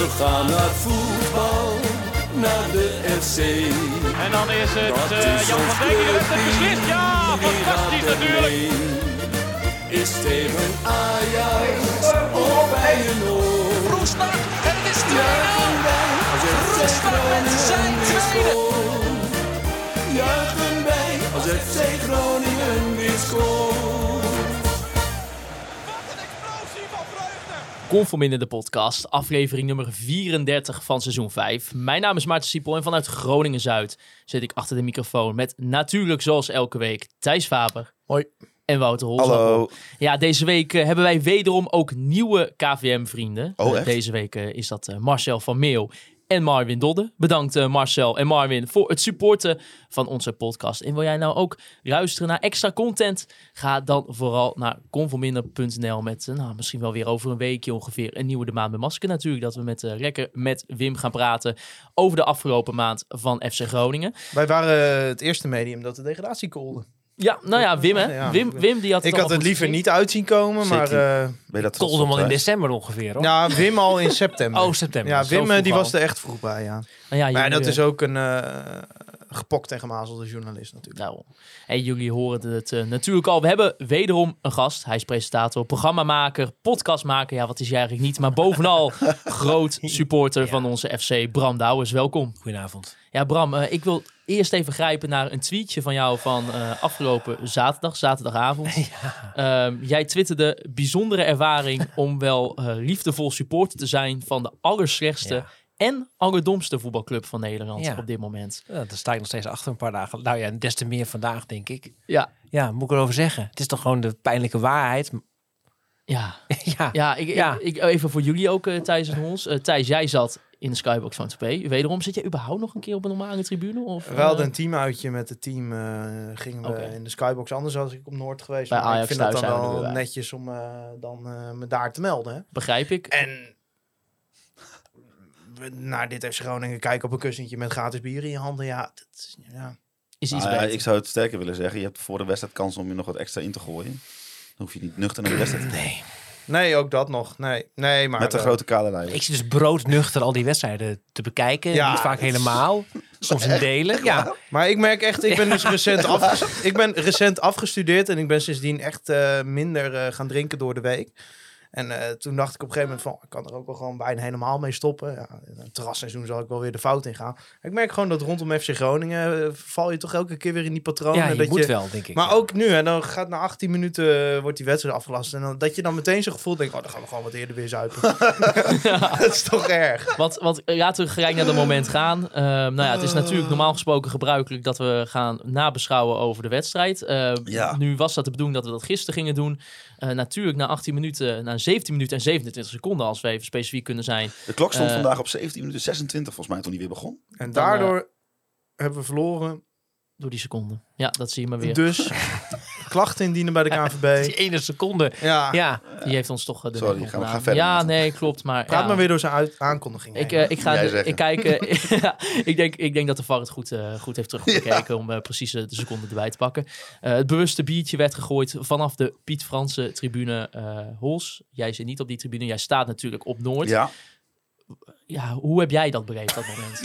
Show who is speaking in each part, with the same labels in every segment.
Speaker 1: We gaan naar voetbal, naar de FC.
Speaker 2: En dan is het
Speaker 1: Dat
Speaker 2: eh,
Speaker 1: is
Speaker 2: Jan
Speaker 1: ons
Speaker 2: van Dijk die de wedstrijd
Speaker 1: clublied.
Speaker 2: beslist. Ja,
Speaker 1: Wie
Speaker 2: fantastisch
Speaker 1: gaat er
Speaker 2: natuurlijk.
Speaker 1: mee? Is tegen Ajax of bij een oor.
Speaker 3: Roestak en het is 2-0.
Speaker 1: Juichen wij, als FC
Speaker 3: Roestak met zijn
Speaker 1: Groningen
Speaker 3: tweede.
Speaker 1: scoort. Juichen wij, als FC Groningen weer scoort.
Speaker 4: Conform in de podcast, aflevering nummer 34 van seizoen 5. Mijn naam is Maarten Siepel en vanuit Groningen-Zuid zit ik achter de microfoon met natuurlijk zoals elke week Thijs Faber.
Speaker 5: Hoi.
Speaker 4: En Wouter Holzman.
Speaker 6: Hallo.
Speaker 4: Ja, deze week eh, hebben wij wederom ook nieuwe KVM-vrienden.
Speaker 6: Oh,
Speaker 4: Eh,
Speaker 6: echt?
Speaker 4: Deze week eh, is dat eh, Marcel van Meel en Marwin Dodde. Bedankt eh, Marcel en Marwin voor het supporten van onze podcast. En wil jij nou ook luisteren naar extra content? Ga dan vooral naar conforminder.nl met eh, nou, misschien wel weer over een weekje ongeveer een nieuwe De Maand met Masker natuurlijk. Dat we met eh Rekker, met Wim gaan praten over de afgelopen maand van FC Groningen.
Speaker 5: Wij waren het eerste medium dat de degradatie koolde.
Speaker 4: Ja, nou ja, Wim hè.
Speaker 5: Ja.
Speaker 4: Wim, Wim die had het
Speaker 5: Ik
Speaker 4: allemaal
Speaker 5: had het
Speaker 4: goed
Speaker 5: liever
Speaker 4: gekeken.
Speaker 5: niet uitzien komen, maar eh
Speaker 6: Ben je
Speaker 7: Kolde
Speaker 6: dat trots op,
Speaker 7: hem al in
Speaker 6: Thijs?
Speaker 7: december ongeveer, hoor.
Speaker 5: ja, Wim al in september.
Speaker 7: Oh, september.
Speaker 5: ja,
Speaker 7: Zo
Speaker 5: Wim eh,
Speaker 7: vroeg
Speaker 5: die
Speaker 7: al.
Speaker 5: was er echt vroeg bij, ja.
Speaker 4: Nou ja,
Speaker 5: Maar ja,
Speaker 4: jullie,
Speaker 5: dat
Speaker 4: eh,
Speaker 5: is ook een eh gepok tegen mazelde journalist natuurlijk.
Speaker 4: Daarom. En Nou, jullie horen het eh, natuurlijk al. We hebben wederom een gast. Hij is presentator, programmamaker, podcastmaker. Ja, wat is hij eigenlijk niet? Maar bovenal groot supporter van onze FC, Bram Douwers. Welkom.
Speaker 7: Goedenavond.
Speaker 4: Ja, Bram, eh, ik wil eerst even grijpen naar een tweetje van jou van eh, afgelopen zaterdag, zaterdagavond. Ehm, jij twitterde bijzondere ervaring om wel eh, liefdevol supporter te zijn van de allerslechtste
Speaker 7: Ja.
Speaker 4: en allerdomste voetbalclub van Nederland
Speaker 7: Ja.
Speaker 4: op dit moment.
Speaker 7: Ja, daar sta ik nog steeds achter een paar dagen. Nou ja, des te meer vandaag, denk ik.
Speaker 4: Ja,
Speaker 7: Ja, moet ik erover zeggen. Het is toch gewoon de pijnlijke waarheid.
Speaker 4: ja.
Speaker 7: ja.
Speaker 4: Ja, ik,
Speaker 7: Ja.
Speaker 4: Ik, ik- even voor jullie ook, eh, Thijs en ons. Eh, Thijs, jij zat in de skybox van het P. Wederom, zit jij überhaupt nog een keer op een normale tribune? Of,
Speaker 5: We hadden
Speaker 4: eh,
Speaker 5: een teamuitje met het team. eh, gingen we
Speaker 4: Oké.
Speaker 5: in de skybox. Anders was ik op Noord geweest.
Speaker 4: Bij
Speaker 5: maar
Speaker 4: Ajax
Speaker 5: ik vind het
Speaker 4: thuis
Speaker 5: dan
Speaker 4: zijn we er
Speaker 5: wel
Speaker 4: weer bij.
Speaker 5: netjes om eh, dan eh, me daar te melden. Hè?
Speaker 4: Begrijp ik.
Speaker 5: En we naar dit FC Groningen kijken op een kussentje met gratis bier in je handen. Ja, dat is, ja.
Speaker 4: Is iets
Speaker 6: Ah, ja,
Speaker 4: beter.
Speaker 6: ik zou het sterker willen zeggen. Je hebt voor de wedstrijd kans om je nog wat extra in te gooien. Dan hoef je niet nuchter naar de wedstrijd te gaan.
Speaker 5: Nee, ook dat nog. Nee, nee maar
Speaker 6: Met een
Speaker 5: eh,
Speaker 6: grote kaderlijn.
Speaker 7: Ik zit dus broodnuchter al die wedstrijden te bekijken.
Speaker 5: Ja.
Speaker 7: Niet vaak helemaal. Soms in delen. Ja.
Speaker 5: Maar ik merk echt, ik ben dus recent, afges- ik ben recent afgestudeerd en ik ben sindsdien echt eh, minder eh, gaan drinken door de week. En eh, toen dacht ik op een gegeven moment van, ik kan er ook wel gewoon bijna helemaal mee stoppen. Ja, een terrasseizoen zal ik wel weer de fout in gaan. Ik merk gewoon dat rondom FC Groningen eh, val je toch elke keer weer in die patronen.
Speaker 7: ja, je
Speaker 5: dat
Speaker 7: moet wel, denk ik.
Speaker 5: Maar ook nu, hè, dan gaat na 18 minuten eh, wordt die wedstrijd afgelast. En dan, dat je dan meteen zo'n gevoel denkt, oh, dan gaan we gewoon wat eerder weer zuipen. dat is toch erg.
Speaker 4: Want, want eh, laten we gelijk naar dat moment gaan. Ehm, nou ja, het is
Speaker 5: Oh.
Speaker 4: natuurlijk normaal gesproken gebruikelijk dat we gaan nabeschouwen over de wedstrijd. Eh,
Speaker 6: Ja.
Speaker 4: Nu was dat de bedoeling dat we dat gisteren gingen doen. Eh, natuurlijk na 18 minuten, na 17 minuten en 27 seconden, als we even specifiek kunnen zijn.
Speaker 6: De klok stond
Speaker 4: Eh,
Speaker 6: vandaag op 17 minuten 26 volgens mij toen die weer begon.
Speaker 5: En
Speaker 4: Dan, eh,
Speaker 5: daardoor hebben we verloren.
Speaker 4: Door die seconden. Ja, dat zie je maar weer.
Speaker 5: Dus klachten indienen bij de
Speaker 7: Die
Speaker 5: KNVB.
Speaker 7: ene seconde.
Speaker 5: Ja,
Speaker 7: Ja.
Speaker 4: Die heeft ons toch eh, de
Speaker 6: Sorry,
Speaker 4: nek
Speaker 6: gaan we-
Speaker 4: omgedaan.
Speaker 6: gaan verder
Speaker 4: Ja,
Speaker 6: met-
Speaker 4: nee, klopt. Maar,
Speaker 5: praat
Speaker 4: ja.
Speaker 5: maar weer door zijn uit- aankondiging.
Speaker 4: Ik,
Speaker 5: heen.
Speaker 4: eh, ik ga
Speaker 6: Jij
Speaker 4: de-
Speaker 6: zeggen.
Speaker 4: ik kijk, eh, ja, ik, denk, ik denk dat de VAR het goed, eh, goed heeft teruggekeken om eh, precies eh, de seconde erbij te pakken. Eh, het bewuste biertje werd gegooid vanaf de Piet Franse tribune eh Hols. Jij zit niet op die tribune, jij staat natuurlijk op Noord. Ja.
Speaker 6: Ja.
Speaker 4: hoe heb jij dat beleefd dat moment?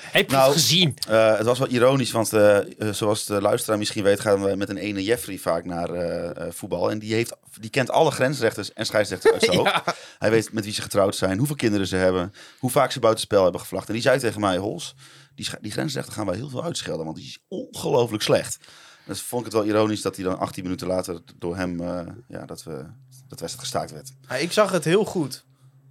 Speaker 7: Heb je
Speaker 6: Nou,
Speaker 7: het gezien?
Speaker 6: Eh, het was wel ironisch, want eh, eh, zoals de luisteraar misschien weet, gaan we met een ene Jeffrey vaak naar eh, eh, voetbal. En die, heeft, die kent alle grensrechters en scheidsrechters uit zijn hoofd. Hij weet met wie ze getrouwd zijn, hoeveel kinderen ze hebben, hoe vaak ze buitenspel hebben gevlacht. En die zei tegen mij, Hols, die, sch- die grensrechter gaan wij heel veel uitschelden, want die is ongelooflijk slecht. Dus vond ik het wel ironisch dat hij dan 18 minuten later door hem, eh, ja, dat, we, dat wedstrijd gestaakt werd.
Speaker 4: eh,
Speaker 5: Maar ik zag het heel goed.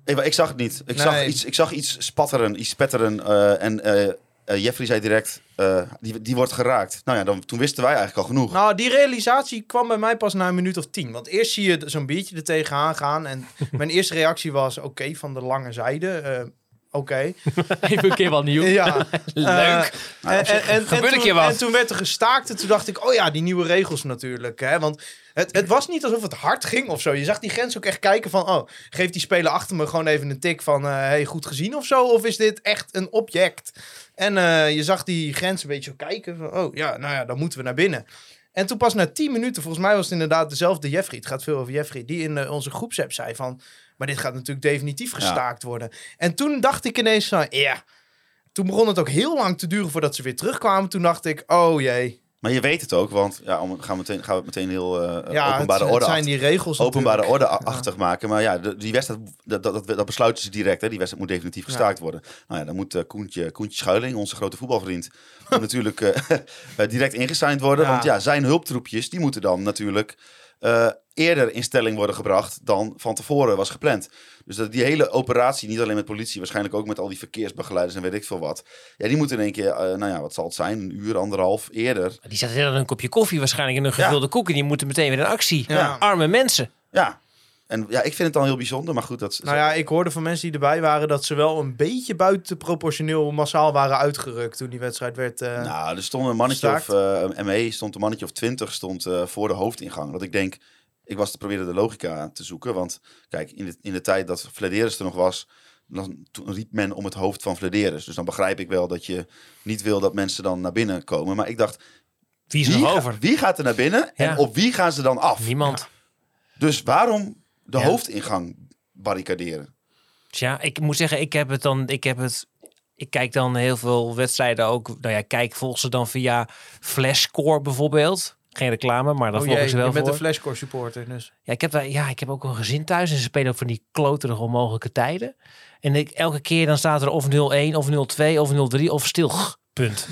Speaker 6: Ik, ik zag het niet. Ik,
Speaker 5: Nee.
Speaker 6: zag, iets, ik zag iets spatteren, iets spetteren. eh, en eh, eh, Jeffrey zei direct, eh, die, die wordt geraakt. Nou ja, dan, toen wisten wij eigenlijk al genoeg.
Speaker 5: Nou, die realisatie kwam bij mij pas na een minuut of tien. Want eerst zie je zo'n biertje er tegenaan gaan. En mijn eerste reactie was, oké, van de lange zijde. eh, oké.
Speaker 4: Even een keer wat nieuw.
Speaker 5: Ja.
Speaker 7: Leuk. Nou,
Speaker 5: Eh, en, en, en,
Speaker 7: Gebeurt een
Speaker 5: toen,
Speaker 7: keer wat.
Speaker 5: en toen werd er gestaakt en toen dacht ik, oh ja, die nieuwe regels natuurlijk. Hè? Want het, het was niet alsof het hard ging of zo. Je zag die grens ook echt kijken van, oh, geeft die speler achter me gewoon even een tik van, eh, hey, goed gezien of zo? Of is dit echt een object? En eh, je zag die grens een beetje zo kijken van, oh ja, nou ja, dan moeten we naar binnen. En toen pas na 10 minuten, volgens mij was het inderdaad dezelfde Jeffrey. Het gaat veel over Jeffrey. Die in eh, onze groepsapp zei van... Maar dit gaat natuurlijk definitief gestaakt worden. En toen dacht ik ineens van... Ja. Toen begon het ook heel lang te duren voordat ze weer terugkwamen. Toen dacht ik, oh jee.
Speaker 6: Maar je weet het ook, want ja, om, gaan, we meteen, gaan we het meteen heel eh,
Speaker 5: Ja, het,
Speaker 6: openbare
Speaker 5: het
Speaker 6: orde
Speaker 5: zijn die regels
Speaker 6: openbare
Speaker 5: natuurlijk.
Speaker 6: orde a- achtig maken. Maar ja, de- die wedstrijd, dat, dat, dat, dat besluiten ze direct. Hè. Die wedstrijd moet definitief gestaakt worden. Nou ja, dan moet eh, Koentje, Koentje Schuiling, onze grote voetbalvriend, moet natuurlijk eh, eh, direct ingesigned worden.
Speaker 5: Ja.
Speaker 6: Want ja, zijn hulptroepjes, die moeten dan natuurlijk eh, eerder in stelling worden gebracht dan van tevoren was gepland. Dus dat, die hele operatie, niet alleen met politie, waarschijnlijk ook met al die verkeersbegeleiders en weet ik veel wat. Ja, die moeten in één keer, eh, nou ja, wat zal het zijn, een uur, anderhalf eerder.
Speaker 7: Die zaten heel aan een kopje koffie waarschijnlijk in een gevulde koek. En die moeten meteen weer in actie.
Speaker 5: Ja.
Speaker 7: Arme mensen.
Speaker 6: Ja. En ja, ik vind het dan heel bijzonder, maar goed, dat
Speaker 5: Nou ja, ik hoorde van mensen die erbij waren... dat ze wel een beetje buitenproportioneel massaal waren uitgerukt... toen die wedstrijd werd... eh,
Speaker 6: Nou, er stond een mannetje
Speaker 5: Staakt.
Speaker 6: of eh, ME, stond een mannetje of twintig stond eh, voor de hoofdingang. Dat ik denk, ik was te proberen de logica te zoeken. Want kijk, in de, in de tijd dat Flederis er nog was, dan, toen riep men om het hoofd van Flederis. Dus dan begrijp ik wel dat je niet wil dat mensen dan naar binnen komen. Maar ik dacht,
Speaker 7: Wie is er
Speaker 6: wie,
Speaker 7: nog
Speaker 6: ga-
Speaker 7: over?
Speaker 6: wie gaat er naar binnen en
Speaker 7: Ja.
Speaker 6: op wie gaan ze dan af?
Speaker 7: Niemand.
Speaker 6: Dus waarom de
Speaker 7: Ja.
Speaker 6: hoofdingang barricaderen?
Speaker 7: Tja, ik moet zeggen, ik heb het dan, ik heb het, ik kijk dan heel veel wedstrijden ook. Nou ja, kijk volg ze dan via Flashcore bijvoorbeeld. Geen reclame, maar dat
Speaker 5: oh
Speaker 7: volg
Speaker 5: jee,
Speaker 7: ik ze wel
Speaker 5: je bent
Speaker 7: voor.
Speaker 5: een Flashcore supporter dus.
Speaker 7: Ja, ik heb, daar- ja, ik heb ook een gezin thuis en ze spelen ook van die kloterige onmogelijke tijden. En ik, elke keer dan staat er of 0-1 of 0-2 of 0-3 of stil. Punt.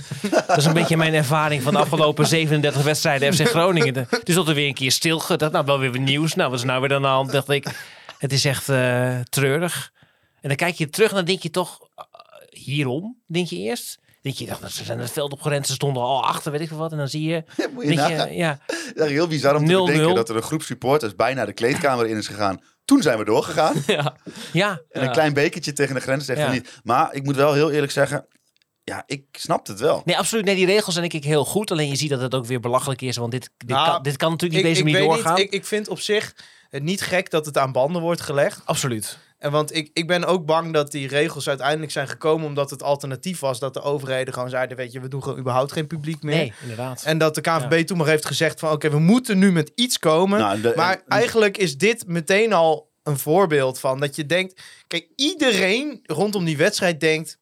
Speaker 7: dat is een beetje mijn ervaring van de afgelopen 37 wedstrijden FC Groningen. De- Dus dat er weer een keer stil. Dat nou wel weer nieuws. Nou, wat is nou weer aan de hand? Dacht ik, het is echt eh, treurig. En dan kijk je terug en dan denk je toch eh, hierom, denk je eerst. Denk je, dacht, ze zijn het veld opgerend, ze stonden al achter, weet ik veel wat. En dan zie je,
Speaker 6: Moet je
Speaker 7: denk
Speaker 6: nagaan.
Speaker 7: je ja,
Speaker 6: Ja, heel bizar om te
Speaker 7: 0-0.
Speaker 6: bedenken dat er een groep supporters bijna de kleedkamer in is gegaan. Toen zijn we doorgegaan.
Speaker 4: ja.
Speaker 7: ja,
Speaker 6: En
Speaker 4: Ja.
Speaker 6: een klein bekertje tegen de grens zegt
Speaker 7: Ja.
Speaker 6: van niet. Maar ik moet wel heel eerlijk zeggen, ja, ik snapte het wel.
Speaker 7: Nee, absoluut. Nee, die regels zijn denk ik heel goed. Alleen je ziet dat het ook weer belachelijk is. Want dit, dit,
Speaker 5: Nou,
Speaker 7: kan, dit kan natuurlijk niet op deze
Speaker 5: weet
Speaker 7: manier doorgaan.
Speaker 5: Niet, ik, ik vind op zich het niet gek dat het aan banden wordt gelegd.
Speaker 7: absoluut.
Speaker 5: En want ik, ik ben ook bang dat die regels uiteindelijk zijn gekomen omdat het alternatief was dat de overheden gewoon zeiden, weet je, we doen gewoon überhaupt geen publiek meer.
Speaker 7: Nee, inderdaad.
Speaker 5: En dat de KNVB toen maar heeft gezegd van oké, we moeten nu met iets komen.
Speaker 6: Nou, de-
Speaker 5: maar
Speaker 6: en-
Speaker 5: eigenlijk is dit meteen al een voorbeeld van dat je denkt, kijk, iedereen rondom die wedstrijd denkt,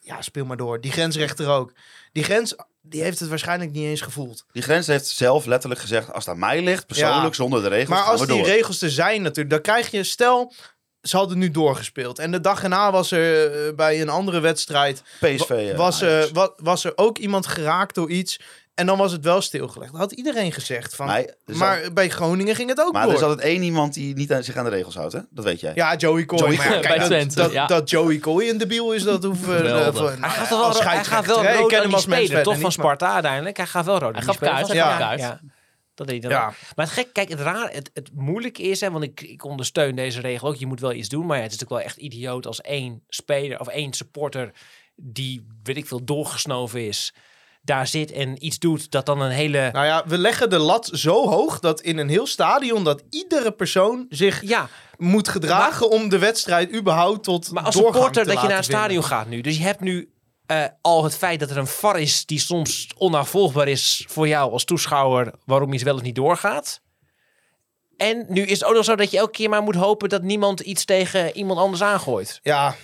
Speaker 5: ja, speel maar door. Die grensrechter ook. Die grens, die heeft het waarschijnlijk niet eens gevoeld.
Speaker 6: Die grens heeft zelf letterlijk gezegd, als het aan mij ligt, persoonlijk,
Speaker 5: Ja.
Speaker 6: zonder de regels,
Speaker 5: Maar
Speaker 6: gaan
Speaker 5: als
Speaker 6: we
Speaker 5: die
Speaker 6: door.
Speaker 5: regels er zijn natuurlijk, dan krijg je, stel, ze hadden nu doorgespeeld. En de dag erna was er eh, bij een andere wedstrijd,
Speaker 6: PSV eh,
Speaker 5: was,
Speaker 6: Ajax.
Speaker 5: er, wa- was er ook iemand geraakt door iets. En dan was het wel stilgelegd. Dat had iedereen gezegd. Van,
Speaker 6: Maar hij- er is
Speaker 5: maar
Speaker 6: al-
Speaker 5: bij Groningen ging het ook
Speaker 6: maar dus er
Speaker 5: door.
Speaker 6: is altijd één iemand die niet aan, zich aan de regels houdt, hè? Dat weet jij.
Speaker 5: Ja, Joey Coy.
Speaker 6: Joey
Speaker 5: maar ja,
Speaker 6: Coy.
Speaker 5: kijk,
Speaker 4: Bij
Speaker 5: dat,
Speaker 4: Twente,
Speaker 5: dat,
Speaker 4: ja.
Speaker 5: dat Joey Coy een debiel is, dat hoeven we...
Speaker 4: Geweldig.
Speaker 5: eh, van-
Speaker 7: hij gaat
Speaker 5: als
Speaker 7: er wel, hij gaat
Speaker 5: scheidsrechter,
Speaker 7: wel
Speaker 5: hè. Ik
Speaker 7: rood
Speaker 5: ken
Speaker 7: aan
Speaker 5: hem
Speaker 7: die
Speaker 5: als
Speaker 7: speler,
Speaker 5: mensfan
Speaker 7: toch?
Speaker 5: en
Speaker 7: Van
Speaker 5: niet, maar-
Speaker 7: Sparta uiteindelijk. Hij gaat wel rood aan
Speaker 4: Hij
Speaker 7: die
Speaker 4: gaf
Speaker 7: speler
Speaker 4: kaart,
Speaker 7: van
Speaker 5: hij gaf
Speaker 7: Sparta.
Speaker 4: kaart.
Speaker 7: Ja. Dat deed hij dan
Speaker 5: Ja.
Speaker 7: ook. Maar het gek, kijk, het raar, het, het moeilijke is, hè, want ik, ik ondersteun deze regel ook. Je moet wel iets doen, maar ja, het is natuurlijk wel echt idioot als één speler of één supporter die, weet ik veel, doorgesnoven is, daar zit en iets doet dat dan een hele...
Speaker 5: Nou ja, we leggen de lat zo hoog dat in een heel stadion dat iedere persoon zich
Speaker 7: ja,
Speaker 5: moet gedragen om de wedstrijd überhaupt tot
Speaker 7: Maar als
Speaker 5: doorgang
Speaker 7: supporter dat
Speaker 5: te
Speaker 7: je
Speaker 5: laten
Speaker 7: naar een stadion
Speaker 5: vinden.
Speaker 7: gaat nu. Dus je hebt nu eh, al het feit dat er een VAR is die soms onafvolgbaar is voor jou als toeschouwer waarom iets wel of niet doorgaat. En nu is het ook nog zo dat je elke keer maar moet hopen dat niemand iets tegen iemand anders aangooit.
Speaker 5: Ja,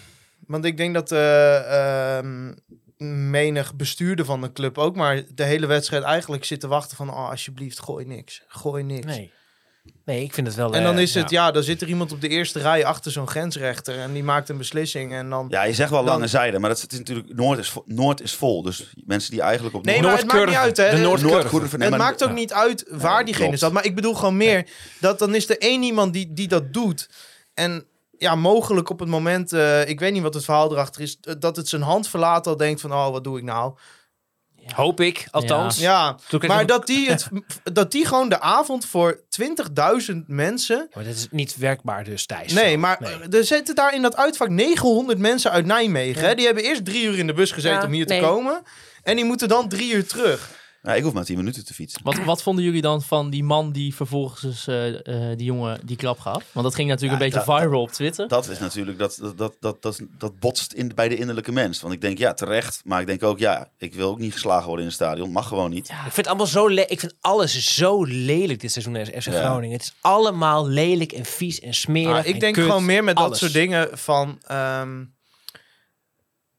Speaker 5: want ik denk dat eh, ehm, menig bestuurder van de club ook maar de hele wedstrijd eigenlijk zit te wachten van oh, alsjeblieft gooi niks, gooi niks.
Speaker 7: Nee. Nee, ik vind het wel...
Speaker 5: En dan
Speaker 7: eh,
Speaker 5: is het, ja. dan zit er iemand op de eerste rij achter zo'n grensrechter en die maakt een beslissing en dan...
Speaker 6: Ja, je zegt wel
Speaker 5: Dan-
Speaker 6: lange zijde, maar dat is, het is natuurlijk, Noord is, vo- Noord is vol. Dus mensen die eigenlijk op
Speaker 5: Nee,
Speaker 6: Noord...
Speaker 5: maar het maakt niet uit, hè.
Speaker 7: De
Speaker 5: De-
Speaker 7: Noordkurve.
Speaker 6: Noordkurve, nee,
Speaker 5: het
Speaker 6: maar-
Speaker 5: maakt ook
Speaker 6: ja.
Speaker 5: niet uit waar
Speaker 6: Nee,
Speaker 5: diegene
Speaker 6: klopt.
Speaker 5: zat. Maar ik bedoel gewoon meer dat dan is er één iemand die, die dat doet. En ja, mogelijk op het moment, eh, ik weet niet wat het verhaal erachter is, eh, dat het zijn hand verlaat al denkt van, oh, wat doe ik nou?
Speaker 7: Hoop ik, althans.
Speaker 5: Ja,
Speaker 7: Toen kreeg
Speaker 5: maar
Speaker 7: ik-
Speaker 5: dat die, het, dat die gewoon de avond voor 20.000 mensen...
Speaker 7: Maar dat is niet werkbaar dus, Thijs.
Speaker 5: Nee, maar
Speaker 7: Nee.
Speaker 5: eh, er zitten daar in dat uitvak 900 mensen uit Nijmegen. hè. Die hebben eerst drie uur in de bus gezeten
Speaker 7: Ja,
Speaker 5: om hier
Speaker 7: nee.
Speaker 5: te komen. En die moeten dan drie uur terug.
Speaker 6: Nou, ik hoef maar 10 minuten te fietsen.
Speaker 4: Wat, wat vonden jullie dan van die man die vervolgens dus, eh, eh, die jongen die klap gaf? Want dat ging natuurlijk
Speaker 6: Ja,
Speaker 4: een beetje
Speaker 6: dat-
Speaker 4: viral op Twitter.
Speaker 6: Dat is natuurlijk, dat, dat, dat, dat, dat, dat botst in, bij de innerlijke mens. Want ik denk, ja, terecht. Maar ik denk ook, ja, ik wil ook niet geslagen worden in het stadion. Mag gewoon niet.
Speaker 7: Ik vind het allemaal zo le- Ik vind alles zo lelijk dit seizoen als FC
Speaker 6: Ja.
Speaker 7: Groningen. Het is allemaal lelijk en vies en smerig.
Speaker 5: Ah, ik
Speaker 7: en
Speaker 5: denk
Speaker 7: kut.
Speaker 5: gewoon meer met dat
Speaker 7: Alles.
Speaker 5: soort dingen van ehm,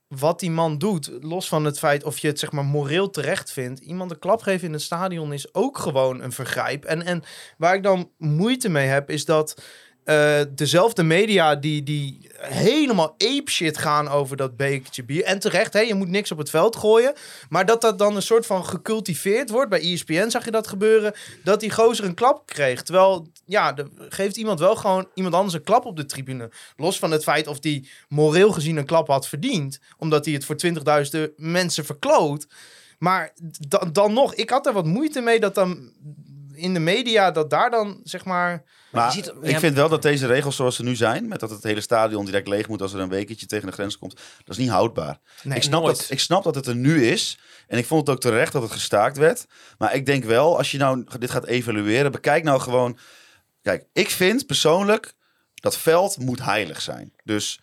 Speaker 5: wat die man doet, los van het feit of je het zeg maar moreel terecht vindt. Iemand een klap geven in het stadion is ook gewoon een vergrijp. En, en waar ik dan moeite mee heb, is dat eh, dezelfde media die, die helemaal apeshit gaan over dat bekertje bier. En terecht, hè, je moet niks op het veld gooien. Maar dat dat dan een soort van gecultiveerd wordt. Bij E ESPN zag je dat gebeuren. Dat die gozer een klap kreeg. Terwijl, ja, de, geeft iemand wel gewoon iemand anders een klap op de tribune. Los van het feit of die moreel gezien een klap had verdiend. Omdat hij het voor 20.000 mensen verkloot. Maar da- dan nog, ik had er wat moeite mee dat dan in de media, dat daar dan zeg maar.
Speaker 6: Maar
Speaker 7: je ziet-
Speaker 6: ik
Speaker 7: ja,
Speaker 6: vind wel dat deze regels zoals ze nu zijn, met dat het hele stadion direct leeg moet als er een bekertje tegen de grens komt, dat is niet houdbaar.
Speaker 5: Nee,
Speaker 6: ik, snap
Speaker 7: nooit.
Speaker 6: dat, ik snap dat het er nu is. En ik vond het ook terecht dat het gestaakt werd. Maar ik denk wel, als je nou dit gaat evalueren, bekijk nou gewoon. Kijk, ik vind persoonlijk dat veld moet heilig zijn. Dus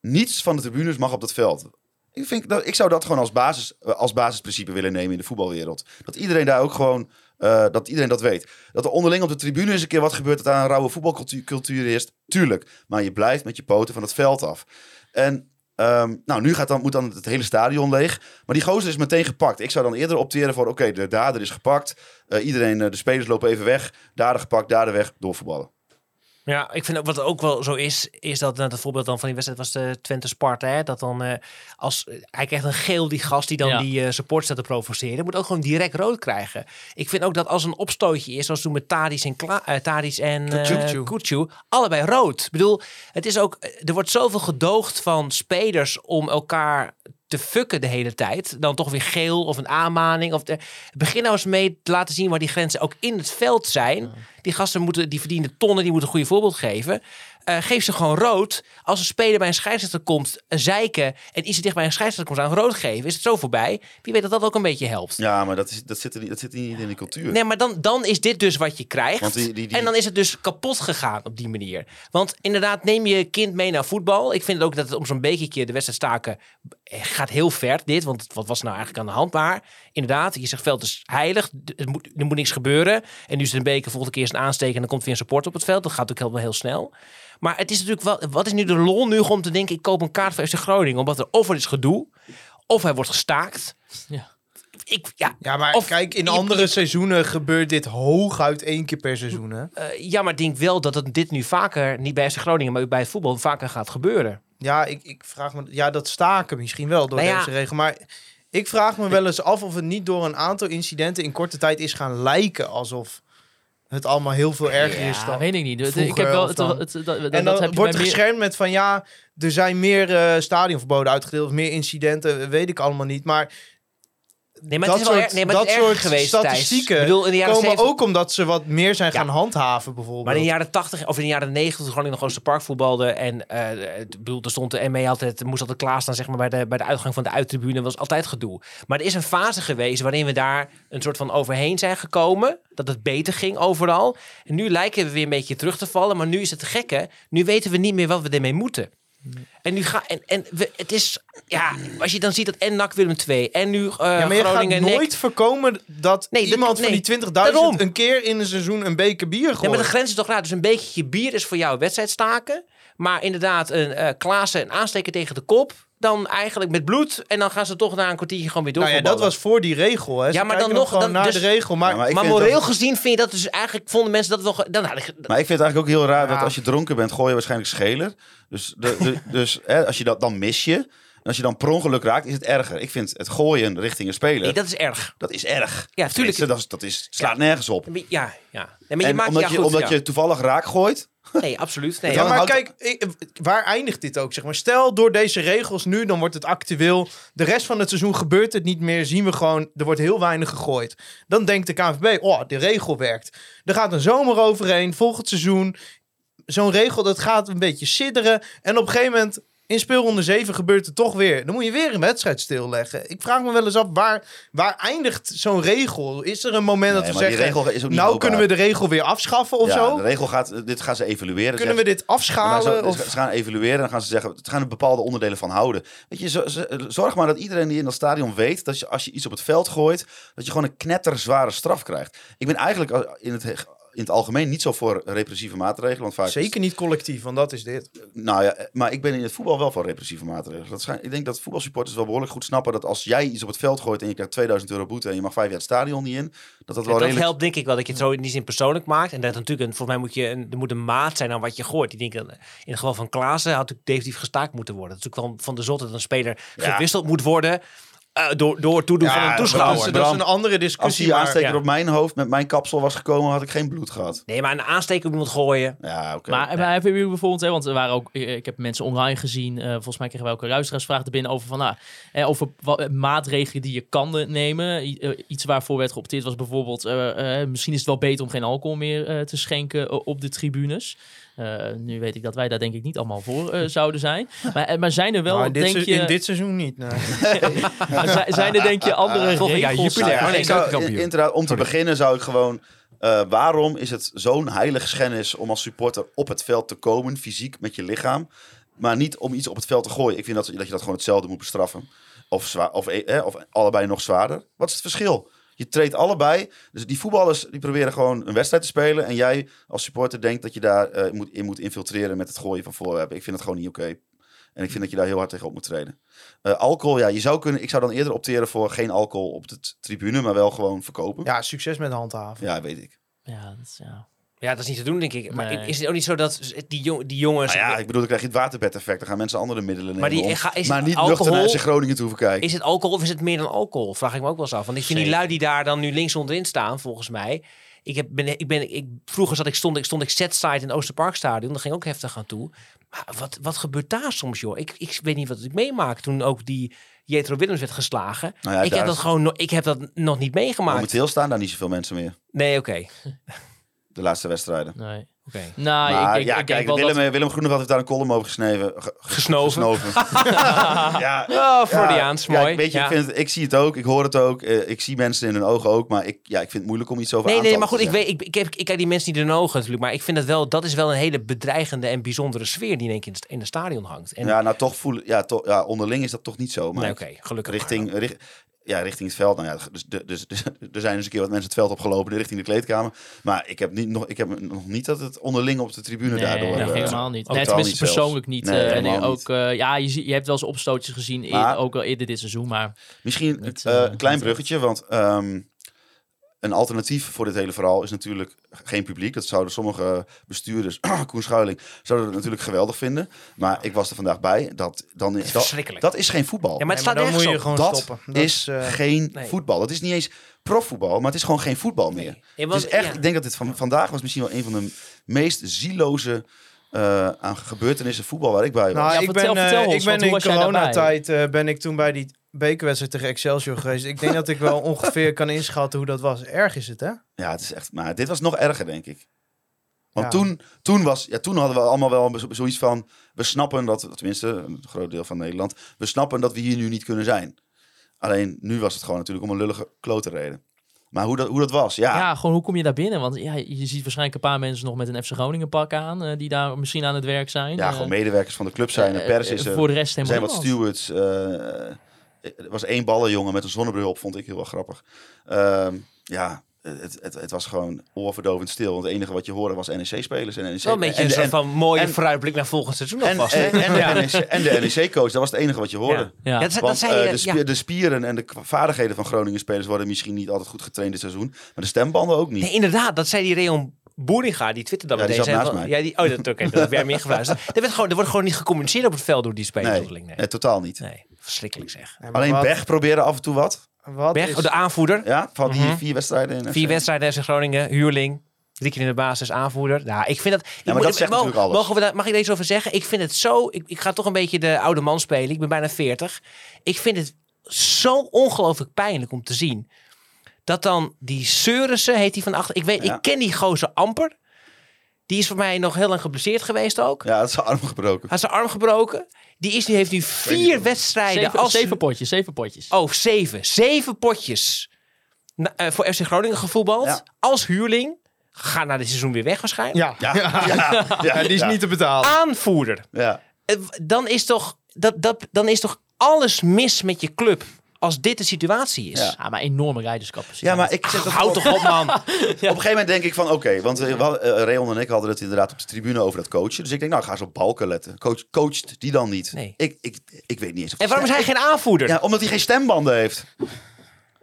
Speaker 6: niets van de tribunes mag op dat veld. Ik, vind, dat, ik zou dat gewoon als, basis, eh, als basisprincipe willen nemen in de voetbalwereld. Dat iedereen daar ook gewoon, eh, dat iedereen dat weet. Dat er onderling op de tribune eens een keer wat gebeurt, dat daar een rauwe voetbalcultuur cultuur is, tuurlijk. Maar je blijft met je poten van het veld af. En ehm, nou, nu gaat dan, moet dan het hele stadion leeg. Maar die gozer is meteen gepakt. Ik zou dan eerder opteren voor, oké, de dader is gepakt. Eh, iedereen, eh, de spelers lopen even weg. Dader gepakt, dader weg, doorvoetballen.
Speaker 7: Ja, ik vind ook- wat ook wel zo is, is dat net het voorbeeld dan van die wedstrijd was de Twente Sparta. Hè, dat dan eh, als eh, hij krijgt een geel die gast die dan
Speaker 4: Ja.
Speaker 7: die eh, support staat te provoceren, moet ook gewoon direct rood krijgen. Ik vind ook dat als een opstootje is, zoals toen met Tadis en Kla eh, Tadic en eh,
Speaker 5: Kutju.
Speaker 7: Kutju, allebei rood. Ik bedoel, het is ook, eh, er wordt zoveel gedoogd van spelers om elkaar te fucken de hele tijd. Dan toch weer geel of een aanmaning. Of de, begin nou eens mee te laten zien waar die grenzen ook in het veld zijn. Die gasten moeten, die verdienen tonnen, die moeten een goede voorbeeld geven. Eh, geef ze gewoon rood. Als een speler bij een scheidsrechter komt, een zeiken en iets te dicht bij een scheidsrechter komt aan rood geven, is het zo voorbij. Wie weet dat dat ook een beetje helpt.
Speaker 6: Ja, maar dat, is, dat, zit, er niet, dat zit niet in de cultuur.
Speaker 7: Nee, maar dan, dan is dit dus wat je krijgt.
Speaker 6: Want die- die- die-
Speaker 7: En dan is het dus kapot gegaan op die manier. Want inderdaad, neem je kind mee naar voetbal. Ik vind ook dat het om zo'n bekertje de wedstrijd staken eh, gaat heel ver dit. Want wat was nou eigenlijk aan de hand? Maar inderdaad, je zegt veld is heilig. d- Het moet, er moet niks gebeuren. En nu is het een beker, volgende keer is het een aansteken en dan komt weer een support op het veld. Dat gaat ook helemaal heel snel. Maar het is natuurlijk wel, wat is nu de lol nu om te denken, ik koop een kaart voor FC Groningen. Omdat er of er is gedoe, of hij wordt gestaakt.
Speaker 4: Ja.
Speaker 7: Ik, ja,
Speaker 5: Ja, maar
Speaker 7: Of-
Speaker 5: kijk, in
Speaker 7: je-
Speaker 5: andere seizoenen gebeurt dit hooguit één keer per seizoen. Hè?
Speaker 7: Eh, ja, maar ik denk wel dat het dit nu vaker, niet bij FC Groningen, maar bij het voetbal vaker gaat gebeuren.
Speaker 5: Ja, ik, ik vraag me. Ja, dat staken misschien wel door
Speaker 7: Nou ja.
Speaker 5: deze regel. Maar ik vraag me wel eens af of het niet door een aantal incidenten in korte tijd is gaan lijken alsof het allemaal heel veel erger is
Speaker 4: Ja,
Speaker 5: dan.
Speaker 4: weet ik niet. Het- ik
Speaker 5: vroeger
Speaker 4: heb wel,
Speaker 5: of
Speaker 4: het,
Speaker 5: dan.
Speaker 4: het- dat- dat-
Speaker 5: En
Speaker 4: dat
Speaker 5: dan
Speaker 4: heb je
Speaker 5: wordt
Speaker 4: bij meer-
Speaker 5: geschermd met van ja, er zijn meer eh, stadionverboden uitgedeeld, of meer incidenten, eh, weet ik allemaal niet. Maar
Speaker 7: Nee, maar
Speaker 5: dat
Speaker 7: het is wel
Speaker 5: soort,
Speaker 7: er- nee, maar het
Speaker 5: dat
Speaker 7: is erger
Speaker 5: soort
Speaker 7: geweest, Thijs.
Speaker 5: statistieken
Speaker 7: Ik bedoel, in de jaren
Speaker 5: komen
Speaker 7: 70
Speaker 5: ook omdat ze wat meer zijn
Speaker 7: Ja.
Speaker 5: gaan handhaven bijvoorbeeld.
Speaker 7: Maar in de jaren 80 of in de jaren 90 toen Groningen nog gewoon de park voetbalde. En eh, het- ik bedoel, er stond de ME altijd, moest altijd klaarstaan zeg maar, bij, de, bij de uitgang van de uittribune. was altijd gedoe. Maar er is een fase geweest waarin we daar een soort van overheen zijn gekomen. Dat het beter ging overal. En nu lijken we weer een beetje terug te vallen. Maar nu is het te gekke. Nu weten we niet meer wat we ermee moeten.
Speaker 5: Hmm.
Speaker 7: En nu ga en, en we, het is ja, als je dan ziet dat en NAC Willem 2 en nu eh
Speaker 5: Ja, maar je
Speaker 7: Groningen E
Speaker 5: gaat
Speaker 7: NEC.
Speaker 5: nooit voorkomen dat
Speaker 7: Nee, dat-
Speaker 5: iemand
Speaker 7: nee,
Speaker 5: van die 20.000
Speaker 7: daarom.
Speaker 5: een keer in een seizoen een beker bier
Speaker 7: Ja,
Speaker 5: gooit.
Speaker 7: maar de grens is toch raar. Dus een beetje bier is voor jou wedstrijd staken. Maar inderdaad, een eh Klaassen een aansteken tegen de kop. Dan eigenlijk met bloed. En dan gaan ze toch na een kwartiertje gewoon weer door.
Speaker 5: nou ja, dat was voor die regel. Hè. Ze
Speaker 7: Ja, maar
Speaker 5: kijken
Speaker 7: dan nog-
Speaker 5: gewoon
Speaker 7: dan-
Speaker 5: naar
Speaker 7: dus-
Speaker 5: de regel. Maar,
Speaker 6: Ja, maar ik
Speaker 7: maar
Speaker 6: vind
Speaker 7: moreel
Speaker 6: dat-
Speaker 7: gezien vind je dat dus eigenlijk vonden mensen dat wel. ge- Dan had ik,
Speaker 6: Maar ik vind het eigenlijk ook heel raar dat
Speaker 5: Ja.
Speaker 6: als je dronken bent, gooi je waarschijnlijk scheler. Dus, de, de- dus hè, als je dat, dan mis je. En als je dan per ongeluk raakt, is het erger. Ik vind het gooien richting een speler,
Speaker 7: nee,
Speaker 6: dat...
Speaker 7: dat is erg.
Speaker 6: is erg.
Speaker 7: Ja, tuurlijk.
Speaker 6: Tenminste, Dat, is, dat is, slaat nergens op.
Speaker 7: Ja, ja. Nee, maar je
Speaker 6: En
Speaker 7: maakt
Speaker 6: omdat,
Speaker 7: ja,
Speaker 6: je,
Speaker 7: goed,
Speaker 6: omdat
Speaker 7: ja.
Speaker 6: je toevallig raak gooit,
Speaker 7: Nee, absoluut. Nee,
Speaker 6: Ja,
Speaker 5: Ja,
Speaker 7: ja.
Speaker 5: maar
Speaker 6: houdt-
Speaker 5: kijk, ik- waar eindigt dit ook? Zeg maar? Stel, door deze regels nu, dan wordt het actueel. De rest van het seizoen gebeurt het niet meer. Zien we gewoon, er wordt heel weinig gegooid. Dan denkt de KNVB, oh, de regel werkt. Er gaat een zomer overheen, volgend seizoen. Zo'n regel, dat gaat een beetje sidderen. En op een gegeven moment In speelronde 7 gebeurt het toch weer. Dan moet je weer een wedstrijd stilleggen. Ik vraag me wel eens af, waar, waar eindigt zo'n regel? Is er een moment dat
Speaker 6: Nee,
Speaker 5: we
Speaker 6: maar die
Speaker 5: zeggen,
Speaker 6: regel is ook niet
Speaker 5: nou
Speaker 6: houdbaar.
Speaker 5: kunnen we de regel weer afschaffen of
Speaker 6: ja,
Speaker 5: zo?
Speaker 6: De regel gaat, dit gaan ze evalueren. Dus
Speaker 5: Kunnen we
Speaker 6: Ze-
Speaker 5: dit
Speaker 6: maar
Speaker 5: afschalen?
Speaker 6: zo-
Speaker 5: of-
Speaker 6: Ze gaan evalueren en dan gaan ze zeggen, het gaan er bepaalde onderdelen van houden. Weet je, zo- ze- zorg maar dat iedereen die in dat stadion weet dat je, als je iets op het veld gooit, dat je gewoon een knetterzware straf krijgt. Ik ben eigenlijk al- in het, in het algemeen niet zo voor repressieve maatregelen, want vaak
Speaker 5: Zeker niet collectief, want dat is dit.
Speaker 6: Nou ja, maar ik ben in het voetbal wel voor repressieve maatregelen. Dat schijn- ik denk dat voetbalsupporters wel behoorlijk goed snappen dat als jij iets op het veld gooit en je krijgt 2000 euro boete en je mag vijf jaar het stadion niet in, dat dat wel
Speaker 7: dat
Speaker 6: redelijk...
Speaker 7: helpt denk ik wel, dat je het zo in die zin persoonlijk maakt. En dat natuurlijk, een, volgens mij moet je een, er moet een maat zijn aan wat je gooit. Ik denk, dat in het geval van Klaassen had natuurlijk definitief gestaakt moeten worden. Het is natuurlijk wel van de zot dat een speler
Speaker 6: Ja.
Speaker 7: gewisseld moet worden eh, door, door het toedoen
Speaker 6: Ja,
Speaker 7: van een
Speaker 6: dat
Speaker 7: toeschouwer.
Speaker 5: dat, is, dat is
Speaker 6: Bram,
Speaker 5: een andere
Speaker 6: Als
Speaker 5: discussie.
Speaker 6: die
Speaker 5: maar-
Speaker 6: aansteker
Speaker 7: ja.
Speaker 6: op mijn hoofd met mijn kapsel was gekomen, had ik geen bloed gehad.
Speaker 7: Nee, maar een aansteker moet gooien.
Speaker 6: Ja, oké.
Speaker 4: Maar, maar hebben jullie bijvoorbeeld, hè, want er waren ook, eh, ik heb mensen online gezien, eh, volgens mij kregen wij ook een luisteraarsvraag erbinnen over van, nou, eh, over wa- eh, maatregelen die je kan eh, nemen. I- eh, iets waarvoor werd geopteerd was bijvoorbeeld, eh, eh, misschien is het wel beter om geen alcohol meer eh, te schenken eh, op de tribunes. Eh, nu weet ik dat wij daar denk ik niet allemaal voor eh, zouden zijn. Maar, eh, maar zijn er wel,
Speaker 5: Nou, in, dit
Speaker 4: denk
Speaker 5: se-
Speaker 4: je,
Speaker 5: in dit seizoen niet. nee.
Speaker 4: maar zi- zijn er denk je andere
Speaker 7: Volgend jaar
Speaker 4: regels?
Speaker 7: Jupiler.
Speaker 6: Ja,
Speaker 7: Oh, nee,
Speaker 6: ik zou-
Speaker 7: keukenkampioen.
Speaker 6: inderdaad, om te beginnen zou ik gewoon... eh, waarom is het zo'n heilige schennis om als supporter op het veld te komen, fysiek met je lichaam, maar niet om iets op het veld te gooien? Ik vind dat, dat je dat gewoon hetzelfde moet bestraffen. Of, zwaar, of, eh, of allebei nog zwaarder. Wat is het verschil? Je treedt allebei. Dus die voetballers die proberen gewoon een wedstrijd te spelen. En jij als supporter denkt dat je daar eh, moet, in moet infiltreren met het gooien van voorwerpen. Ik vind dat gewoon niet oké. En ik vind dat je daar heel hard tegen op moet treden. Eh, alcohol, ja, je zou kunnen. Ik zou dan eerder opteren voor geen alcohol op de t- tribune, maar wel gewoon verkopen. Ja,
Speaker 5: Ja, succes met handhaven.
Speaker 6: weet ik.
Speaker 4: Ja, dat is- ja.
Speaker 7: Ja, dat is niet te doen, denk ik. Maar
Speaker 4: Nee.
Speaker 7: is het ook niet zo dat die, jong, die jongens...
Speaker 6: Nou ja, ik bedoel, dan krijg je het waterbed-effect. Dan gaan mensen andere middelen
Speaker 7: Maar die-
Speaker 6: nemen. om-
Speaker 7: ga- is
Speaker 6: maar niet
Speaker 7: alcohol-
Speaker 6: nuchter naar zijn Groningen toe hoeven kijken.
Speaker 7: Is het alcohol of is het meer dan alcohol? Vraag ik me ook wel eens af. Want ik vind die lui die daar dan nu links onderin staan, volgens mij. Ik heb, ben, ik ben, ik, vroeger zat ik, stond, ik, stond ik setside in het Oosterparkstadion. Dat ging ook heftig aan toe. Maar wat, wat gebeurt daar soms, joh? Ik, ik weet niet wat ik meemaak toen ook die Jetro Willems werd geslagen.
Speaker 6: Nou ja,
Speaker 7: ik, heb
Speaker 6: daar-
Speaker 7: dat gewoon, no- ik heb dat nog niet meegemaakt.
Speaker 6: Momenteel staan daar niet zoveel mensen meer.
Speaker 7: Nee, oké. oké.
Speaker 6: De laatste wedstrijden.
Speaker 4: Nee. Nou,
Speaker 6: maar
Speaker 4: ik, ik,
Speaker 6: ja,
Speaker 4: ik denk
Speaker 6: kijk,
Speaker 4: wel
Speaker 6: Willem,
Speaker 4: dat...
Speaker 6: eh, Willem Groeneveld heeft daar een column over gesneven. ge- ge-
Speaker 7: Gesnoven.
Speaker 6: ja,
Speaker 7: Oh, Freudiaans,
Speaker 6: ja,
Speaker 7: mooi.
Speaker 6: ik weet je,
Speaker 7: Ja.
Speaker 6: ik, vind het- ik zie het ook, ik hoor het ook. eh, ik zie mensen in hun ogen ook, maar ik, ja, ik vind het moeilijk om iets over
Speaker 7: Nee, nee,
Speaker 6: aantallen
Speaker 7: maar goed,
Speaker 6: te
Speaker 7: ik,
Speaker 6: zeggen.
Speaker 7: weet, ik, ik, heb, ik kijk die mensen niet in de ogen natuurlijk. Maar ik vind dat wel, dat is wel een hele bedreigende en bijzondere sfeer die in één keer in het- in het stadion hangt. En,
Speaker 6: Ja, nou toch voelen, ja, toch, ja, onderling is dat toch niet zo. Maar
Speaker 7: nee, oké, gelukkig.
Speaker 6: richting, richt- ja, richting het veld. Nou ja, dus, dus, dus- er zijn dus een keer wat mensen het veld opgelopen richting de kleedkamer. Maar ik heb, niet, nog, ik heb nog niet dat het onderling op de tribune
Speaker 4: Nee,
Speaker 6: daardoor...
Speaker 4: nee,
Speaker 6: eh,
Speaker 4: helemaal niet.
Speaker 6: ook
Speaker 4: Nee,
Speaker 6: totaal
Speaker 4: tenminste,
Speaker 6: niet zelfs.
Speaker 4: persoonlijk niet.
Speaker 6: Nee,
Speaker 4: eh, en
Speaker 6: helemaal
Speaker 4: ook, eh, ja, je, zie- je hebt wel eens opstootjes gezien, eer-
Speaker 6: Maar-
Speaker 4: ook al eerder dit seizoen, maar
Speaker 6: Misschien
Speaker 4: Niet,
Speaker 6: eh,
Speaker 4: eh,
Speaker 6: een klein
Speaker 4: niet
Speaker 6: bruggetje, want ehm, een alternatief voor dit hele verhaal is natuurlijk geen publiek. Dat zouden sommige bestuurders, Koen Schuiling, zouden het natuurlijk geweldig vinden. Maar ik was er vandaag bij. Dat, dan is, dat,
Speaker 7: verschrikkelijk.
Speaker 6: dat is geen voetbal.
Speaker 7: Ja, maar het
Speaker 5: Nee,
Speaker 7: staat
Speaker 5: maar dan
Speaker 7: ergens
Speaker 5: moet
Speaker 7: op.
Speaker 5: je gewoon
Speaker 6: dat
Speaker 5: stoppen. Dat
Speaker 6: is
Speaker 5: is, eh,
Speaker 6: geen
Speaker 7: nee.
Speaker 6: voetbal. Het is niet eens profvoetbal, maar het is gewoon geen voetbal meer.
Speaker 7: Ja,
Speaker 6: Het
Speaker 7: want-
Speaker 6: is echt,
Speaker 7: ja.
Speaker 6: Ik denk dat dit van, vandaag was misschien wel een van de meest zieloze eh, aan gebeurtenissen voetbal waar ik bij was.
Speaker 5: Nou,
Speaker 4: Ja,
Speaker 5: ik
Speaker 4: vertel-
Speaker 5: ben, eh,
Speaker 4: vertel ons,
Speaker 5: ik
Speaker 4: want
Speaker 5: ben
Speaker 4: hoe was
Speaker 5: in
Speaker 4: jij daarbij?
Speaker 5: coronatijd eh, ben ik toen bij die bekerwedstrijd tegen Excelsior geweest. Ik denk dat ik wel ongeveer kan inschatten hoe dat was. Erg is het, hè?
Speaker 6: Ja, het is echt. Maar dit was nog erger, denk ik. Want
Speaker 5: Ja.
Speaker 6: toen, toen, was, ja, toen hadden we allemaal wel zo- zoiets van. We snappen dat, tenminste, een groot deel van Nederland. We snappen dat we hier nu niet kunnen zijn. Alleen nu was het gewoon natuurlijk om een lullige klote reden. Maar hoe dat, hoe dat was, ja.
Speaker 4: ja. gewoon hoe kom je daar binnen? Want ja, je ziet waarschijnlijk een paar mensen nog met een FC Groningen pak aan, eh, die daar misschien aan het werk zijn.
Speaker 6: Ja,
Speaker 4: Eh,
Speaker 6: gewoon medewerkers van de club zijn. De
Speaker 4: eh,
Speaker 6: pers
Speaker 4: eh,
Speaker 6: is er.
Speaker 4: Voor de rest
Speaker 6: Er
Speaker 4: helemaal
Speaker 6: zijn wat
Speaker 4: niemand.
Speaker 6: stewards. eh, er was één ballenjongen met een zonnebril op, vond ik heel wel grappig. Ehm, ja, het, het, het was gewoon oorverdovend stil. Want het enige wat je hoorde was NEC-spelers. En NEC
Speaker 7: Wel een beetje
Speaker 6: en-
Speaker 7: een soort
Speaker 6: en-
Speaker 7: van mooie
Speaker 6: en-
Speaker 7: vooruitblik naar volgend seizoen
Speaker 6: En,
Speaker 7: alvast. hè?
Speaker 6: en, en de
Speaker 7: ja.
Speaker 6: NEC en de NEC-coach, dat was het enige wat je hoorde.
Speaker 7: Ja.
Speaker 4: Ja.
Speaker 7: Ja, dat, zei- dat
Speaker 6: Want
Speaker 7: zei
Speaker 6: eh,
Speaker 7: je. dus,
Speaker 6: de, spier-
Speaker 7: ja.
Speaker 6: de spieren en de k- vaardigheden van Groningen-spelers worden misschien niet altijd goed getraind dit seizoen. Maar de stembanden ook niet.
Speaker 7: Nee, inderdaad, dat zei die Reon Boeringa, die twitterde
Speaker 6: Ja,
Speaker 7: dat
Speaker 6: die
Speaker 7: meteen.
Speaker 6: zat
Speaker 7: zei
Speaker 6: naast
Speaker 7: van- Ja, die, oh, dat, oké, dat heb jij meer gefluisterd. Er, werd gewoon, er wordt gewoon niet gecommuniceerd op het veld door die spelers.
Speaker 6: Nee,
Speaker 7: onderling, Nee,
Speaker 6: eh, totaal niet.
Speaker 7: nee. verschrikkelijk zeg.
Speaker 5: Nee, maar
Speaker 6: Alleen
Speaker 5: wat-
Speaker 6: Berg probeerde af en toe wat.
Speaker 5: Wat
Speaker 7: Berg,
Speaker 5: is-
Speaker 7: oh, de aanvoerder.
Speaker 6: Ja, van die
Speaker 7: Mhm.
Speaker 6: vier wedstrijden. In E
Speaker 7: Vier
Speaker 6: FC.
Speaker 7: wedstrijden FC Groningen, huurling. Drie keer in de basis, aanvoerder. Ja, ik vind dat... ik
Speaker 6: maar dat zegt
Speaker 7: mogen-
Speaker 6: natuurlijk alles.
Speaker 7: Mogen we daar, mag ik deze over zeggen? Ik vind het zo... Ik, ik ga toch een beetje de oude man spelen. Ik ben bijna 40. Ik vind het zo ongelooflijk pijnlijk om te zien. Dat dan die Seurissen, heet die van achter... Ik, weet,
Speaker 6: Ja.
Speaker 7: ik ken die gozer amper. Die is voor mij nog heel lang geblesseerd geweest ook.
Speaker 6: Ja, het is zijn arm gebroken.
Speaker 7: Hij had zijn arm gebroken. Die is nu, heeft nu vier wedstrijden.
Speaker 4: Zeven,
Speaker 7: als
Speaker 4: zeven potjes, zeven potjes.
Speaker 7: Oh, zeven. Zeven potjes. Na- eh, voor FC Groningen gevoetbald.
Speaker 6: Ja.
Speaker 7: Als huurling. Ga na dit seizoen weer weg waarschijnlijk.
Speaker 5: Ja.
Speaker 6: Ja, ja, ja,
Speaker 5: Ja, die is
Speaker 6: ja.
Speaker 5: niet te betalen.
Speaker 7: Aanvoerder.
Speaker 6: Ja.
Speaker 7: Eh, w- Dan is, toch, dat, dat, dan is toch alles mis met je club. Als dit de situatie is.
Speaker 6: Ja.
Speaker 4: Ja, maar enorme rijderskapaciteit.
Speaker 6: ja, maar ik zit ook
Speaker 7: Houd
Speaker 6: gewoon-
Speaker 7: toch op, man.
Speaker 6: Op een gegeven moment denk ik van, oké, want eh, we hadden- eh, Rayon en ik hadden het inderdaad op de tribune over dat coachen. Dus ik denk, nou, ga eens op Balken letten. Coach, coacht die dan niet?
Speaker 7: Nee.
Speaker 6: Ik, ik, ik weet niet eens. Of
Speaker 7: En waarom is hij geen aanvoerder?
Speaker 6: Ja, omdat hij geen stembanden heeft.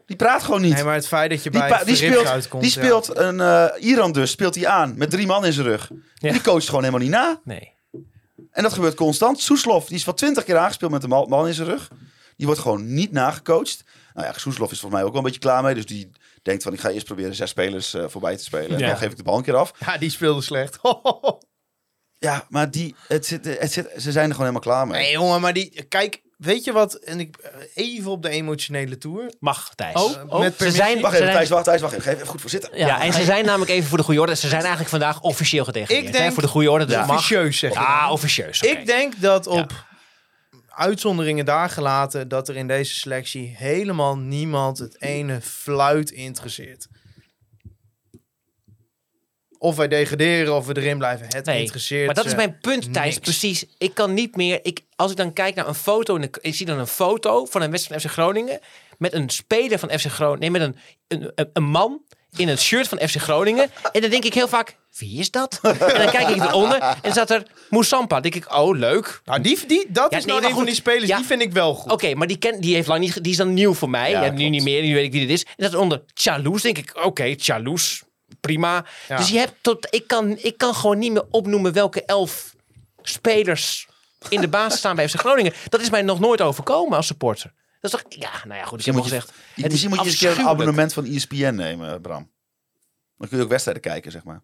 Speaker 6: Die praat gewoon niet.
Speaker 5: Nee, maar het feit dat je
Speaker 6: die,
Speaker 5: bij
Speaker 6: pa-
Speaker 5: het
Speaker 6: die
Speaker 5: verricht
Speaker 6: speelt,
Speaker 5: uitkomt,
Speaker 6: die
Speaker 5: ja.
Speaker 6: speelt een eh, Iran dus, speelt hij aan met drie man in zijn rug.
Speaker 7: Ja.
Speaker 6: Die coacht gewoon helemaal niet na.
Speaker 7: Nee.
Speaker 6: En dat gebeurt constant. Soeslof, die is wel twintig keer aangespeeld met een mal- man in zijn rug. Die wordt gewoon niet nagecoacht. Nou ja, Soeslof is volgens mij ook wel een beetje klaar mee. Dus die denkt van, ik ga eerst proberen zes spelers eh, voorbij te spelen. En
Speaker 7: Ja.
Speaker 6: dan geef ik de bal een keer af.
Speaker 5: Ja, die speelde slecht.
Speaker 6: Ja, maar die, het zit, het zit, ze zijn er gewoon helemaal klaar mee.
Speaker 5: nee, jongen, maar die... Kijk, weet je wat? En ik, eh, even op de emotionele tour.
Speaker 7: Mag, Thijs.
Speaker 4: Oh, oh.
Speaker 5: Met
Speaker 7: ze
Speaker 5: permissie.
Speaker 7: zijn,
Speaker 6: Wacht
Speaker 7: ze
Speaker 6: even,
Speaker 7: zijn-
Speaker 6: Thijs, wacht, Thijs, wacht even. Geef even goed voor zitten.
Speaker 7: Ja, en ze zijn namelijk even voor de goede orde. Ze zijn eigenlijk vandaag officieel gedegradeerd.
Speaker 5: Ik
Speaker 7: hè,
Speaker 5: denk-
Speaker 7: voor de goede orde. Dus
Speaker 5: Ja.
Speaker 7: het mag.
Speaker 5: Officieus, zeg ik.
Speaker 7: Ah, officieus. oké.
Speaker 5: Ik denk dat op uitzonderingen daar gelaten, dat er in deze selectie helemaal niemand het ene fluit interesseert. Of wij degraderen of we erin blijven. Het
Speaker 7: Nee,
Speaker 5: interesseert.
Speaker 7: Maar dat is
Speaker 5: ze.
Speaker 7: mijn punt, Thijs.
Speaker 5: niks.
Speaker 7: Precies. Ik kan niet meer. Ik, als ik dan kijk naar een foto. en ik, ik zie dan een foto van een wedstrijd van FC Groningen. Met een speler van FC Groningen. Nee, met een, een, een- een man in het shirt van FC Groningen. En dan denk ik heel vaak. Wie is dat? En dan kijk ik eronder en staat er Moussampa. Dan denk ik, oh leuk.
Speaker 5: Nou, die, die, dat
Speaker 7: Ja, nee,
Speaker 5: is nou
Speaker 7: maar
Speaker 5: een
Speaker 7: goed.
Speaker 5: van die spelers,
Speaker 7: Ja. Oh.
Speaker 5: die vind ik wel goed.
Speaker 7: Oké, maar die, ken, die, heeft lang niet, ge- die is dan nieuw voor mij.
Speaker 6: Ja,
Speaker 7: Ja, nu
Speaker 6: klopt.
Speaker 7: niet meer, nu weet ik wie dit is. En dat onder Chaloes, denk ik, oké, Chaloes, prima.
Speaker 5: Ja.
Speaker 7: Dus je hebt tot, ik kan, ik kan gewoon niet meer opnoemen welke elf spelers in de baas staan bij FC Groningen. Dat is mij nog nooit overkomen als supporter. Dat is toch, ja, nou ja, goed, ik heb al
Speaker 6: moet je-
Speaker 7: gezegd.
Speaker 6: Je-
Speaker 7: het is
Speaker 6: misschien moet je eens een keer een
Speaker 7: afschuwelijk.
Speaker 6: abonnement van E ESPN nemen, Bram. Dan kun je ook wedstrijden kijken, zeg maar.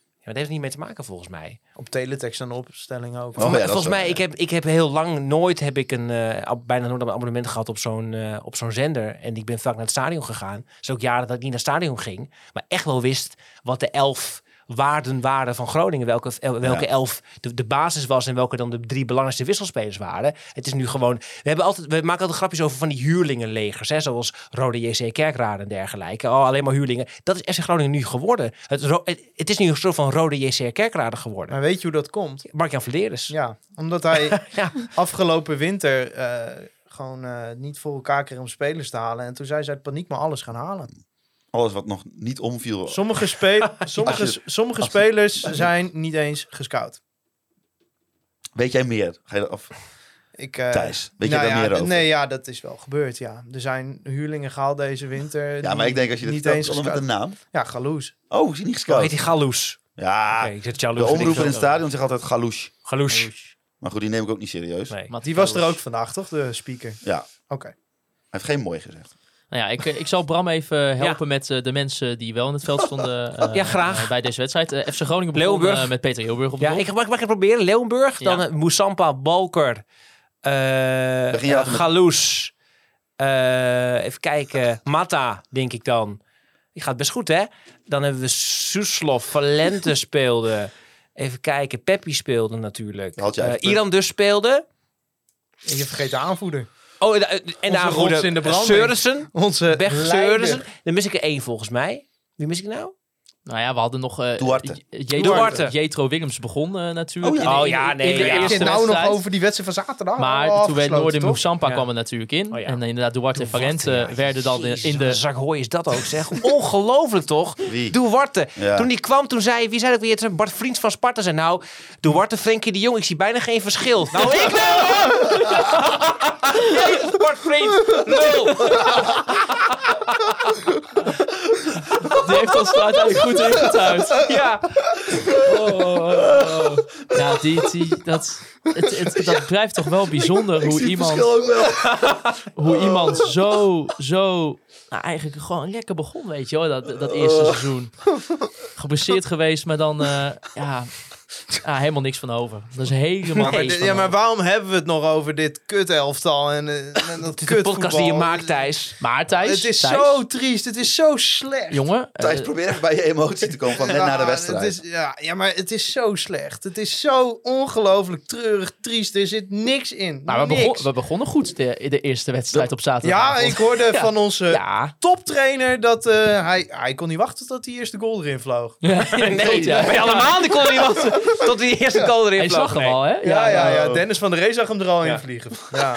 Speaker 7: Ja, maar dat heeft er niet mee te maken volgens mij.
Speaker 5: Op teletext en opstelling ook.
Speaker 6: Oh. ja, dat
Speaker 7: volgens
Speaker 6: is-
Speaker 7: mij, ik heb, ik heb heel lang nooit heb ik een eh, ab- bijna nooit een abonnement gehad op zo'n eh, op zo'n zender. En ik ben vaak naar het stadion gegaan. Dus ook jaren dat ik niet naar het stadion ging, maar echt wel wist wat de elf waarden waren van Groningen. Welke, el- welke
Speaker 6: Ja.
Speaker 7: elf de, de basis was en welke dan de drie belangrijkste wisselspelers waren. Het is nu gewoon. We, hebben altijd, we maken altijd grapjes over van die huurlingenlegers, hè, zoals Rode JC Kerkrade en dergelijke. Oh, alleen maar huurlingen. Dat is FC Groningen nu geworden. Het, ro- het, het is nu een soort van Rode JC Kerkrade geworden.
Speaker 5: Maar weet je hoe dat komt?
Speaker 7: Mark-Jan Verderes.
Speaker 5: Ja, omdat hij
Speaker 7: Ja.
Speaker 5: afgelopen winter eh, gewoon eh, niet voor elkaar kreeg om spelers te halen. En toen zijn ze uit paniek maar alles gaan halen.
Speaker 6: Alles wat nog niet omviel.
Speaker 5: Sommige, spe- sommige,
Speaker 6: Als je-
Speaker 5: sommige
Speaker 6: als je-
Speaker 5: spelers zijn niet eens gescout.
Speaker 6: Weet jij meer? Ga je dat, of
Speaker 5: Ik, eh,
Speaker 6: Thijs, weet
Speaker 5: nou
Speaker 6: jij daar
Speaker 5: ja,
Speaker 6: meer over?
Speaker 5: Nee, ja, dat is wel gebeurd, ja. Er zijn huurlingen gehaald deze winter.
Speaker 6: ja,
Speaker 5: die
Speaker 6: maar ik denk als je dit
Speaker 5: niet
Speaker 6: vertelt,
Speaker 5: eens
Speaker 6: is allemaal met
Speaker 5: gescout-
Speaker 6: de naam.
Speaker 5: Ja, Galoes.
Speaker 6: Oh, is hij niet
Speaker 7: Hoe
Speaker 6: gescout?
Speaker 7: heet die Galoes?
Speaker 6: Ja,
Speaker 7: Oké, ik zit jaloers.
Speaker 6: Ah, de
Speaker 7: Weet ik
Speaker 6: omroeper in
Speaker 7: veel.
Speaker 6: het stadion zegt altijd galouche.
Speaker 7: Galoes.
Speaker 6: Maar goed, die neem ik ook niet serieus.
Speaker 7: Nee.
Speaker 4: Matt
Speaker 5: Die was er
Speaker 4: Gallus.
Speaker 5: ook vandaag, toch? De speaker.
Speaker 6: Ja, hij
Speaker 5: Oké.
Speaker 6: heeft geen mooi gezegd.
Speaker 4: Nou ja, ik, eh, ik zal Bram even helpen met eh, de mensen die wel in het veld stonden eh,
Speaker 7: Ja, graag.
Speaker 4: eh, bij deze wedstrijd. Eh, FC Groningen begon
Speaker 7: Leeuwenburg.
Speaker 4: eh, met Peter Heelburg op de
Speaker 7: Ja,
Speaker 4: goal.
Speaker 7: ik mag, mag ik het proberen? Leeuwenburg,
Speaker 4: Ja.
Speaker 7: dan eh, Moussampa, Balker, eh,
Speaker 6: Begin je
Speaker 7: eh,
Speaker 6: af met-
Speaker 7: Galoes. eh, even kijken, Mata, denk ik dan. Die gaat best goed, hè? Dan hebben we Soeslof, Valente speelde. Even kijken, Peppi speelde natuurlijk.
Speaker 6: Had je
Speaker 7: Eh,
Speaker 6: eigenlijk-
Speaker 7: Iran dus speelde.
Speaker 5: En je vergeet de aanvoerder.
Speaker 7: Oh, en de- en de aanvoerder,
Speaker 5: rots in de branding.
Speaker 7: Seurissen.
Speaker 5: Onze
Speaker 7: Berg
Speaker 5: leider.
Speaker 7: Seurissen. Dan mis ik er één volgens mij. Wie mis ik nou?
Speaker 4: Nou ja, we hadden nog... eh,
Speaker 6: Duarte.
Speaker 4: J- Jetro,
Speaker 7: Duarte.
Speaker 4: Jetro Willems begon eh, natuurlijk.
Speaker 6: Oh, ja.
Speaker 4: in de-
Speaker 7: Oh, ja,
Speaker 4: in de-
Speaker 7: nee,
Speaker 4: in de
Speaker 7: ja.
Speaker 5: Ik
Speaker 4: eerste
Speaker 5: zit nou nog
Speaker 4: wedstrijd.
Speaker 5: over die wedstrijd van zaterdag.
Speaker 4: Maar
Speaker 5: al
Speaker 4: toen werd
Speaker 5: afgesloten,
Speaker 4: Noorden
Speaker 5: toch?
Speaker 4: Moussampa
Speaker 7: Ja.
Speaker 4: kwam er natuurlijk in.
Speaker 7: Oh, ja.
Speaker 4: En inderdaad, Duarte en Parente werden dan eh, in- in de...
Speaker 7: zak hooi is dat ook, zeg. Ongelooflijk toch?
Speaker 6: Wie?
Speaker 7: Duarte.
Speaker 6: Ja.
Speaker 7: Toen die kwam, toen zei... Wie zei dat weer? Het is Bart Vriends van Sparta zei... Nou, Duarte, Frenkie de Jong, ik zie bijna geen verschil. Nou, ik wel! Jezus, Bart Vriends, lul!
Speaker 4: Die heeft ons er uiteindelijk goed ingetuind.
Speaker 7: Ja.
Speaker 4: Ja, die, die, dat, het, het, dat blijft toch wel bijzonder hoe iemand...
Speaker 6: ook wel.
Speaker 7: Eh,
Speaker 4: hoe iemand zo, zo, nou eigenlijk gewoon lekker begon, weet je wel, dat, dat eerste seizoen. Geblesseerd geweest, maar dan, eh, ja, Ah, helemaal niks van over. Dat is helemaal
Speaker 5: Maar
Speaker 4: niks
Speaker 5: dit-
Speaker 4: van
Speaker 5: ja, maar
Speaker 4: over.
Speaker 5: waarom hebben we het nog over dit kutelftal en, eh, en
Speaker 7: Het
Speaker 5: dat
Speaker 7: is de podcast
Speaker 5: kutvoetbal?
Speaker 7: die je maakt, Thijs.
Speaker 4: Maar Thijs,
Speaker 5: Het is
Speaker 4: Thijs,
Speaker 5: zo triest. Het is zo slecht.
Speaker 4: Jongen, eh,
Speaker 6: Thijs, probeer even bij je emotie te komen van net na de
Speaker 5: Ja,
Speaker 6: wedstrijd.
Speaker 5: het is- ja, ja, maar het is zo slecht. Het is zo ongelooflijk treurig, triest. Er zit niks in.
Speaker 4: nou, we,
Speaker 5: niks.
Speaker 4: begon- we begonnen goed de, de eerste wedstrijd op zaterdag.
Speaker 5: Ja, ik hoorde
Speaker 4: Ja.
Speaker 5: van onze
Speaker 4: Ja.
Speaker 5: toptrainer dat eh, hij, hij kon niet wachten tot die eerste goal erin vloog.
Speaker 4: nee,
Speaker 7: Bij allemaal, die kon niet wachten tot die eerste goal erin
Speaker 4: Hij
Speaker 7: vloog.
Speaker 4: zag hem
Speaker 7: Nee.
Speaker 4: al, hè?
Speaker 5: Ja, ja, ja.
Speaker 4: nou.
Speaker 5: Dennis van der Ree zag hem er al in vliegen. Ja.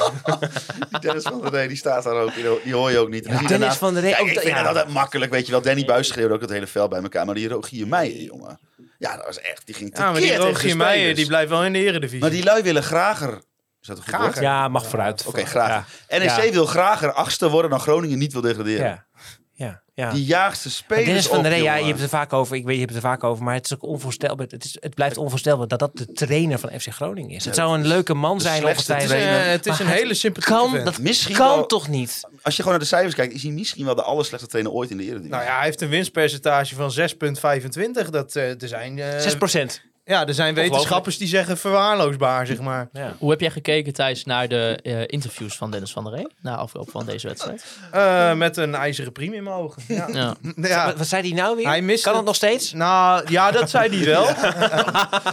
Speaker 6: Die Dennis van der Rey, die staat daar ook. Die, die hoor je ook niet. En dan zie je
Speaker 7: Dennis
Speaker 6: daarna-
Speaker 7: van der Rey,
Speaker 6: Kijk,
Speaker 7: ook
Speaker 6: ik
Speaker 7: dat-
Speaker 6: vind
Speaker 7: ja.
Speaker 6: dat altijd makkelijk, weet je wel. Danny Buis schreeuwde ook het hele veld bij elkaar. Maar die Rogier Meijer, jongen. Ja, dat was echt. Die ging te
Speaker 5: ja, maar die Rogier Meijer die
Speaker 6: die
Speaker 5: blijft wel in de eredivisie.
Speaker 6: Maar die lui willen grager. Is dat een goed woord?
Speaker 5: Grager.
Speaker 7: Ja, mag vooruit.
Speaker 6: Oké, graag. NEC wil grager achtste worden dan Groningen niet wil degraderen.
Speaker 7: Ja. Ja. ja.
Speaker 6: Die jaagt de
Speaker 7: Maar
Speaker 6: spelers
Speaker 7: Dennis van
Speaker 6: op,
Speaker 7: der Rey, ja, je
Speaker 6: jongen.
Speaker 7: hebt het er vaak over. Ik weet, je hebt het er vaak over, maar het is ook onvoorstelbaar. Het, is, het blijft onvoorstelbaar dat dat de trainer van FC Groningen is. Het zou een leuke man
Speaker 6: de
Speaker 7: zijn om
Speaker 6: slechtste
Speaker 7: te
Speaker 5: Het is, eh,
Speaker 6: trainer.
Speaker 5: het is
Speaker 7: Maar
Speaker 5: een
Speaker 7: hij
Speaker 5: hele sympathieke
Speaker 7: Kan
Speaker 5: vent.
Speaker 7: dat
Speaker 6: Misschien
Speaker 7: kan
Speaker 6: wel-
Speaker 7: toch niet?
Speaker 6: Als je gewoon naar de cijfers kijkt, is hij misschien wel de allerslechtste trainer ooit in de Eredivisie.
Speaker 5: Nou ja, hij heeft een winstpercentage van 6,25. Dat eh, er zijn, eh,
Speaker 7: 6 procent.
Speaker 5: ja, er zijn wetenschappers die zeggen verwaarloosbaar, zeg maar.
Speaker 4: Hoe heb jij gekeken, Thijs, naar de eh, interviews van Dennis van der Rey? Na afloop van deze wedstrijd.
Speaker 5: Eh, met een ijzeren priem in mijn ogen. Ja.
Speaker 4: Ja.
Speaker 5: Ja.
Speaker 7: Wat, wat zei hij nou weer?
Speaker 5: Hij mist
Speaker 7: kan
Speaker 5: het.
Speaker 7: het nog steeds?
Speaker 5: Nou, ja, dat zei hij wel.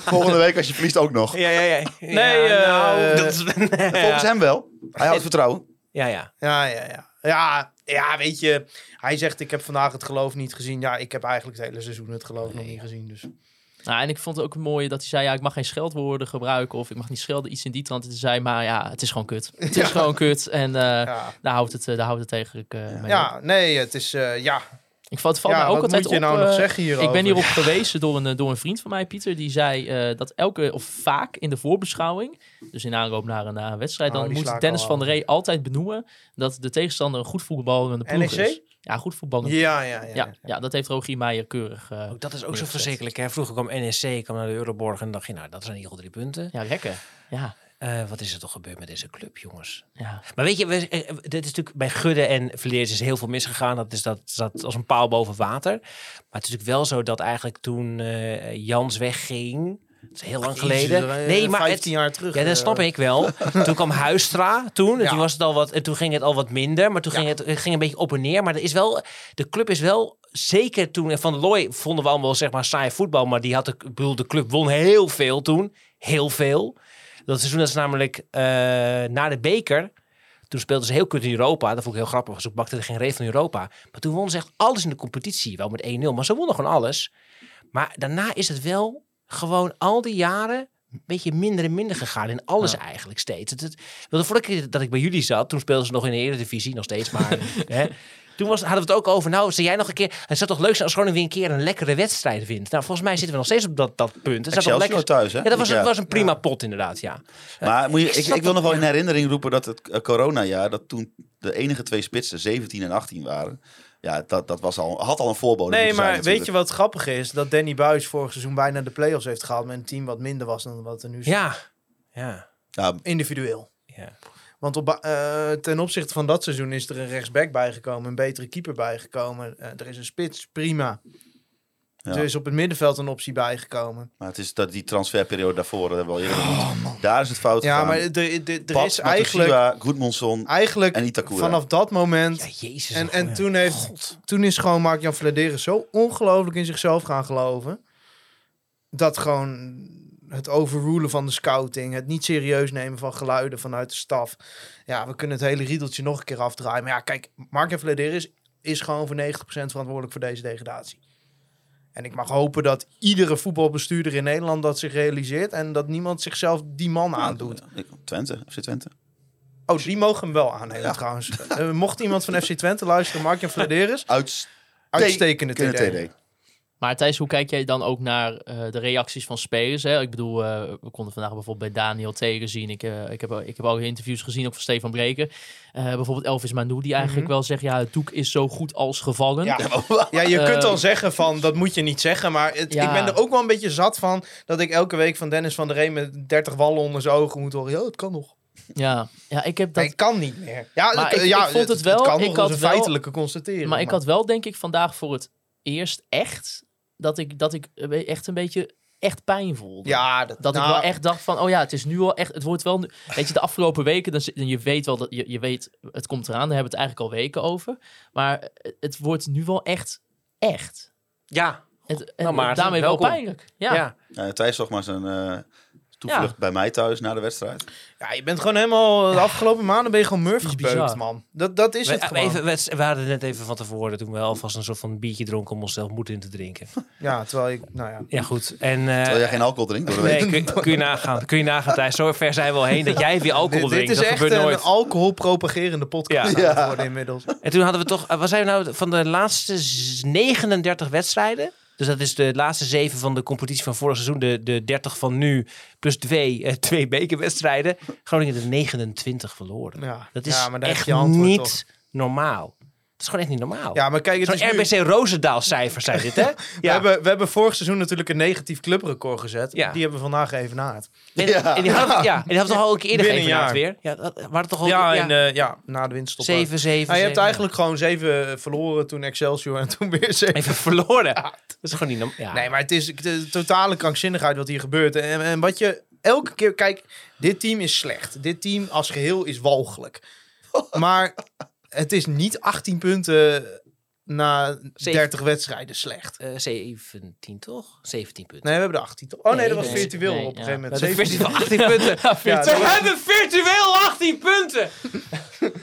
Speaker 6: Volgende week als je verliest ook nog.
Speaker 7: Ja, ja, ja. nou,
Speaker 5: Nee, eh,
Speaker 7: dat is,
Speaker 6: Volgens hem wel. Hij houdt vertrouwen.
Speaker 7: ja, ja.
Speaker 5: Ja, ja, ja. Ja, ja, weet je. Hij zegt, ik heb vandaag het geloof niet gezien. Ja, ik heb eigenlijk het hele seizoen het geloof nog niet gezien. Dus.
Speaker 4: Nou, en ik vond het ook mooi dat hij zei, ja, ik mag geen scheldwoorden gebruiken of ik mag niet schelden, iets in die trant. En Hij zei, maar ja, het is gewoon kut. Het is gewoon kut en eh,
Speaker 5: Ja.
Speaker 4: daar houdt het, eh, daar houdt het eigenlijk eh, mee op.
Speaker 5: Ja, nee, het is... eh, ja,
Speaker 4: Ik vond het valt
Speaker 5: ja
Speaker 4: mij ook
Speaker 5: wat
Speaker 4: altijd
Speaker 5: moet je
Speaker 4: op,
Speaker 5: nou
Speaker 4: eh,
Speaker 5: nog zeggen hierover?
Speaker 4: Ik ben hierop gewezen door een, eh, door een vriend van mij, Pieter, die zei eh, dat elke, of vaak in de voorbeschouwing, dus in aanloop naar een, naar een wedstrijd,
Speaker 5: Oh,
Speaker 4: dan
Speaker 5: die sla
Speaker 4: moet
Speaker 5: ik
Speaker 4: Dennis
Speaker 5: al
Speaker 4: van
Speaker 5: over.
Speaker 4: der Rey altijd benoemen dat de tegenstander een goed voetbalende ploeg
Speaker 5: NEC?
Speaker 4: is. Ja, goed voetbalende
Speaker 5: E Ja, ja, ja.
Speaker 4: ja, ja, dat heeft Rogier Meijer keurig eh,
Speaker 7: Ook Oh, dat is ook zo verschrikkelijk. Hè? Vroeger kwam NSC, kwam naar de Euroborg en dacht je, nou, dat zijn in ieder geval drie punten.
Speaker 4: ja, rekken. Ja,
Speaker 7: Eh, wat is er toch gebeurd met deze club, jongens?
Speaker 4: ja.
Speaker 7: Maar weet je, we- eh, eh, dit is natuurlijk bij Gudde en Verliers is heel veel misgegaan. Dat is dat, dat als een paal boven water. Maar het is natuurlijk wel zo dat eigenlijk toen eh, Jans wegging, dat is heel lang geleden. nee, maar het,
Speaker 5: 15 eh, jaar terug. eh.
Speaker 7: ja, dat snap ik wel. toen kwam Huistra toen. En
Speaker 5: Ja.
Speaker 7: toen, was het al wat, en toen ging het al wat minder. Maar toen ging het, het ging een beetje op en neer. Maar er is wel, de club is wel zeker toen. En Van der Looy vonden we allemaal zeg maar saai voetbal. Maar die had de, ik bedoel, de club won heel veel toen. Heel veel. Dat seizoen dat is namelijk eh, na de beker. Toen speelden ze heel kut in Europa. Dat vond ik heel grappig. want Ze bakten er geen reet van Europa. Maar toen wonnen ze echt alles in de competitie. Wel met 1-0. Maar ze wonnen gewoon alles. Maar daarna is het wel gewoon al die jaren een beetje minder en minder gegaan. In alles eigenlijk steeds. Het, het, want de vorige keer dat ik bij jullie zat, toen speelden ze nog in de Eredivisie, nog steeds maar. hè. Toen was, hadden we het ook over, nou, zei jij nog een keer... Het zou toch leuk zijn als Groningen weer een keer een lekkere wedstrijd wint. Nou, volgens mij zitten we nog steeds op dat, dat punt. Het zou toch
Speaker 6: Excelsior
Speaker 7: lekker...
Speaker 6: thuis, hè?
Speaker 7: Ja, dat was,
Speaker 6: Ja.
Speaker 7: dat was een prima pot inderdaad, ja.
Speaker 6: Maar moet je, ik,
Speaker 7: snap
Speaker 6: ik wil nog wel in herinnering roepen dat het eh, coronajaar, dat toen de enige twee spitsen 17 en 18 waren. Ja, dat, dat was al, had al een voorbode
Speaker 5: Nee,
Speaker 6: moeten
Speaker 5: maar
Speaker 6: zijn
Speaker 5: weet je
Speaker 6: natuurlijk.
Speaker 5: wat grappig is? Dat Danny Buis vorig seizoen bijna de play-offs heeft gehaald met een team wat minder was dan wat er nu is.
Speaker 7: Ja, ja,
Speaker 6: Ja,
Speaker 5: Individueel.
Speaker 7: ja.
Speaker 5: Want op, ba- eh, ten opzichte van dat seizoen is er een rechtsback bijgekomen, een betere keeper bijgekomen. Eh, er is een spits, prima.
Speaker 6: Ja.
Speaker 5: Er is op het middenveld een optie bijgekomen.
Speaker 6: maar het is dat die transferperiode daarvoor, dat hebben we al eerder genoemd. Daar is het fout
Speaker 5: Oh, Ja,
Speaker 6: gegaan.
Speaker 5: maar er, er, er
Speaker 6: Pat,
Speaker 5: is eigenlijk,
Speaker 6: Matusiwa, Gudmundsson.
Speaker 5: eigenlijk
Speaker 6: en Itakura.
Speaker 5: vanaf dat moment.
Speaker 7: Ja, jezus.
Speaker 5: En,
Speaker 7: nog,
Speaker 5: en
Speaker 7: ja.
Speaker 5: toen, heeft, toen is gewoon Mark-Jan Vladeres zo ongelooflijk in zichzelf gaan geloven. Dat gewoon het overrulen van de scouting, het niet serieus nemen van geluiden vanuit de staf. Ja, we kunnen het hele riedeltje nog een keer afdraaien. Maar ja, kijk, Mark-Jan Vladeres is gewoon voor 90% verantwoordelijk voor deze degradatie. En ik mag hopen dat iedere voetbalbestuurder in Nederland dat zich realiseert. En dat niemand zichzelf die man aandoet.
Speaker 6: Ik- Twente, FC Twente.
Speaker 5: Oh, die mogen hem wel aannemen trouwens. Eh, mocht iemand van FC Twente luisteren, Mark-Jan Vladeres.
Speaker 6: Uitstekende
Speaker 5: Uitstekende TD.
Speaker 6: TD.
Speaker 4: Maar Thijs, hoe kijk jij dan ook naar eh, de reacties van spelers? Hè? Ik bedoel, eh, we konden vandaag bijvoorbeeld bij Daniel Tegen zien. Ik, eh, ik, heb, ik heb ook interviews gezien, ook van Stefan Breker. Eh, bijvoorbeeld Elvis Manu, die eigenlijk wel zegt... ja, het doek is zo goed als gevallen.
Speaker 5: Ja. Ja, je
Speaker 4: Eh,
Speaker 5: kunt dan zeggen van, dat moet je niet zeggen. Maar het,
Speaker 4: Ja.
Speaker 5: ik ben er ook wel een beetje zat van... dat ik elke week van Dennis van der Reen met 30 wallen onder zijn ogen moet horen. Ja, het kan nog.
Speaker 4: ja. ja ik heb dat...
Speaker 5: Nee, het kan niet meer. Ja,
Speaker 4: Maar
Speaker 5: het-
Speaker 4: ik-
Speaker 5: ja
Speaker 4: ik vond het wel-
Speaker 5: kan nog,
Speaker 4: ik
Speaker 5: dat
Speaker 4: had
Speaker 5: is een
Speaker 4: wel-
Speaker 5: feitelijke constatering.
Speaker 4: Maar ik had wel, denk ik, vandaag voor het eerst echt dat ik, dat ik echt een beetje echt pijn voelde.
Speaker 5: Ja, dat,
Speaker 4: Dat
Speaker 5: nou,
Speaker 4: ik wel echt dacht van, oh ja, het is nu al echt, het wordt wel nu. Weet je, de afgelopen weken, dan, zit- je weet wel dat, je, je weet, het komt eraan, daar hebben we het eigenlijk al weken over. Maar het wordt nu wel echt, echt.
Speaker 7: Ja,
Speaker 4: Het, en
Speaker 7: Nou, Maarten,
Speaker 4: daarmee wel
Speaker 7: welkom.
Speaker 4: pijnlijk. Ja.
Speaker 7: ja.
Speaker 6: Ja, Thijs zag maar zijn eh toevlucht
Speaker 4: Ja.
Speaker 6: bij mij thuis na de wedstrijd.
Speaker 5: Ja, je bent gewoon helemaal... De afgelopen maanden ben je gewoon Murph
Speaker 4: is bizar.
Speaker 5: gebeukt, man. Dat, dat is
Speaker 7: We,
Speaker 5: het
Speaker 7: even,
Speaker 5: gewoon.
Speaker 7: we- we hadden net even van tevoren toen we alvast een soort van biertje dronken om onszelf moed in te drinken.
Speaker 5: Ja, terwijl ik... Nou ja.
Speaker 7: Ja, goed. En, eh,
Speaker 6: Terwijl jij geen alcohol drinkt door de week.
Speaker 7: nee, kun, kun je nagaan. Kun je nagaan, Thijs. Zo ver zijn we al heen dat jij weer alcohol
Speaker 5: Dit, dit
Speaker 7: drinkt.
Speaker 5: is
Speaker 7: dat
Speaker 5: echt
Speaker 7: gebeurt
Speaker 5: een
Speaker 7: nooit.
Speaker 5: alcoholpropagerende podcast
Speaker 7: Ja.
Speaker 5: aan het worden inmiddels.
Speaker 7: En toen hadden we toch, eh, wat zijn we nou, van de laatste z- 39 wedstrijden. Dus dat is de laatste zeven van de competitie van vorig seizoen. De, de 30 van nu, plus twee, eh, twee bekerwedstrijden. Groningen de 29 verloren.
Speaker 5: Ja.
Speaker 7: Dat is
Speaker 5: Ja, maar daar heb
Speaker 7: echt
Speaker 5: je antwoord
Speaker 7: niet
Speaker 5: toch.
Speaker 7: normaal. Dat is gewoon echt niet normaal.
Speaker 5: Ja, maar kijk, het is
Speaker 7: Zo'n
Speaker 5: nu-
Speaker 7: RBC Roosendaal cijfer zijn dit, hè?
Speaker 5: We, hebben, we hebben vorig seizoen natuurlijk een negatief clubrecord gezet.
Speaker 7: Ja.
Speaker 5: Die hebben we vandaag even na het.
Speaker 7: En,
Speaker 6: Ja.
Speaker 7: en die hadden, ja, en die hadden toch al ook eerder
Speaker 5: Binnen een
Speaker 7: geëvenaard
Speaker 5: jaar.
Speaker 7: weer? Ja, dat waren toch al...
Speaker 5: Ja, en eh, ja, na de winststop.
Speaker 7: 7, 7,
Speaker 5: Nou, je hebt eigenlijk gewoon zeven eh, verloren, toen Excelsior en toen weer zeven.
Speaker 7: Even verloren. Dat is gewoon niet normaal. Ja.
Speaker 5: Nee, maar het is de totale krankzinnigheid wat hier gebeurt. En, en wat je elke keer... Kijk, dit team is slecht. Dit team als geheel is walgelijk. Maar het is niet 18 punten na 30 wedstrijden slecht.
Speaker 7: Eh, 17 toch? 17 punten.
Speaker 5: Nee, we hebben er 18 toch? Oh nee,
Speaker 4: Nee,
Speaker 5: dat was
Speaker 4: nee,
Speaker 5: virtueel
Speaker 4: nee,
Speaker 5: op een
Speaker 4: ja.
Speaker 5: gegeven moment.
Speaker 7: Dat is
Speaker 5: 17.
Speaker 7: virtueel 18 punten.
Speaker 5: Ja,
Speaker 7: We
Speaker 5: dat was-
Speaker 7: hebben virtueel 18 punten.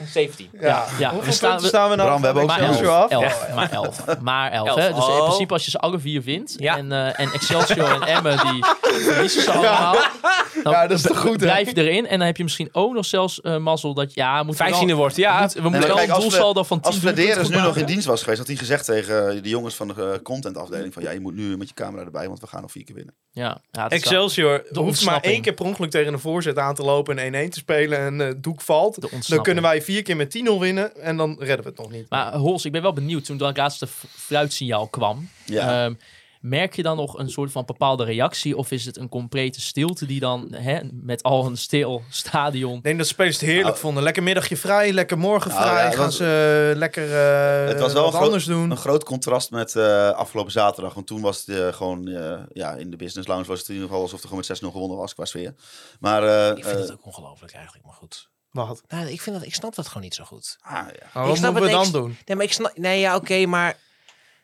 Speaker 7: 17.
Speaker 5: ja.
Speaker 4: ja, we
Speaker 5: Hoeveel punten
Speaker 4: staan- we-
Speaker 5: staan we nou?
Speaker 6: Bram, we hebben ook
Speaker 5: van
Speaker 4: Maar
Speaker 6: Excelsior
Speaker 5: Excelsior
Speaker 4: elf,
Speaker 5: af?
Speaker 4: elf, maar elf. Maar elf,
Speaker 7: Elf.
Speaker 4: Hè? Dus in
Speaker 7: Oh.
Speaker 4: principe als je ze alle vier wint...
Speaker 7: Ja.
Speaker 4: En, eh, en Excelsior en Emmen, die verliezen ze allemaal... Dan
Speaker 6: Ah,
Speaker 5: Ja, dat is toch goed, hè?
Speaker 4: blijf je erin en dan heb je misschien ook nog zelfs eh, mazzel dat... Ja, moet
Speaker 7: 15e wordt, ja.
Speaker 4: we moeten
Speaker 6: maar
Speaker 4: wel
Speaker 6: kijk,
Speaker 4: een
Speaker 6: als
Speaker 4: doelsaldo van 10
Speaker 6: Als Flederis nu
Speaker 4: doelpunten
Speaker 6: nog in
Speaker 4: maken.
Speaker 6: dienst was geweest, had hij gezegd tegen eh, de jongens van de eh, contentafdeling van ja, je moet nu met je camera erbij, want we gaan nog vier keer winnen.
Speaker 4: Ja, ja, dat is wel-
Speaker 5: Excelsior hoeft maar
Speaker 4: ontsnapping.
Speaker 5: één keer per ongeluk tegen een voorzet aan te lopen en 1-1 te spelen en eh, Doek valt. Dan
Speaker 4: ontsnapping.
Speaker 5: kunnen wij vier keer met 10-0 winnen en dan redden we het nog niet.
Speaker 4: Maar Hols, ik ben wel benieuwd. Toen dat laatste f- fluitsignaal kwam,
Speaker 6: Ja.
Speaker 4: ehm, merk je dan nog een soort van bepaalde reactie? Of is het een complete stilte die dan hè, met al een stil stadion...
Speaker 5: Ik denk dat spelers het heerlijk
Speaker 6: Nou,
Speaker 5: vonden. Lekker middagje vrij, lekker morgen
Speaker 6: Nou,
Speaker 5: vrij.
Speaker 6: ja, het
Speaker 5: Gaan
Speaker 6: was-
Speaker 5: ze eh, lekker eh,
Speaker 6: het was wel
Speaker 5: wat
Speaker 6: een groot-
Speaker 5: anders doen.
Speaker 6: Een groot contrast met eh, afgelopen zaterdag. Want toen was het eh, gewoon eh, ja, in de business lounge was het in ieder geval alsof er gewoon met 6-0 gewonnen was qua sfeer. Maar eh,
Speaker 7: Ik vind
Speaker 6: eh,
Speaker 7: dat ook ongelooflijk eigenlijk, maar goed.
Speaker 5: Wat?
Speaker 7: Nou, ik, vind dat, ik snap dat gewoon niet zo goed.
Speaker 6: ah, ja.
Speaker 5: Maar
Speaker 7: Ik
Speaker 5: wat
Speaker 7: snap
Speaker 5: moeten we
Speaker 7: het
Speaker 5: dan
Speaker 7: niks.
Speaker 5: doen?
Speaker 7: Nee, maar ik snap... Nee, ja, oké, maar...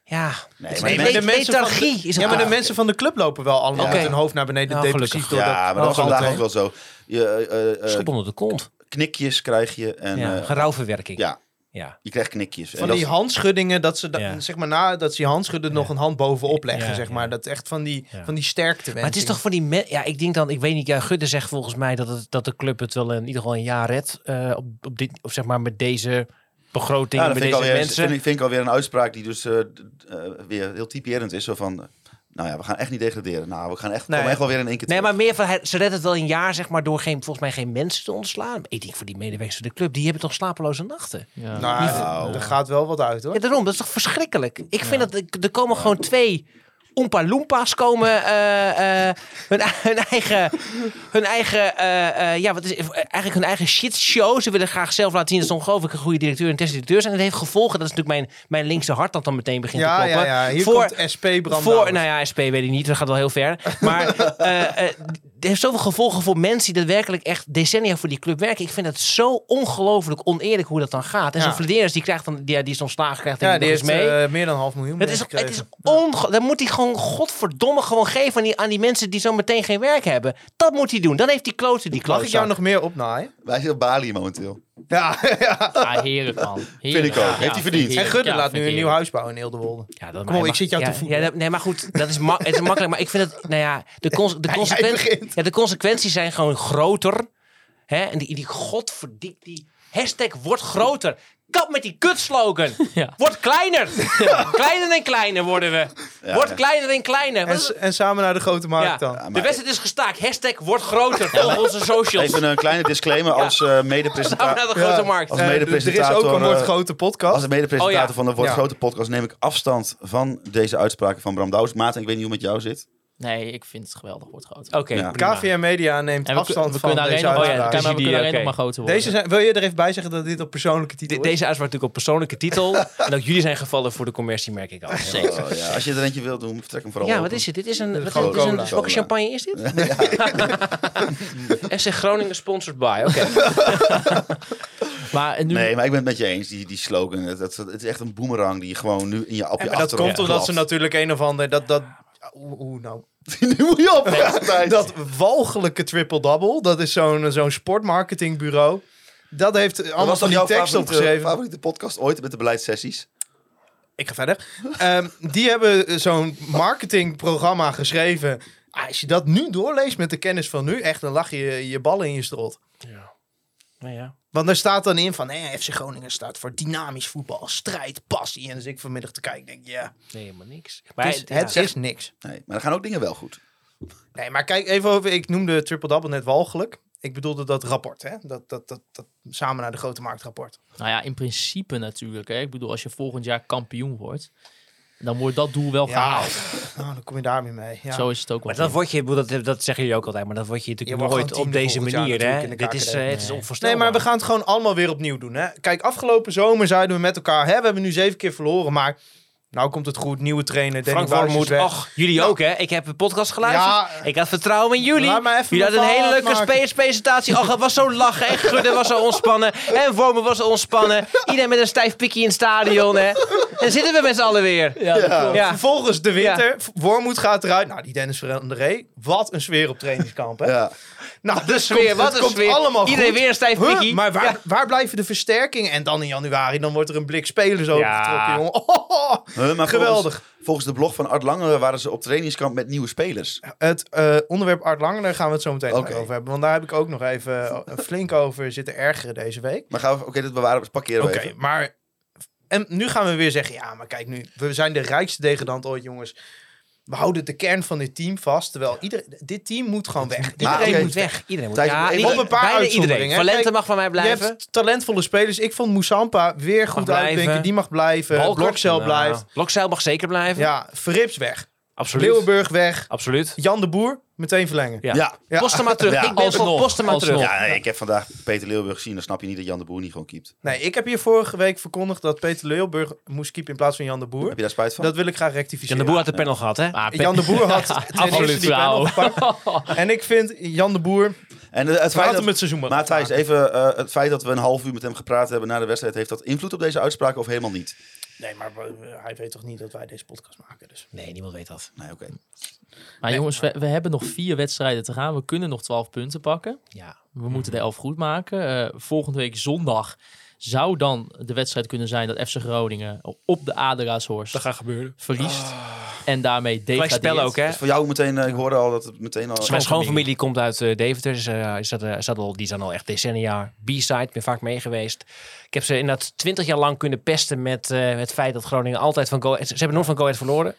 Speaker 7: Ja.
Speaker 6: Nee, maar
Speaker 5: Nee,
Speaker 6: de
Speaker 5: maar
Speaker 6: mensen-
Speaker 5: de mensen van
Speaker 7: lethargie is een
Speaker 5: Ja, maar de
Speaker 7: aardige.
Speaker 5: mensen van de club lopen wel allemaal
Speaker 7: Oké.
Speaker 5: met hun hoofd naar beneden
Speaker 7: Nou,
Speaker 5: depressief.
Speaker 7: gelukkig.
Speaker 5: door dat-
Speaker 6: ja, maar dat was
Speaker 5: Oh,
Speaker 6: vandaag
Speaker 5: oké.
Speaker 6: ook wel zo. Je, eh, eh, eh,
Speaker 7: Schop onder de kont.
Speaker 6: knikjes krijg je en
Speaker 7: Ja,
Speaker 6: eh,
Speaker 7: gerouwverwerking.
Speaker 6: ja.
Speaker 7: Ja.
Speaker 6: je krijgt knikjes. En
Speaker 5: Van
Speaker 6: dat
Speaker 5: die
Speaker 6: is-
Speaker 5: handschuddingen, dat ze da-
Speaker 7: Ja.
Speaker 5: zeg maar nadat ze die handschudden nog een hand bovenop leggen,
Speaker 7: Ja,
Speaker 5: zeg
Speaker 7: ja.
Speaker 5: maar. Dat echt van die,
Speaker 7: Ja.
Speaker 5: van die sterkte
Speaker 7: Maar het is toch voor die men- Ja, ik denk dan, ik weet niet. Ja, Gudde zegt volgens mij dat, het, dat de club het wel in ieder geval een jaar redt. eh, op, op dit, of zeg maar met deze begroting,
Speaker 6: Ja,
Speaker 7: en met
Speaker 6: dat vind ik,
Speaker 7: deze
Speaker 6: alweer,
Speaker 7: mensen.
Speaker 6: vind, ik, vind ik alweer een uitspraak die dus eh, d- eh, weer heel typerend is. Zo van, eh, nou ja, we gaan echt niet degraderen. Nou, we gaan echt,
Speaker 5: Nee.
Speaker 6: komen echt wel weer in één keer
Speaker 7: Nee,
Speaker 6: terug.
Speaker 7: maar meer van, hij- ze redt het wel een jaar, zeg maar, door geen, volgens mij geen mensen te ontslaan. Ik denk voor die medewerkers van de club, die hebben toch slapeloze nachten.
Speaker 4: Ja.
Speaker 5: Nou,
Speaker 6: Nou.
Speaker 5: er gaat wel wat uit hoor.
Speaker 7: Ja, daarom, dat is toch verschrikkelijk. Ik vind dat, ik- er komen gewoon twee Oompa Loompas komen eh, eh, hun, hun eigen, hun eigen eh, eh, ja, wat is eh, eigenlijk hun eigen shitshow. Ze willen graag zelf laten zien dat ze ongelooflijk een goede directeur en testdirecteur zijn. En dat heeft gevolgen, dat is natuurlijk mijn, mijn linkse hart dat dan meteen begint
Speaker 5: Ja,
Speaker 7: te kloppen.
Speaker 5: ja, ja. Hier
Speaker 7: Voor-
Speaker 5: komt SP Bram
Speaker 7: voor,
Speaker 5: Douwens.
Speaker 7: nou ja, SP weet ik niet, dat gaat wel heel ver. Maar eh, eh, het heeft zoveel gevolgen voor mensen die daadwerkelijk echt decennia voor die club werken. Ik vind dat zo ongelooflijk oneerlijk hoe dat dan gaat. En
Speaker 5: Ja.
Speaker 7: zo'n Flederis, die krijgt dan, die, die is ontslagen, krijgt
Speaker 5: Ja,
Speaker 7: ja,
Speaker 5: die
Speaker 7: die
Speaker 5: heeft
Speaker 7: eens mee.
Speaker 5: eh, meer dan een half miljoen
Speaker 7: het is, het is
Speaker 5: binnengekregen.
Speaker 7: onge... Dan moet hij gewoon godverdomme gewoon geven aan die, aan die mensen die zo meteen geen werk hebben. Dat moet hij doen. Dan heeft die klote die
Speaker 5: Mag ik jou
Speaker 7: klootzak.
Speaker 5: nog meer opnaaien?
Speaker 6: Wij zijn op Bali momenteel.
Speaker 5: Ja, ja.
Speaker 4: Ah, heerlijk man. Heerlijk.
Speaker 6: ik ook.
Speaker 4: Ja,
Speaker 6: Heeft hij
Speaker 4: vind
Speaker 6: verdiend.
Speaker 4: ik
Speaker 5: En
Speaker 4: heerlijk.
Speaker 5: Gudde
Speaker 4: Ja,
Speaker 5: laat
Speaker 4: vind
Speaker 5: nu
Speaker 4: ik
Speaker 5: een nieuw
Speaker 4: heerlijk.
Speaker 5: huis bouwen in Eelde
Speaker 7: Ja, dat,
Speaker 5: Kom op,
Speaker 7: maar-
Speaker 5: ik zit jou
Speaker 7: ja,
Speaker 5: te voeden.
Speaker 7: ja, dat- nee, maar goed, dat is ma- het is makkelijk. Maar ik vind dat, nou ja, de, cons de, consequen
Speaker 5: begint.
Speaker 7: ja, de consequenties zijn gewoon groter. Hè? En die, die godverdikt, die hashtag wordt groter. Kap met die kutslogan.
Speaker 4: Ja.
Speaker 7: Wordt kleiner. Kleiner en kleiner worden we.
Speaker 6: Ja,
Speaker 7: wordt
Speaker 6: ja.
Speaker 7: kleiner en kleiner. Wat
Speaker 5: En,
Speaker 7: is-
Speaker 5: s- en samen naar de grote markt
Speaker 7: ja.
Speaker 5: dan. Eh,
Speaker 7: De wedstrijd is gestaakt. Hashtag wordt groter. Volg onze socials.
Speaker 6: Even een kleine disclaimer als eh
Speaker 7: Gaan we
Speaker 6: medepresentator.
Speaker 7: naar de grote
Speaker 5: Ja.
Speaker 7: markt.
Speaker 6: Als
Speaker 5: Eh, d- er is ook
Speaker 6: medepresentator,
Speaker 5: een wordt
Speaker 6: eh,
Speaker 5: grote
Speaker 6: Als
Speaker 5: podcast.
Speaker 6: de medepresentator
Speaker 7: Oh ja.
Speaker 6: van de Wordt
Speaker 5: Ja.
Speaker 6: Grote podcast neem ik afstand van deze uitspraken van Bram Douwens. Maarten, ik weet niet hoe het met jou zit.
Speaker 4: Nee, ik vind het geweldig wordt groter.
Speaker 7: Oké,
Speaker 6: Ja.
Speaker 7: prima.
Speaker 5: KVM Media neemt
Speaker 4: En we,
Speaker 5: afstand
Speaker 4: we
Speaker 5: van
Speaker 4: kunnen alleen
Speaker 5: deze
Speaker 4: nog, oh ja,
Speaker 5: uitspraak.
Speaker 4: maar we
Speaker 7: die,
Speaker 4: kunnen alleen
Speaker 7: oké.
Speaker 4: nog maar groter worden.
Speaker 5: Deze zijn, wil je er even bij zeggen dat dit op persoonlijke titel
Speaker 7: De-
Speaker 5: is?
Speaker 7: deze uitspraak natuurlijk op persoonlijke titel. en ook jullie zijn gevallen voor de commercie, merk ik al.
Speaker 4: Zeker.
Speaker 6: Oh, ja. Als je er eentje wilt doen, trek hem vooral
Speaker 7: Ja,
Speaker 6: open.
Speaker 7: wat is dit? Dit is een, wat,
Speaker 6: gewoon
Speaker 7: dit is een
Speaker 6: cola.
Speaker 7: welke champagne is dit? FC Groningen sponsored by. Oké.
Speaker 4: Maar en nu,
Speaker 6: Nee, maar ik ben het met je eens. Die, die slogan, dat, dat, het is echt een boemerang die je gewoon nu in je, op je
Speaker 5: En dat
Speaker 6: achterhoofd
Speaker 5: komt omdat ze
Speaker 6: klapt.
Speaker 5: natuurlijk een of ander... Dat, dat, oeh, oeh, nou.
Speaker 6: nu moet je op.
Speaker 5: dat walgelijke triple-double, dat is zo'n zo'n sportmarketingbureau. Dat heeft allemaal van
Speaker 6: was toch
Speaker 5: die
Speaker 6: jouw
Speaker 5: tekst
Speaker 6: favoriete,
Speaker 5: opgeschreven.
Speaker 6: favoriete podcast ooit met de beleidssessies?
Speaker 5: Ik ga verder. Ehm, die hebben zo'n marketingprogramma geschreven. Ah, Als je dat nu doorleest met de kennis van nu, echt, dan lag je je ballen in je strot.
Speaker 7: Nou ja.
Speaker 5: Want daar staat dan in van, hey, FC Groningen staat voor dynamisch voetbal, strijd, passie. En dus ik vanmiddag te kijken, denk ik, ja,
Speaker 7: Nee, helemaal niks. Maar
Speaker 5: het, is,
Speaker 7: ja,
Speaker 5: het is niks.
Speaker 6: Nee, maar er gaan ook dingen wel goed.
Speaker 5: Nee, maar kijk even over, ik noemde triple-double net walgelijk. Ik bedoelde dat rapport, hè? Dat, dat, dat, dat samen naar de grote markt rapport.
Speaker 4: nou ja, in principe natuurlijk. Hè. Ik bedoel, als je volgend jaar kampioen wordt, dan wordt dat doel wel
Speaker 5: Ja,
Speaker 4: gehaald.
Speaker 5: nou, dan kom je daarmee mee. Ja.
Speaker 4: Zo is het ook wel.
Speaker 7: Maar dat word je, ik bedoel, dat, dat zeggen jullie ook altijd, maar dat word je natuurlijk
Speaker 5: Je wordt
Speaker 7: nooit
Speaker 5: gewoon
Speaker 7: op
Speaker 5: tiende
Speaker 7: deze
Speaker 5: volgend jaar
Speaker 7: manier.
Speaker 5: natuurlijk
Speaker 7: Hè?
Speaker 5: in de
Speaker 7: Dit is,
Speaker 5: KKD.
Speaker 7: eh, het is
Speaker 4: Nee.
Speaker 5: Nee,
Speaker 7: onvoorstelbaar.
Speaker 5: maar we gaan het gewoon allemaal weer opnieuw doen. Hè? Kijk, afgelopen zomer zeiden we met elkaar... Hè, we hebben nu zeven keer verloren, maar... Nou komt het goed, nieuwe trainer, Danny
Speaker 7: Frank Boer
Speaker 5: Buis
Speaker 7: moet.
Speaker 5: is weg. Nou.
Speaker 7: Ach, jullie ook, hè? Ik heb de podcast geluisterd.
Speaker 5: Ja.
Speaker 7: ik had vertrouwen in jullie.
Speaker 5: Laat maar even
Speaker 7: jullie hadden
Speaker 5: mijn
Speaker 7: een hele
Speaker 5: verhaal
Speaker 7: leuke
Speaker 5: afmaken.
Speaker 7: PS-presentatie. Ach, het was zo lachen. En Gudde was zo ontspannen. En Wormen was zo ontspannen. Iedereen met een stijf pikje in het stadion, hè? En zitten we met z'n allen weer.
Speaker 4: Ja, dat klopt.
Speaker 7: Ja.
Speaker 5: Vervolgens de winter, V- Wormoed gaat eruit. Nou, die Dennis van der Ree, wat een sfeer op trainingskamp. Hè?
Speaker 6: Ja.
Speaker 5: Nou,
Speaker 7: De
Speaker 5: dus
Speaker 7: sfeer, wat een
Speaker 5: komt
Speaker 7: sfeer.
Speaker 5: allemaal
Speaker 7: Iedereen
Speaker 5: goed.
Speaker 7: weer een stijf
Speaker 5: Huh?
Speaker 7: pikje.
Speaker 5: Maar waar,
Speaker 7: Ja.
Speaker 5: waar blijven de versterkingen? En dan in januari, dan wordt er een blik spelers overgetrokken, jongen.
Speaker 6: Huh, maar
Speaker 5: Geweldig.
Speaker 6: Volgens, volgens de blog van Art Lange waren ze op trainingskamp met nieuwe spelers.
Speaker 5: Het eh, onderwerp Art Langer, daar gaan we het zo meteen
Speaker 6: Oké.
Speaker 5: over hebben. Want daar heb ik ook nog even eh, flink over zitten ergeren deze week.
Speaker 6: Maar gaan we, oké, dit bewaren we, parkeren we
Speaker 5: Oké,
Speaker 6: even.
Speaker 5: maar. En nu gaan we weer zeggen: ja, maar kijk nu, we zijn de rijkste degradant ooit, jongens. We houden de kern van dit team vast. Terwijl ieder, dit team moet gewoon weg.
Speaker 6: Maar
Speaker 7: Iedereen
Speaker 6: oké.
Speaker 7: moet weg. Iedereen moet
Speaker 6: Thijs,
Speaker 7: Ja,
Speaker 6: even
Speaker 7: iedereen-
Speaker 5: op een paar
Speaker 7: bijna iedereen.
Speaker 5: uitzonderingen, hè.
Speaker 7: Valente
Speaker 5: Kijk,
Speaker 7: mag van mij
Speaker 5: Je
Speaker 7: blijven.
Speaker 5: hebt talentvolle spelers. Ik vond Moussampa weer goed
Speaker 7: blijven.
Speaker 5: uitdenken. Die mag blijven.
Speaker 7: Balkert,
Speaker 5: Blokcel
Speaker 7: nou,
Speaker 5: eh, blijft.
Speaker 7: Blokzeil mag zeker blijven.
Speaker 5: Ja, Verrips weg.
Speaker 7: Absoluut.
Speaker 5: Leeuwenburg weg.
Speaker 7: Absoluut.
Speaker 5: Jan de Boer meteen verlengen.
Speaker 7: Ja.
Speaker 6: Ja.
Speaker 5: Ja.
Speaker 7: Posten maar terug.
Speaker 6: Ja.
Speaker 7: Ik ben voor
Speaker 4: Alsnog.
Speaker 7: posten maar
Speaker 4: Alsnog.
Speaker 7: terug.
Speaker 6: Ja, nee, ik heb vandaag Peter Leeuwburg gezien. Dan snap je niet dat Jan de Boer niet gewoon keept.
Speaker 5: Nee, ik heb hier vorige week verkondigd dat Peter Leeuwburg moest keepen in plaats van Jan de Boer.
Speaker 6: Heb je daar spijt van?
Speaker 5: Dat wil ik graag
Speaker 7: Jan
Speaker 5: rectificeren.
Speaker 7: de Boer had de panel gehad, hè? Ah,
Speaker 4: Maar Pe-
Speaker 5: Jan de Boer had ten eerste
Speaker 4: absoluut
Speaker 5: die panel
Speaker 4: flauw.
Speaker 5: gepakt. En ik vind Jan de Boer
Speaker 6: en eh, het
Speaker 5: We
Speaker 6: feit
Speaker 5: hadden
Speaker 6: dat...
Speaker 5: met seizoen
Speaker 6: Maar Thijs, even eh, het feit dat we een half uur met hem gepraat hebben na de wedstrijd, heeft dat invloed op deze uitspraak of helemaal niet?
Speaker 5: Nee, maar we- hij weet toch niet dat wij deze podcast maken. Dus.
Speaker 7: Nee, niemand weet dat.
Speaker 6: Nee, oké.
Speaker 4: Maar jongens, we, we hebben nog vier wedstrijden te gaan. We kunnen nog 12 punten pakken.
Speaker 7: Ja.
Speaker 4: We moeten de elf goed maken. Eh, volgende week zondag zou dan de wedstrijd kunnen zijn dat FC Groningen op de Adelaarshorst
Speaker 7: gaat gebeuren.
Speaker 4: verliest. En daarmee
Speaker 7: Gelijk
Speaker 4: degradeert.
Speaker 7: Ah. spel ook, hè?
Speaker 6: Dus voor jou meteen, eh, ik hoorde al dat het meteen al...
Speaker 7: Mijn schoonfamilie komt uit eh, Deventer. Ze, eh, is dat, eh, is dat al, die zijn al echt decennia B-side. Ik ben vaak mee geweest. Ik heb ze inderdaad twintig jaar lang kunnen pesten met eh, het feit dat Groningen altijd van Go Ahead- Ze hebben nooit van Go Ahead verloren.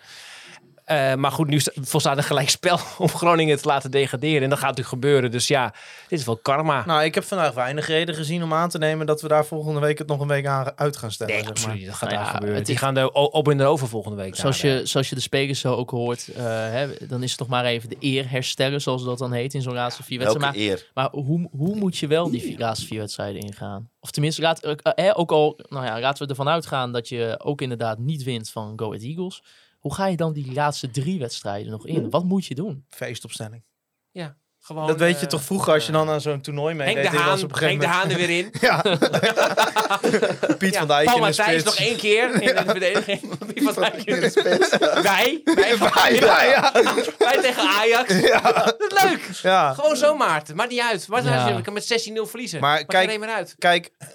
Speaker 7: Eh, maar goed, nu sta- volstaat een gelijk spel om Groningen te laten degraderen. En dat gaat natuurlijk gebeuren. Dus ja, dit is wel karma.
Speaker 5: Nou, ik heb vandaag weinig reden gezien om aan te nemen dat we daar volgende week het nog een week aan uit gaan stellen.
Speaker 7: nee,
Speaker 5: zeg
Speaker 7: absoluut
Speaker 5: maar.
Speaker 7: niet. Dat gaat
Speaker 4: Nou
Speaker 7: daar
Speaker 4: ja,
Speaker 7: gebeuren.
Speaker 4: het
Speaker 7: Die
Speaker 4: is-
Speaker 7: gaan er o- op en over volgende week. Nou, eh,
Speaker 4: Zoals
Speaker 7: daar,
Speaker 4: je, zoals je de spelers zo ook hoort, eh, hè, dan is het nog maar even de eer herstellen, zoals dat dan heet in zo'n laatste vier
Speaker 6: Welke
Speaker 4: wedstrijden.
Speaker 6: eer.
Speaker 4: Maar, maar hoe, hoe moet je wel die vier, laatste vier wedstrijden ingaan? Of tenminste, laat, eh, eh, ook al, nou ja, laten we ervan uitgaan dat je ook inderdaad niet wint van Go Ahead Eagles. Hoe ga je dan die laatste drie wedstrijden nog
Speaker 5: Hm.
Speaker 4: in? Wat moet je doen?
Speaker 5: Feestopstelling.
Speaker 7: Ja, gewoon,
Speaker 5: dat weet je
Speaker 7: eh,
Speaker 5: toch vroeger als je dan aan zo'n toernooi meedeed.
Speaker 7: Henk de
Speaker 5: en je was
Speaker 7: Haan,
Speaker 5: op een gegeven
Speaker 7: Henk de Haan er weer in.
Speaker 5: moment Piet
Speaker 7: Ja,
Speaker 5: van Dijk
Speaker 7: Paul
Speaker 5: in de
Speaker 7: Matthijs
Speaker 5: spits.
Speaker 7: nog één keer in de verdediging. Wie van Dijk in de Wij, wij,
Speaker 5: Ja, ja,
Speaker 7: wij tegen Ajax. Dat is leuk.
Speaker 5: ja.
Speaker 7: Gewoon zo Maarten. Maakt niet uit. Maarten
Speaker 4: Ja.
Speaker 7: Huizinga, ik kan met 16-0 verliezen.
Speaker 5: Maar
Speaker 7: Maakt
Speaker 5: kijk-
Speaker 7: alleen maar uit.
Speaker 5: Kijk, eh,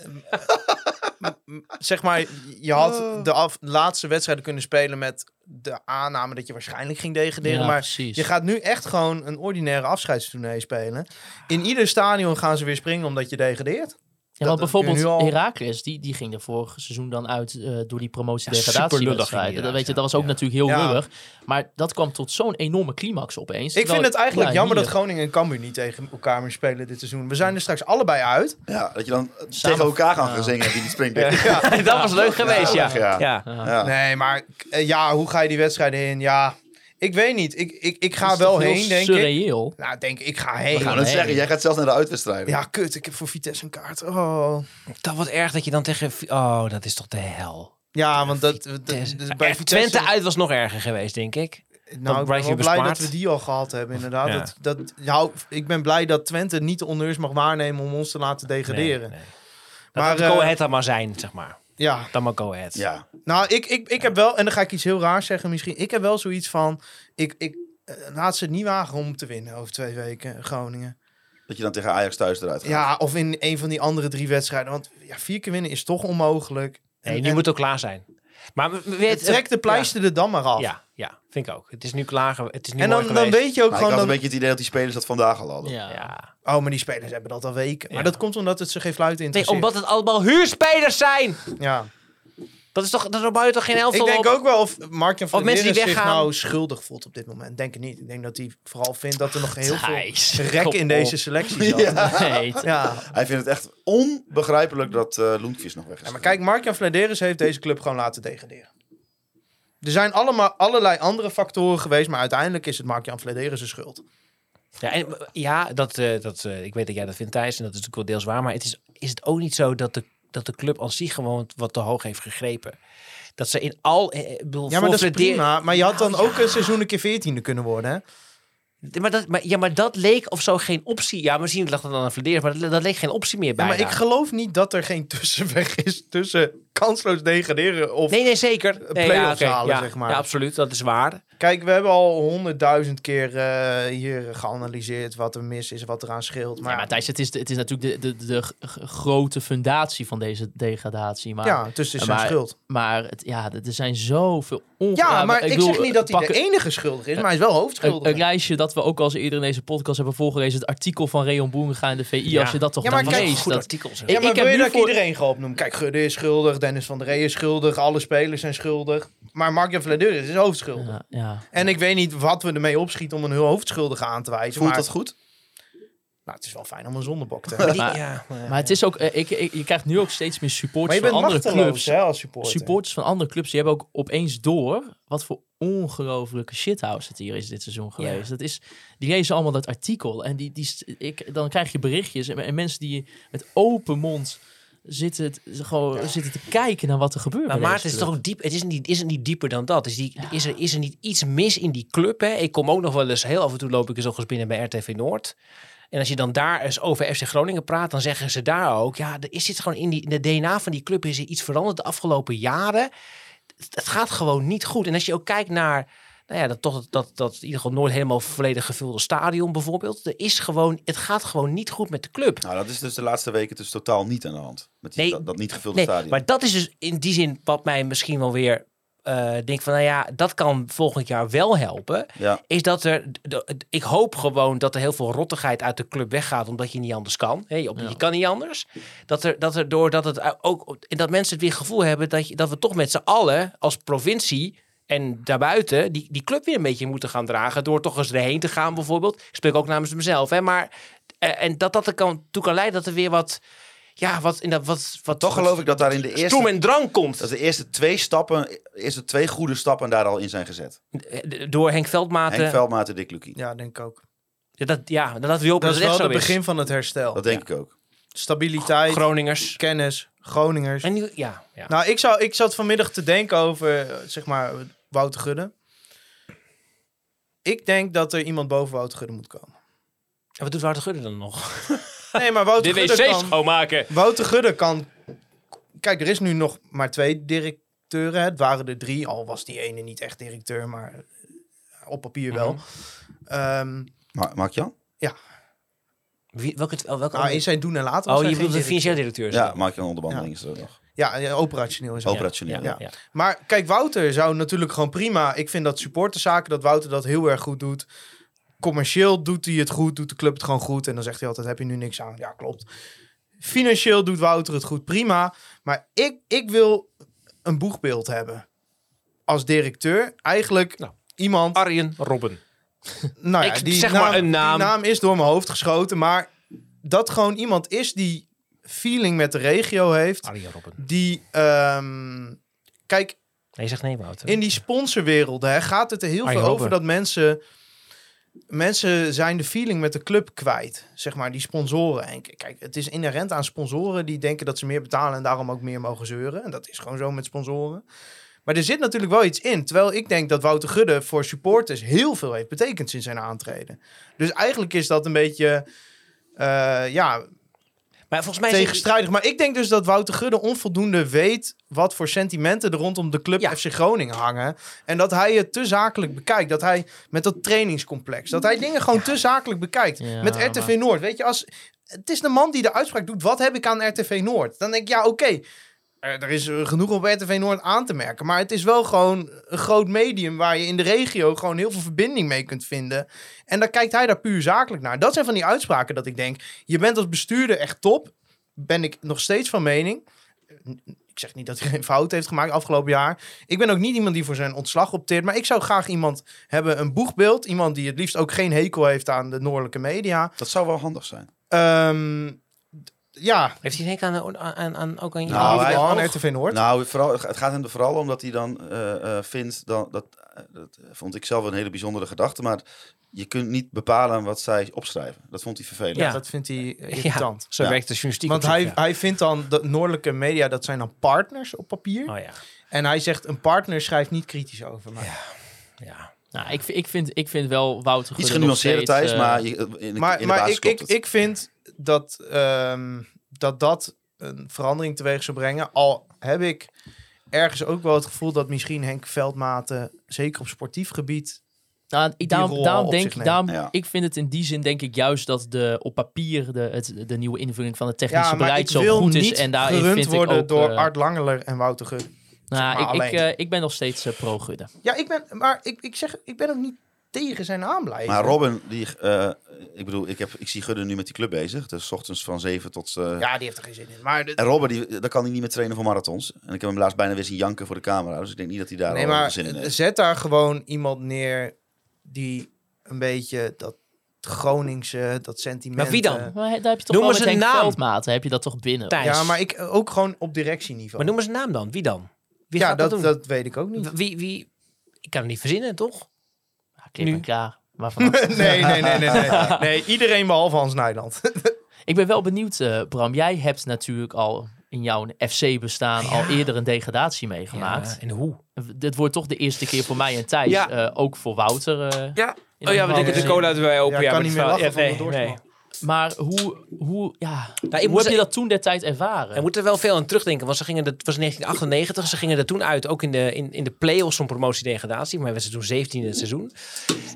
Speaker 5: m- m- zeg maar, je
Speaker 7: Oh.
Speaker 5: had de af- laatste wedstrijden kunnen spelen met de aanname dat je waarschijnlijk ging degraderen.
Speaker 4: Ja,
Speaker 5: maar
Speaker 4: precies.
Speaker 5: je gaat nu echt gewoon een ordinaire afscheidstournee spelen. In ieder stadion gaan ze weer springen omdat je degradeert.
Speaker 4: Ja,
Speaker 5: Dat-
Speaker 4: want
Speaker 5: dat kun je
Speaker 4: bijvoorbeeld
Speaker 5: nu al-
Speaker 4: Heracles, die, die ging er vorig seizoen dan uit eh, door
Speaker 7: superlullig ging
Speaker 4: die
Speaker 7: die
Speaker 4: promotie-degradatiewedstrijden. dat,
Speaker 7: eruit,
Speaker 4: weet je,
Speaker 7: ja.
Speaker 4: dat was ook
Speaker 7: Ja.
Speaker 4: natuurlijk heel
Speaker 5: Ja.
Speaker 4: lullig. Maar dat kwam tot zo'n enorme climax opeens.
Speaker 5: Ik
Speaker 4: terwijl
Speaker 5: vind het eigenlijk
Speaker 4: ja,
Speaker 5: jammer dat
Speaker 4: hier-
Speaker 5: Groningen en Cambuur niet tegen elkaar meer spelen dit seizoen. We zijn er straks allebei uit.
Speaker 6: Ja, dat je dan tegen elkaar gaan gaan zingen wie die springt. Ja.
Speaker 7: Dat was leuk geweest, ja.
Speaker 6: Ja.
Speaker 7: ja.
Speaker 6: Ja.
Speaker 5: Nee, maar eh, ja, hoe ga je die wedstrijden in? Ja, Ik weet niet. Ik, ik, ik ga
Speaker 4: Dat is
Speaker 5: wel
Speaker 4: toch heel
Speaker 5: heen, denk ik.
Speaker 4: surreëel.
Speaker 5: Nou, ik denk ik ga
Speaker 6: Ik wou
Speaker 5: heen.
Speaker 6: net
Speaker 4: nee.
Speaker 6: Nou, zeggen, jij gaat zelfs naar de uitwedstrijden.
Speaker 5: Ja, kut. Ik heb voor Vitesse een kaart. Oh.
Speaker 7: Dat wordt erg dat je dan tegen... Vi- Oh, dat is toch de hel.
Speaker 5: Ja, want dat, dat-
Speaker 7: Vitesse.
Speaker 5: dat- bij
Speaker 4: Eh,
Speaker 7: Bij
Speaker 5: Vitesse...
Speaker 7: Twente uit was nog erger geweest, denk ik.
Speaker 5: Nou, ik ben
Speaker 7: blijf je
Speaker 5: wel blij dat
Speaker 7: bespaard.
Speaker 5: we die al gehad hebben, inderdaad.
Speaker 7: Ja.
Speaker 5: Dat, dat, nou, ik ben blij dat Twente niet de honneurs mag waarnemen om ons te laten degraderen.
Speaker 7: Nee, nee. Maar
Speaker 5: Maar,
Speaker 7: Go
Speaker 5: eh,
Speaker 7: Ahead dan maar zijn, zeg maar.
Speaker 5: Ja,
Speaker 7: Dan maar Go Ahead.
Speaker 6: Ja.
Speaker 5: nou, ik, ik, ik heb wel... En dan ga ik iets heel raars zeggen misschien. Ik heb wel zoiets van... Ik, ik eh, laat ze het niet wagen om te winnen over twee weken, Groningen.
Speaker 6: Dat je dan tegen Ajax thuis eruit gaat. Nou,
Speaker 5: Ja, of in een van die andere drie wedstrijden. Want ja, vier keer winnen is toch onmogelijk.
Speaker 7: Nee, nu
Speaker 5: en-
Speaker 7: moet ook klaar zijn. Maar we- we-
Speaker 5: Het trekt de pleister er dan maar af.
Speaker 7: Ja, ja, ja, vind ik ook. Het is nu klaar. ge- Het is nu
Speaker 5: En dan, dan weet je ook
Speaker 6: Maar
Speaker 5: gewoon...
Speaker 6: ik had een
Speaker 5: Dan,
Speaker 6: beetje het idee dat die spelers dat vandaag al hadden.
Speaker 4: Ja.
Speaker 7: Ja.
Speaker 5: Oh, maar die spelers hebben dat al weken. Maar
Speaker 7: Ja.
Speaker 5: dat komt omdat het ze geen fluit
Speaker 7: Nee,
Speaker 5: interesseert.
Speaker 7: omdat het allemaal huurspelers zijn.
Speaker 5: Ja.
Speaker 7: Dat is toch, dat bouw je toch geen elftal
Speaker 5: Ik denk
Speaker 7: op?
Speaker 5: ook wel of Mark en Van
Speaker 7: mensen die
Speaker 5: zich
Speaker 7: weggaan.
Speaker 5: nou schuldig voelt op dit moment. Ik Denk het niet. Ik denk dat hij vooral vindt dat er nog heel
Speaker 4: Thijs,
Speaker 5: veel rek
Speaker 4: kom
Speaker 5: in deze
Speaker 4: op.
Speaker 5: selectie zat. Ja.
Speaker 4: Nee, het-
Speaker 6: Hij vindt het echt onbegrijpelijk dat eh Loentjes nog weg is.
Speaker 5: Ja, maar kijk, Mark en Vladeris heeft deze club gewoon laten degraderen. Er zijn allemaal allerlei andere factoren geweest, maar uiteindelijk is het Mark-Jan Vladeris zijn schuld.
Speaker 7: Ja, en, ja dat, eh, dat, eh, ik weet dat jij dat vindt, Thijs. En dat is natuurlijk wel deels waar. Maar het is, is het ook niet zo dat de, dat de club aan zich gewoon wat te hoog heeft gegrepen? Dat ze in al... eh, eh, bedoel,
Speaker 5: Ja, maar dat is
Speaker 7: voorfladeer-
Speaker 5: prima. Maar je had dan
Speaker 7: Nou, ja.
Speaker 5: ook een seizoen een keer veertiende kunnen worden, hè?
Speaker 7: Maar dat, maar, ja, maar dat leek of zo geen optie. Ja, misschien lag dat dan aan Vladeris, maar dat, dat leek geen optie meer
Speaker 5: Ja,
Speaker 7: bij.
Speaker 5: maar ik geloof niet dat er geen tussenweg is tussen kansloos degraderen of...
Speaker 7: Nee, nee, zeker. Nee, ja,
Speaker 5: Play-offs
Speaker 7: oké,
Speaker 5: halen,
Speaker 7: ja.
Speaker 5: zeg maar.
Speaker 7: Ja, absoluut. Dat is waar.
Speaker 5: Kijk, we hebben al honderdduizend keer eh, hier geanalyseerd wat er mis is, wat eraan scheelt. Maar,
Speaker 4: Ja, maar Thijs, het is, de- het is natuurlijk de, de, de g- g- grote fundatie van deze degradatie. Maar,
Speaker 5: ja, dus het is
Speaker 4: maar-
Speaker 5: zijn schuld.
Speaker 4: maar het, ja, er er zijn zoveel ongelukken.
Speaker 5: Ja, maar ik, zeg niet dat hij
Speaker 4: pak
Speaker 5: de enige schuldig is, maar hij is wel
Speaker 4: een,
Speaker 5: hoofdschuldig.
Speaker 4: een lijstje dat we ook al eens eerder in deze podcast hebben voorgelezen. Het artikel van Reon Boerenga in de VI.
Speaker 7: Ja.
Speaker 4: Als je dat toch
Speaker 5: Ja, maar
Speaker 4: dan
Speaker 5: kijk,
Speaker 4: leest.
Speaker 7: Goed
Speaker 4: Dat,
Speaker 7: artikel, zeg.
Speaker 5: ja, maar
Speaker 4: ik heb
Speaker 5: wil je
Speaker 4: nu
Speaker 5: dat ik
Speaker 4: voor-
Speaker 5: iedereen ga opnoemen? Kijk, Gudde is schuldig, Dennis van der Rey is schuldig, alle spelers zijn schuldig. Maar Mark-Jan Vladeris is hoofdschuldig.
Speaker 4: ja, ja.
Speaker 5: En ik weet niet wat we ermee opschieten om een hoofdschuldige aan te wijzen.
Speaker 6: Voelt
Speaker 5: maar
Speaker 6: dat goed?
Speaker 5: nou, het is wel fijn om een zondebok te hebben.
Speaker 7: Die-
Speaker 4: maar-
Speaker 7: ja, maar-
Speaker 4: Maar het is ook, eh, ik, ik- je krijgt nu ook steeds meer
Speaker 5: maar
Speaker 4: supporters
Speaker 5: je
Speaker 4: van
Speaker 5: bent
Speaker 4: andere
Speaker 5: machteloos
Speaker 4: clubs.
Speaker 5: hè, als supporter.
Speaker 4: Supporters van andere clubs, die hebben ook opeens door wat voor ongelofelijke shithouse het hier is dit seizoen geweest. Dat is, die lezen allemaal dat artikel en die, die, st- ik, dan krijg je berichtjes en, en mensen die met open mond zitten, t- gewoon, zitten te kijken naar wat er gebeurt.
Speaker 7: Maar
Speaker 4: bij
Speaker 7: Maarten, het
Speaker 4: deze
Speaker 7: is toch ook diep. Het is niet, is het niet dieper dan dat. Is, die, is, er, is er niet iets mis in die club? Hè? Ik kom ook nog wel eens heel af en toe loop ik eens nog eens binnen bij RTV Noord. En als je dan daar eens over FC Groningen praat, dan zeggen ze daar ook: ja, er is dit gewoon in, die, in de DNA van die club is er iets veranderd de afgelopen jaren. Het, het gaat gewoon niet goed. En als je ook kijkt naar. Nou ja, dat, toch, dat, dat, dat in ieder geval nooit helemaal volledig gevulde stadion bijvoorbeeld. Er is gewoon, het gaat gewoon niet goed met de club.
Speaker 6: Nou, dat is dus de laatste weken dus totaal niet aan de hand. Met die,
Speaker 7: Nee.
Speaker 6: dat, dat niet gevulde
Speaker 7: Nee,
Speaker 6: stadion.
Speaker 7: maar dat is dus in die zin wat mij misschien wel weer eh denk van, nou ja, dat kan volgend jaar wel helpen.
Speaker 6: Ja.
Speaker 7: Is dat er, d- d- ik hoop gewoon dat er heel veel rottigheid uit de club weggaat, omdat je niet anders kan. Hè, je, op-
Speaker 4: Ja.
Speaker 7: je kan niet anders. Dat er, dat er doordat het ook, en dat mensen het weer gevoel hebben dat, je, dat we toch met z'n allen als provincie en daarbuiten die, die club weer een beetje moeten gaan dragen. Door toch eens erheen te gaan bijvoorbeeld. Ik spreek ook namens mezelf, hè, maar eh, en dat dat er kan, toe kan leiden dat er weer wat, ja, wat, in dat, wat, wat
Speaker 6: Toch geloof ik dat daar in de eerste...
Speaker 7: stoem en drang komt.
Speaker 6: Dat de eerste twee stappen, de eerste twee goede stappen daar al in zijn gezet.
Speaker 7: Eh, Door Henk Veldmaten.
Speaker 6: Henk Veldmaat en Dick Lucie.
Speaker 5: Ja, denk ik ook.
Speaker 7: Ja, dat, ja, dan laten we hopen
Speaker 5: Dat
Speaker 7: dat,
Speaker 5: is
Speaker 7: het echt
Speaker 5: wel
Speaker 7: zo
Speaker 5: het
Speaker 7: is.
Speaker 5: begin van het herstel.
Speaker 6: Dat denk ik ook.
Speaker 5: Stabiliteit,
Speaker 7: Groningers.
Speaker 5: kennis, Groningers.
Speaker 7: En nu, ja, ja.
Speaker 5: Nou, ik, zou, ik zat vanmiddag te denken over, eh, zeg maar, Wouter Gudde. Ik denk dat er iemand boven Wouter Gudde moet komen.
Speaker 7: En wat doet Wouter Gudde dan nog?
Speaker 5: Nee, maar Wouter Gudde kan...
Speaker 7: schoonmaken.
Speaker 5: Wouter Gudde kan... Kijk, er is nu nog maar twee directeuren. hè. Het waren er drie, al was die ene niet echt directeur, maar eh, op papier wel.
Speaker 7: Mhm.
Speaker 5: Ehm,
Speaker 6: Ma Mark Jan?
Speaker 7: Wie, welke, wel- welke
Speaker 5: nou, in zijn doen en laten. was
Speaker 7: oh,
Speaker 5: hij
Speaker 7: je
Speaker 5: geen
Speaker 7: bedoelt de
Speaker 5: directeur.
Speaker 7: financieel directeur.
Speaker 6: Ja, Mark Jan Onderbandeling is er nog.
Speaker 5: Ja, ja, operationeel is hij.
Speaker 6: Operationeel.
Speaker 5: Ja. Maar kijk, Wouter zou natuurlijk gewoon prima. Ik vind dat supporterszaken, dat Wouter dat heel erg goed doet. Commercieel doet hij het goed, doet de club het gewoon goed. En dan zegt hij altijd, heb je nu niks aan? Ja, klopt. Financieel doet Wouter het goed, prima. Maar ik, ik wil een boegbeeld hebben. Als directeur, eigenlijk
Speaker 7: Nou.
Speaker 5: iemand...
Speaker 7: Arjen Robben.
Speaker 5: Nou ja,
Speaker 7: Ik
Speaker 5: die
Speaker 7: zeg
Speaker 5: naam,
Speaker 7: maar een naam.
Speaker 5: Die naam is door mijn hoofd geschoten. Maar dat gewoon iemand is die
Speaker 7: Ah.
Speaker 5: feeling met de regio heeft
Speaker 7: Arjen Robben.
Speaker 5: die. ehm, kijk,
Speaker 7: Nee, zeg nee, Wouter.
Speaker 5: in die sponsorwereld hè, gaat het er heel
Speaker 7: Arjen
Speaker 5: veel over
Speaker 7: Robben.
Speaker 5: dat mensen... Mensen zijn de feeling met de club kwijt, zeg maar, die sponsoren. En k- kijk, het is inherent aan sponsoren die denken dat ze meer betalen en daarom ook meer mogen zeuren. En dat is gewoon zo met sponsoren. Maar er zit natuurlijk wel iets in. Terwijl ik denk dat Wouter Gudde voor supporters heel veel heeft betekend sinds zijn aantreden. Dus eigenlijk is dat een beetje, eh, ja,
Speaker 7: maar volgens mij is
Speaker 5: tegenstrijdig. Maar ik denk dus dat Wouter Gudde onvoldoende weet wat voor sentimenten er rondom de club
Speaker 7: Ja.
Speaker 5: FC Groningen hangen. En dat hij het te zakelijk bekijkt. Dat hij met dat trainingscomplex, dat hij dingen gewoon te zakelijk bekijkt.
Speaker 4: Ja,
Speaker 5: met RTV Noord. Weet je, als, het is de man die de uitspraak doet, wat heb ik aan RTV Noord? Dan denk ik, ja oké, eh, er is eh, genoeg op RTV Noord aan te merken. Maar het is wel gewoon een groot medium waar je in de regio gewoon heel veel verbinding mee kunt vinden. En dan kijkt hij daar puur zakelijk naar. Dat zijn van die uitspraken dat ik denk, je bent als bestuurder echt top. Ben ik nog steeds van mening. Ik zeg niet dat hij geen fout heeft gemaakt afgelopen jaar. Ik ben ook niet iemand die voor zijn ontslag opteert. Maar ik zou graag iemand hebben, een boegbeeld. Iemand die het liefst ook geen hekel heeft aan de noordelijke media.
Speaker 6: Dat zou wel handig zijn.
Speaker 5: Ehm, d- ja,
Speaker 7: Heeft hij denk aan, aan, aan, aan ook aan je
Speaker 6: Nou, hij-
Speaker 5: overal aan
Speaker 6: oog.
Speaker 5: RTV Noord.
Speaker 6: Nou, vooral, het gaat hem er vooral om dat hij dan eh, eh, vindt, dan, dat, eh, dat vond ik zelf een hele bijzondere gedachte, maar je kunt niet bepalen wat zij opschrijven. Dat vond hij vervelend.
Speaker 5: ja,
Speaker 7: ja.
Speaker 5: dat vindt hij eh,
Speaker 7: Ja,
Speaker 5: irritant.
Speaker 7: zo
Speaker 6: Ja.
Speaker 7: werkt de journalistiek.
Speaker 5: Want
Speaker 7: op zich,
Speaker 5: hij,
Speaker 7: ja.
Speaker 5: hij vindt dan dat noordelijke media, dat zijn dan partners op papier.
Speaker 7: Oh ja,
Speaker 5: En hij zegt, een partner schrijft niet kritisch over mij.
Speaker 7: ja.
Speaker 4: Nou, ik, ik, vind, ik vind wel Wouter
Speaker 6: Iets
Speaker 4: Gudde nog
Speaker 6: genuanceerder,
Speaker 4: steeds,
Speaker 6: Thijs,
Speaker 4: eh,
Speaker 6: maar je, in de, in
Speaker 5: maar
Speaker 6: de
Speaker 5: maar
Speaker 6: basis
Speaker 5: ik,
Speaker 6: klopt
Speaker 5: ik,
Speaker 6: het.
Speaker 5: ik vind dat, ehm, dat dat een verandering teweeg zou brengen. Al heb ik ergens ook wel het gevoel dat misschien Henk Veldmaten, zeker op sportief gebied...
Speaker 4: Nou, ik, daarom,
Speaker 5: rol
Speaker 4: daarom
Speaker 5: op
Speaker 4: denk
Speaker 5: zich
Speaker 4: ik,
Speaker 5: neemt.
Speaker 4: daarom,
Speaker 6: Ja.
Speaker 4: ik vind het in die zin denk ik juist dat de op papier de, het, de nieuwe invulling van het technische
Speaker 5: Ja, maar ik
Speaker 4: beleid zo
Speaker 5: wil
Speaker 4: goed is.
Speaker 5: niet
Speaker 4: en daarin
Speaker 5: gerund
Speaker 4: vind
Speaker 5: worden
Speaker 4: ik ook,
Speaker 5: door
Speaker 4: eh,
Speaker 5: Art Langeler en Wouter Gudde.
Speaker 4: nou,
Speaker 5: maar
Speaker 4: ik, ik,
Speaker 5: alleen.
Speaker 4: eh, ik ben nog steeds eh, pro-Gudde.
Speaker 5: Ja, ik ben, maar ik, ik zeg, ik ben ook niet tegen zijn aanblijven.
Speaker 6: Maar Robin, die, eh, ik bedoel, ik, heb, ik zie Gudde nu met die club bezig. Dus 's ochtends van 7 tot... eh,
Speaker 5: Ja, die heeft er geen zin in. Maar de-
Speaker 6: En Robin, die, daar kan hij niet meer trainen voor marathons. En ik heb hem laatst bijna weer zien janken voor de camera. Dus ik denk niet dat hij daar
Speaker 5: Nee,
Speaker 6: al
Speaker 5: maar
Speaker 6: zin in heeft.
Speaker 5: zet daar gewoon iemand neer die een beetje dat Groningse, dat sentiment...
Speaker 7: Maar wie dan?
Speaker 5: eh,
Speaker 4: Maar he- daar heb je toch
Speaker 7: Noem
Speaker 4: wel
Speaker 7: eens
Speaker 4: met
Speaker 7: een
Speaker 4: Henk
Speaker 7: naam.
Speaker 4: Veldmaten, heb je dat toch binnen?
Speaker 7: Thijs.
Speaker 5: Ja, maar ik eh, ook gewoon op directieniveau.
Speaker 7: Maar noem eens een naam dan. Wie dan? Wie
Speaker 5: ja,
Speaker 7: gaat
Speaker 5: dat,
Speaker 7: dat, doen?
Speaker 5: dat weet ik ook niet.
Speaker 7: Wie, wie... Ik kan het niet verzinnen, toch?
Speaker 4: Ja, Klim
Speaker 7: Nu.
Speaker 4: elkaar. Ah, Maar vanaf-
Speaker 5: nee, nee, nee, nee, nee. Nee, iedereen behalve Hans Nijland.
Speaker 4: ik ben wel benieuwd, eh, Bram. Jij hebt natuurlijk al in jouw FC-bestaan al eerder een degradatie meegemaakt.
Speaker 7: Ja, en hoe?
Speaker 4: Dit wordt toch de eerste keer voor mij en Thijs,
Speaker 8: Ja.
Speaker 4: eh, ook voor Wouter. eh,
Speaker 8: Ja.
Speaker 4: in
Speaker 8: Oh ja,
Speaker 4: een
Speaker 8: we deden de
Speaker 4: bepaalde
Speaker 8: cola erbij open.
Speaker 5: Ja,
Speaker 8: Ja,
Speaker 5: kan
Speaker 8: maar die
Speaker 5: niet meer
Speaker 8: vrouw-
Speaker 5: lachen
Speaker 8: ja,
Speaker 5: van
Speaker 8: nee,
Speaker 5: de
Speaker 8: nee.
Speaker 5: doorsmaak.
Speaker 4: zin. Maar hoe, hoe, ja,
Speaker 7: ik
Speaker 4: hoe
Speaker 7: moet
Speaker 4: heb je
Speaker 7: ze-
Speaker 4: dat toen der tijd
Speaker 7: Er
Speaker 4: ervaren?
Speaker 7: moet er wel veel aan terugdenken, want ze gingen, dat was 1998, ze gingen er toen uit, ook in de, in, in de play-offs om promotiedegradatie, maar we zijn toen 17 in het seizoen.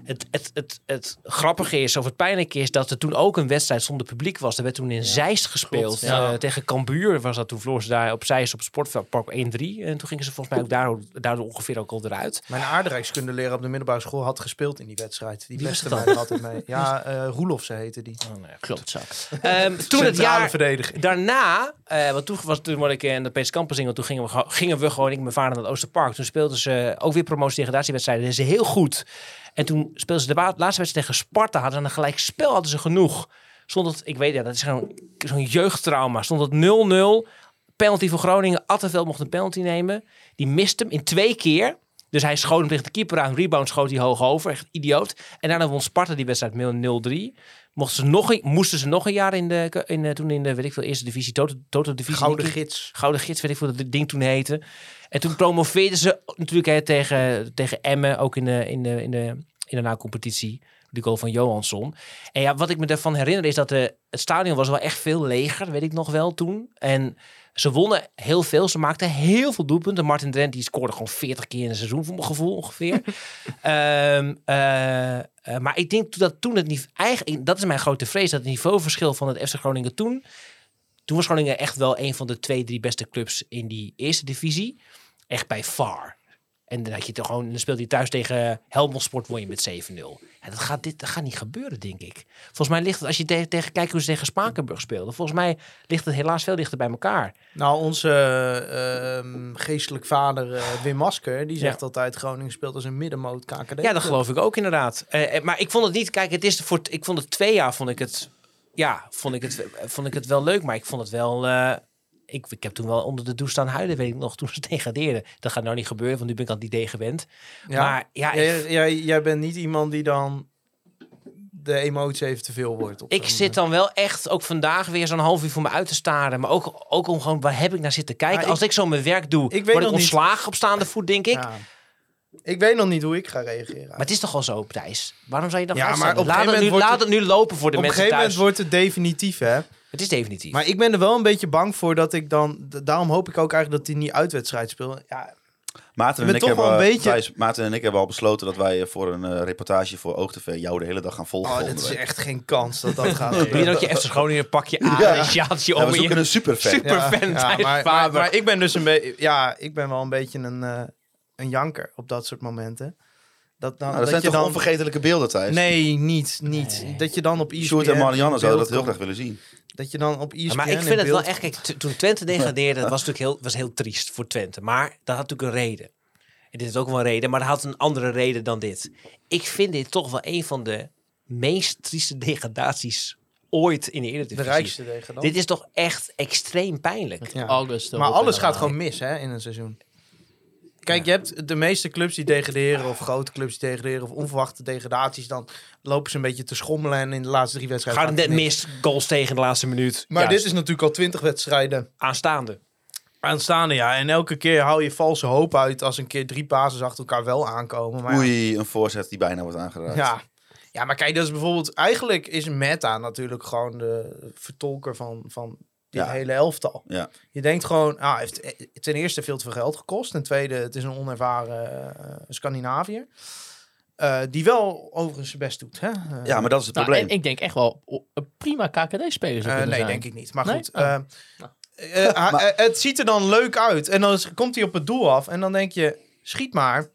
Speaker 7: Het, het, het, het grappige is, of het pijnlijke is, dat er toen ook een wedstrijd zonder publiek was. Er werd toen in Zeist gespeeld,
Speaker 4: klopt, ja.
Speaker 7: eh, tegen Cambuur was dat toen, verloren ze daar op Zeist op het sportpark 1-3. En toen gingen ze volgens mij ook daardoor, daardoor ongeveer ook al eruit.
Speaker 5: Mijn aardrijkskundeleraar op de middelbare school had gespeeld in die wedstrijd. Die
Speaker 7: was
Speaker 5: beste
Speaker 7: dat
Speaker 5: mij er altijd mee. Ja, eh Roelofse heette die.
Speaker 4: Klootzak.
Speaker 7: Ehm, toen het
Speaker 5: Centrale
Speaker 7: jaar,
Speaker 5: verdediger.
Speaker 7: Daarna, eh, want toen was toen word ik eh, in de Pees Campus want toen gingen we, gewoon- gingen we gewoon, ik en mijn vader naar het Oosterpark. Toen speelden ze eh, ook weer promotie-degradatiewedstrijden. Dat is heel goed. En toen speelden ze de wa- laatste wedstrijd tegen Sparta. Hadden ze een gelijk spel, hadden ze genoeg. Stond het, ik weet ja, dat is gewoon zo'n jeugdtrauma. Stond het 0-0. Penalty voor Groningen. Attenveld mocht een penalty nemen. Die mist hem in twee keer. Dus hij schoot hem tegen de keeper aan. Rebound schoot hij hoog over. Echt idioot. En daarna won Sparta die wedstrijd met 0-3. Mochten ze nog een, moesten ze nog een jaar in de, ke- in, eh, toen in de, weet ik veel, eerste divisie, Toto, Toto divisie.
Speaker 5: Gouden
Speaker 7: niet-
Speaker 5: gids.
Speaker 7: Gouden Gids, weet ik veel dat dit ding toen heette. En toen promoveerden ze natuurlijk hè, tegen, tegen Emmen, ook in de, in de, in de, in de na-competitie. Die goal van Johansson. En ja, wat ik me daarvan herinner is dat de, het stadion was wel echt veel leger, weet ik nog wel toen. En ze wonnen heel veel. Ze maakten heel veel doelpunten. Martin Drent die scoorde gewoon 40 keer in een seizoen, voor mijn gevoel ongeveer. Ehm, eh, eh, maar ik denk dat toen het niet... Eigenlijk, dat is mijn grote vrees, dat het niveauverschil van het FC Groningen toen... Toen was Groningen echt wel een van de twee, drie beste clubs in die eerste divisie. Echt bij far. En dan, had je toch gewoon, dan speelde je thuis tegen Helmond Sport, won je met 7-0. Ja, dat, gaat dit, dat gaat niet gebeuren, denk ik. Volgens mij ligt het, als je te- tegen, kijkt hoe ze tegen Spakenburg speelden. Volgens mij ligt het helaas veel dichter bij elkaar.
Speaker 5: Nou, onze eh, ehm, geestelijk vader eh, Wim Masker, die zegt altijd Groningen speelt als een middenmoot KKD.
Speaker 7: Ja, dat geloof ik ook inderdaad. Eh, eh, maar ik vond het niet. Kijk, het is voor, ik vond het twee jaar vond ik het. Ja, vond ik het, vond ik het wel leuk, maar ik vond het wel. eh, ik, ik heb toen wel onder de douche staan huilen, weet ik nog, toen ze degradeerden. Dat gaat nou niet gebeuren, want nu ben ik aan die idee gewend.
Speaker 5: Ja.
Speaker 7: Maar ja, ik,
Speaker 5: Jij, jij, jij bent niet iemand die dan de emotie even te veel wordt. op
Speaker 7: ik
Speaker 5: zo'n-
Speaker 7: zit dan wel echt ook vandaag weer zo'n half uur voor me uit te staren. Maar ook, ook om gewoon, waar heb ik naar zitten kijken?
Speaker 5: Maar ik-
Speaker 7: Als ik zo mijn werk doe,
Speaker 5: weet
Speaker 7: word ik
Speaker 5: nog niet-
Speaker 7: ontslagen op staande voet, denk ik.
Speaker 5: Ja. Ik weet nog niet hoe ik ga reageren.
Speaker 7: Maar het is toch al zo, Thijs? Waarom zou je dat
Speaker 5: Ja, maar
Speaker 7: vaststellen?
Speaker 5: op een
Speaker 7: laat, het
Speaker 5: gegeven
Speaker 7: nu,
Speaker 5: moment
Speaker 7: laat het nu lopen voor de
Speaker 5: op een
Speaker 7: mensen
Speaker 5: gegeven
Speaker 7: thuis.
Speaker 5: moment wordt het definitief, hè?
Speaker 7: Het is definitief.
Speaker 5: Maar ik ben er wel een beetje bang voor dat ik dan. d- Daarom hoop ik ook eigenlijk dat hij niet uitwedstrijd speelt. Ja, oh,
Speaker 6: Maarten
Speaker 5: Je
Speaker 6: en,
Speaker 5: bent
Speaker 6: ik
Speaker 5: toch
Speaker 6: hebben,
Speaker 5: wel een beetje-
Speaker 6: Thijs, Maarten en ik hebben al besloten dat wij eh, voor een eh, reportage voor OogTV jou de hele dag gaan volgen.
Speaker 5: oh, dat
Speaker 6: volgende
Speaker 5: is
Speaker 6: week.
Speaker 5: echt geen kans dat dat gaat.
Speaker 7: Doe je
Speaker 5: gebeuren.
Speaker 7: dat je FC Groningen pakje aan,
Speaker 6: Ja.
Speaker 7: een sjaaltje
Speaker 5: oh,
Speaker 6: Ja,
Speaker 7: om
Speaker 6: we
Speaker 7: en je
Speaker 6: zoeken een superfan. Nou,
Speaker 7: super fan Thijs
Speaker 5: maar, maar,
Speaker 7: Faber.
Speaker 5: maar ik ben dus een beetje. Ja, ik ben wel een beetje een, eh, een janker op dat soort momenten. Dat, dan,
Speaker 6: Nou, dat,
Speaker 5: dat je
Speaker 6: zijn toch
Speaker 5: dan.
Speaker 6: onvergetelijke beelden, Thijs?
Speaker 5: Nee, niet, niet. Dat je dan op E ESPN...
Speaker 6: Sjoerd en Marianne
Speaker 5: in
Speaker 6: zouden
Speaker 5: beeld
Speaker 6: dat heel
Speaker 5: komt.
Speaker 6: graag willen zien.
Speaker 5: Dat je dan op E ESPN...
Speaker 7: maar ik
Speaker 5: in
Speaker 7: vind het wel
Speaker 5: beeld
Speaker 7: echt, kijk, t- toen Twente degradeerde, dat was natuurlijk heel, was heel triest voor Twente. Maar dat had natuurlijk een reden. En dit is ook wel een reden, maar dat had een andere reden dan dit. Ik vind dit toch wel een van de meest trieste degradaties ooit in de
Speaker 5: De
Speaker 7: Eredivisie.
Speaker 5: rijkste degradant.
Speaker 7: Dit is toch echt extreem pijnlijk.
Speaker 5: Ja.
Speaker 4: August erop
Speaker 5: Maar alles
Speaker 4: en
Speaker 5: gaat
Speaker 4: dan-
Speaker 5: gewoon mis hè, in een seizoen. Kijk, je hebt de meeste clubs die degraderen, of grote clubs die degraderen, of onverwachte degradaties. Dan lopen ze een beetje te schommelen en in de laatste drie wedstrijden.
Speaker 7: Gaat hem net
Speaker 5: het
Speaker 7: mis, goals tegen de laatste minuut.
Speaker 5: Maar
Speaker 7: Ja,
Speaker 5: dit is natuurlijk al twintig wedstrijden
Speaker 7: aanstaande.
Speaker 5: aanstaande, ja. En elke keer hou je valse hoop uit als een keer drie bases achter elkaar wel aankomen. Maar ja,
Speaker 6: Oei, een voorzet die bijna wordt aangeraakt.
Speaker 5: Ja. ja, maar kijk, dat is bijvoorbeeld... Eigenlijk is Meta natuurlijk gewoon de vertolker van, van dit
Speaker 6: Ja.
Speaker 5: hele elftal.
Speaker 6: Ja.
Speaker 5: Je denkt gewoon, ah, heeft eh, ten eerste veel te veel geld gekost. En tweede, het is een onervaren eh, Scandinaviër. Eh, die wel overigens zijn best doet. Hè? Eh,
Speaker 6: Ja, maar dat is het
Speaker 4: Nou,
Speaker 6: probleem.
Speaker 4: en ik denk echt wel o- een prima KKD-speler zou
Speaker 5: eh,
Speaker 4: kunnen
Speaker 5: nee,
Speaker 4: zijn.
Speaker 5: denk ik niet. Maar
Speaker 4: Nee?
Speaker 5: goed.
Speaker 4: Oh.
Speaker 5: eh, eh, eh, eh, het ziet er dan leuk uit. En dan is- komt hij op het doel af. En dan denk je, schiet maar.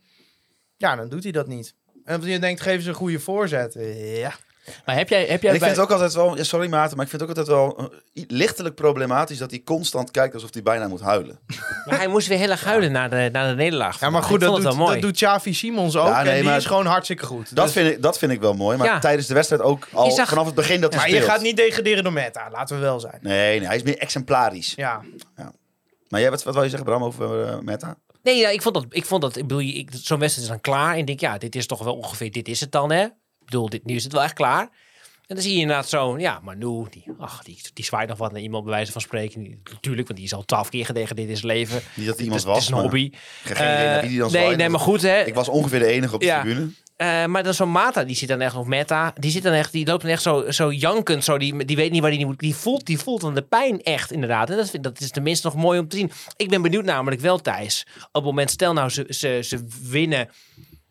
Speaker 5: Ja, dan doet hij dat niet. En je denkt, geef ze een goede voorzet. Ja.
Speaker 4: Maar heb jij, heb jij
Speaker 6: En
Speaker 4: bij-
Speaker 6: ik vind het ook altijd wel, ja, sorry Maarten, maar ik vind het ook altijd wel eh, i- lichtelijk problematisch dat hij constant kijkt alsof hij bijna moet huilen.
Speaker 7: Maar hij moest weer heel erg huilen naar de, naar de nederlaag.
Speaker 5: Ja, maar
Speaker 7: ik vond
Speaker 5: goed, dat
Speaker 7: het
Speaker 5: doet,
Speaker 7: wel mooi.
Speaker 5: dat doet Xavi Simons ook.
Speaker 6: Ja, nee,
Speaker 5: en die
Speaker 6: maar-
Speaker 5: is gewoon hartstikke goed.
Speaker 6: Dat,
Speaker 5: Dus-
Speaker 6: vind, ik, dat vind ik wel mooi, maar
Speaker 7: Ja.
Speaker 6: tijdens de wedstrijd ook al
Speaker 7: Je zag-
Speaker 6: vanaf het begin dat hij
Speaker 5: maar je
Speaker 6: speelt.
Speaker 5: gaat niet degraderen door Meta, laten we wel zijn.
Speaker 6: Nee, nee, hij is meer exemplarisch.
Speaker 5: Ja,
Speaker 6: Maar jij, wat, wat wil je zeggen, Bram, over eh, Meta?
Speaker 7: Nee, ja, ik vond dat. Ik vond dat ik bedoel, ik, zo'n wedstrijd is dan klaar. En ik denk, ja, dit is toch wel ongeveer. Dit is het dan, hè? Ik bedoel, dit, nu is het wel echt klaar. En dan zie je inderdaad zo'n. Ja, Manu, die, ach, die, die zwaait nog wat naar iemand, bij wijze van spreken. Die- Natuurlijk, want die is al twaalf keer gedegradeerd in zijn leven.
Speaker 6: Niet dat hij iemand
Speaker 7: Het is-
Speaker 6: was,
Speaker 7: Het is een
Speaker 6: maar
Speaker 7: hobby.
Speaker 6: Ik heb geen idee naar wie die dan
Speaker 7: Eh, nee,
Speaker 6: zwaaide,
Speaker 7: nee, maar
Speaker 6: want
Speaker 7: goed, hè?
Speaker 6: Ik was ongeveer de enige op de
Speaker 7: Ja.
Speaker 6: tribune. Nou,
Speaker 7: Eh, maar dan zo'n Mata, die zit dan echt, of Meta, die zit dan echt, die loopt dan echt zo, zo jankend, zo, die, die weet niet waar die niet moet. Die voelt, die voelt dan de pijn echt, inderdaad. En dat, vind- dat is tenminste nog mooi om te zien. Ik ben benieuwd namelijk wel, Thijs. Op het moment, stel nou, ze, ze, ze winnen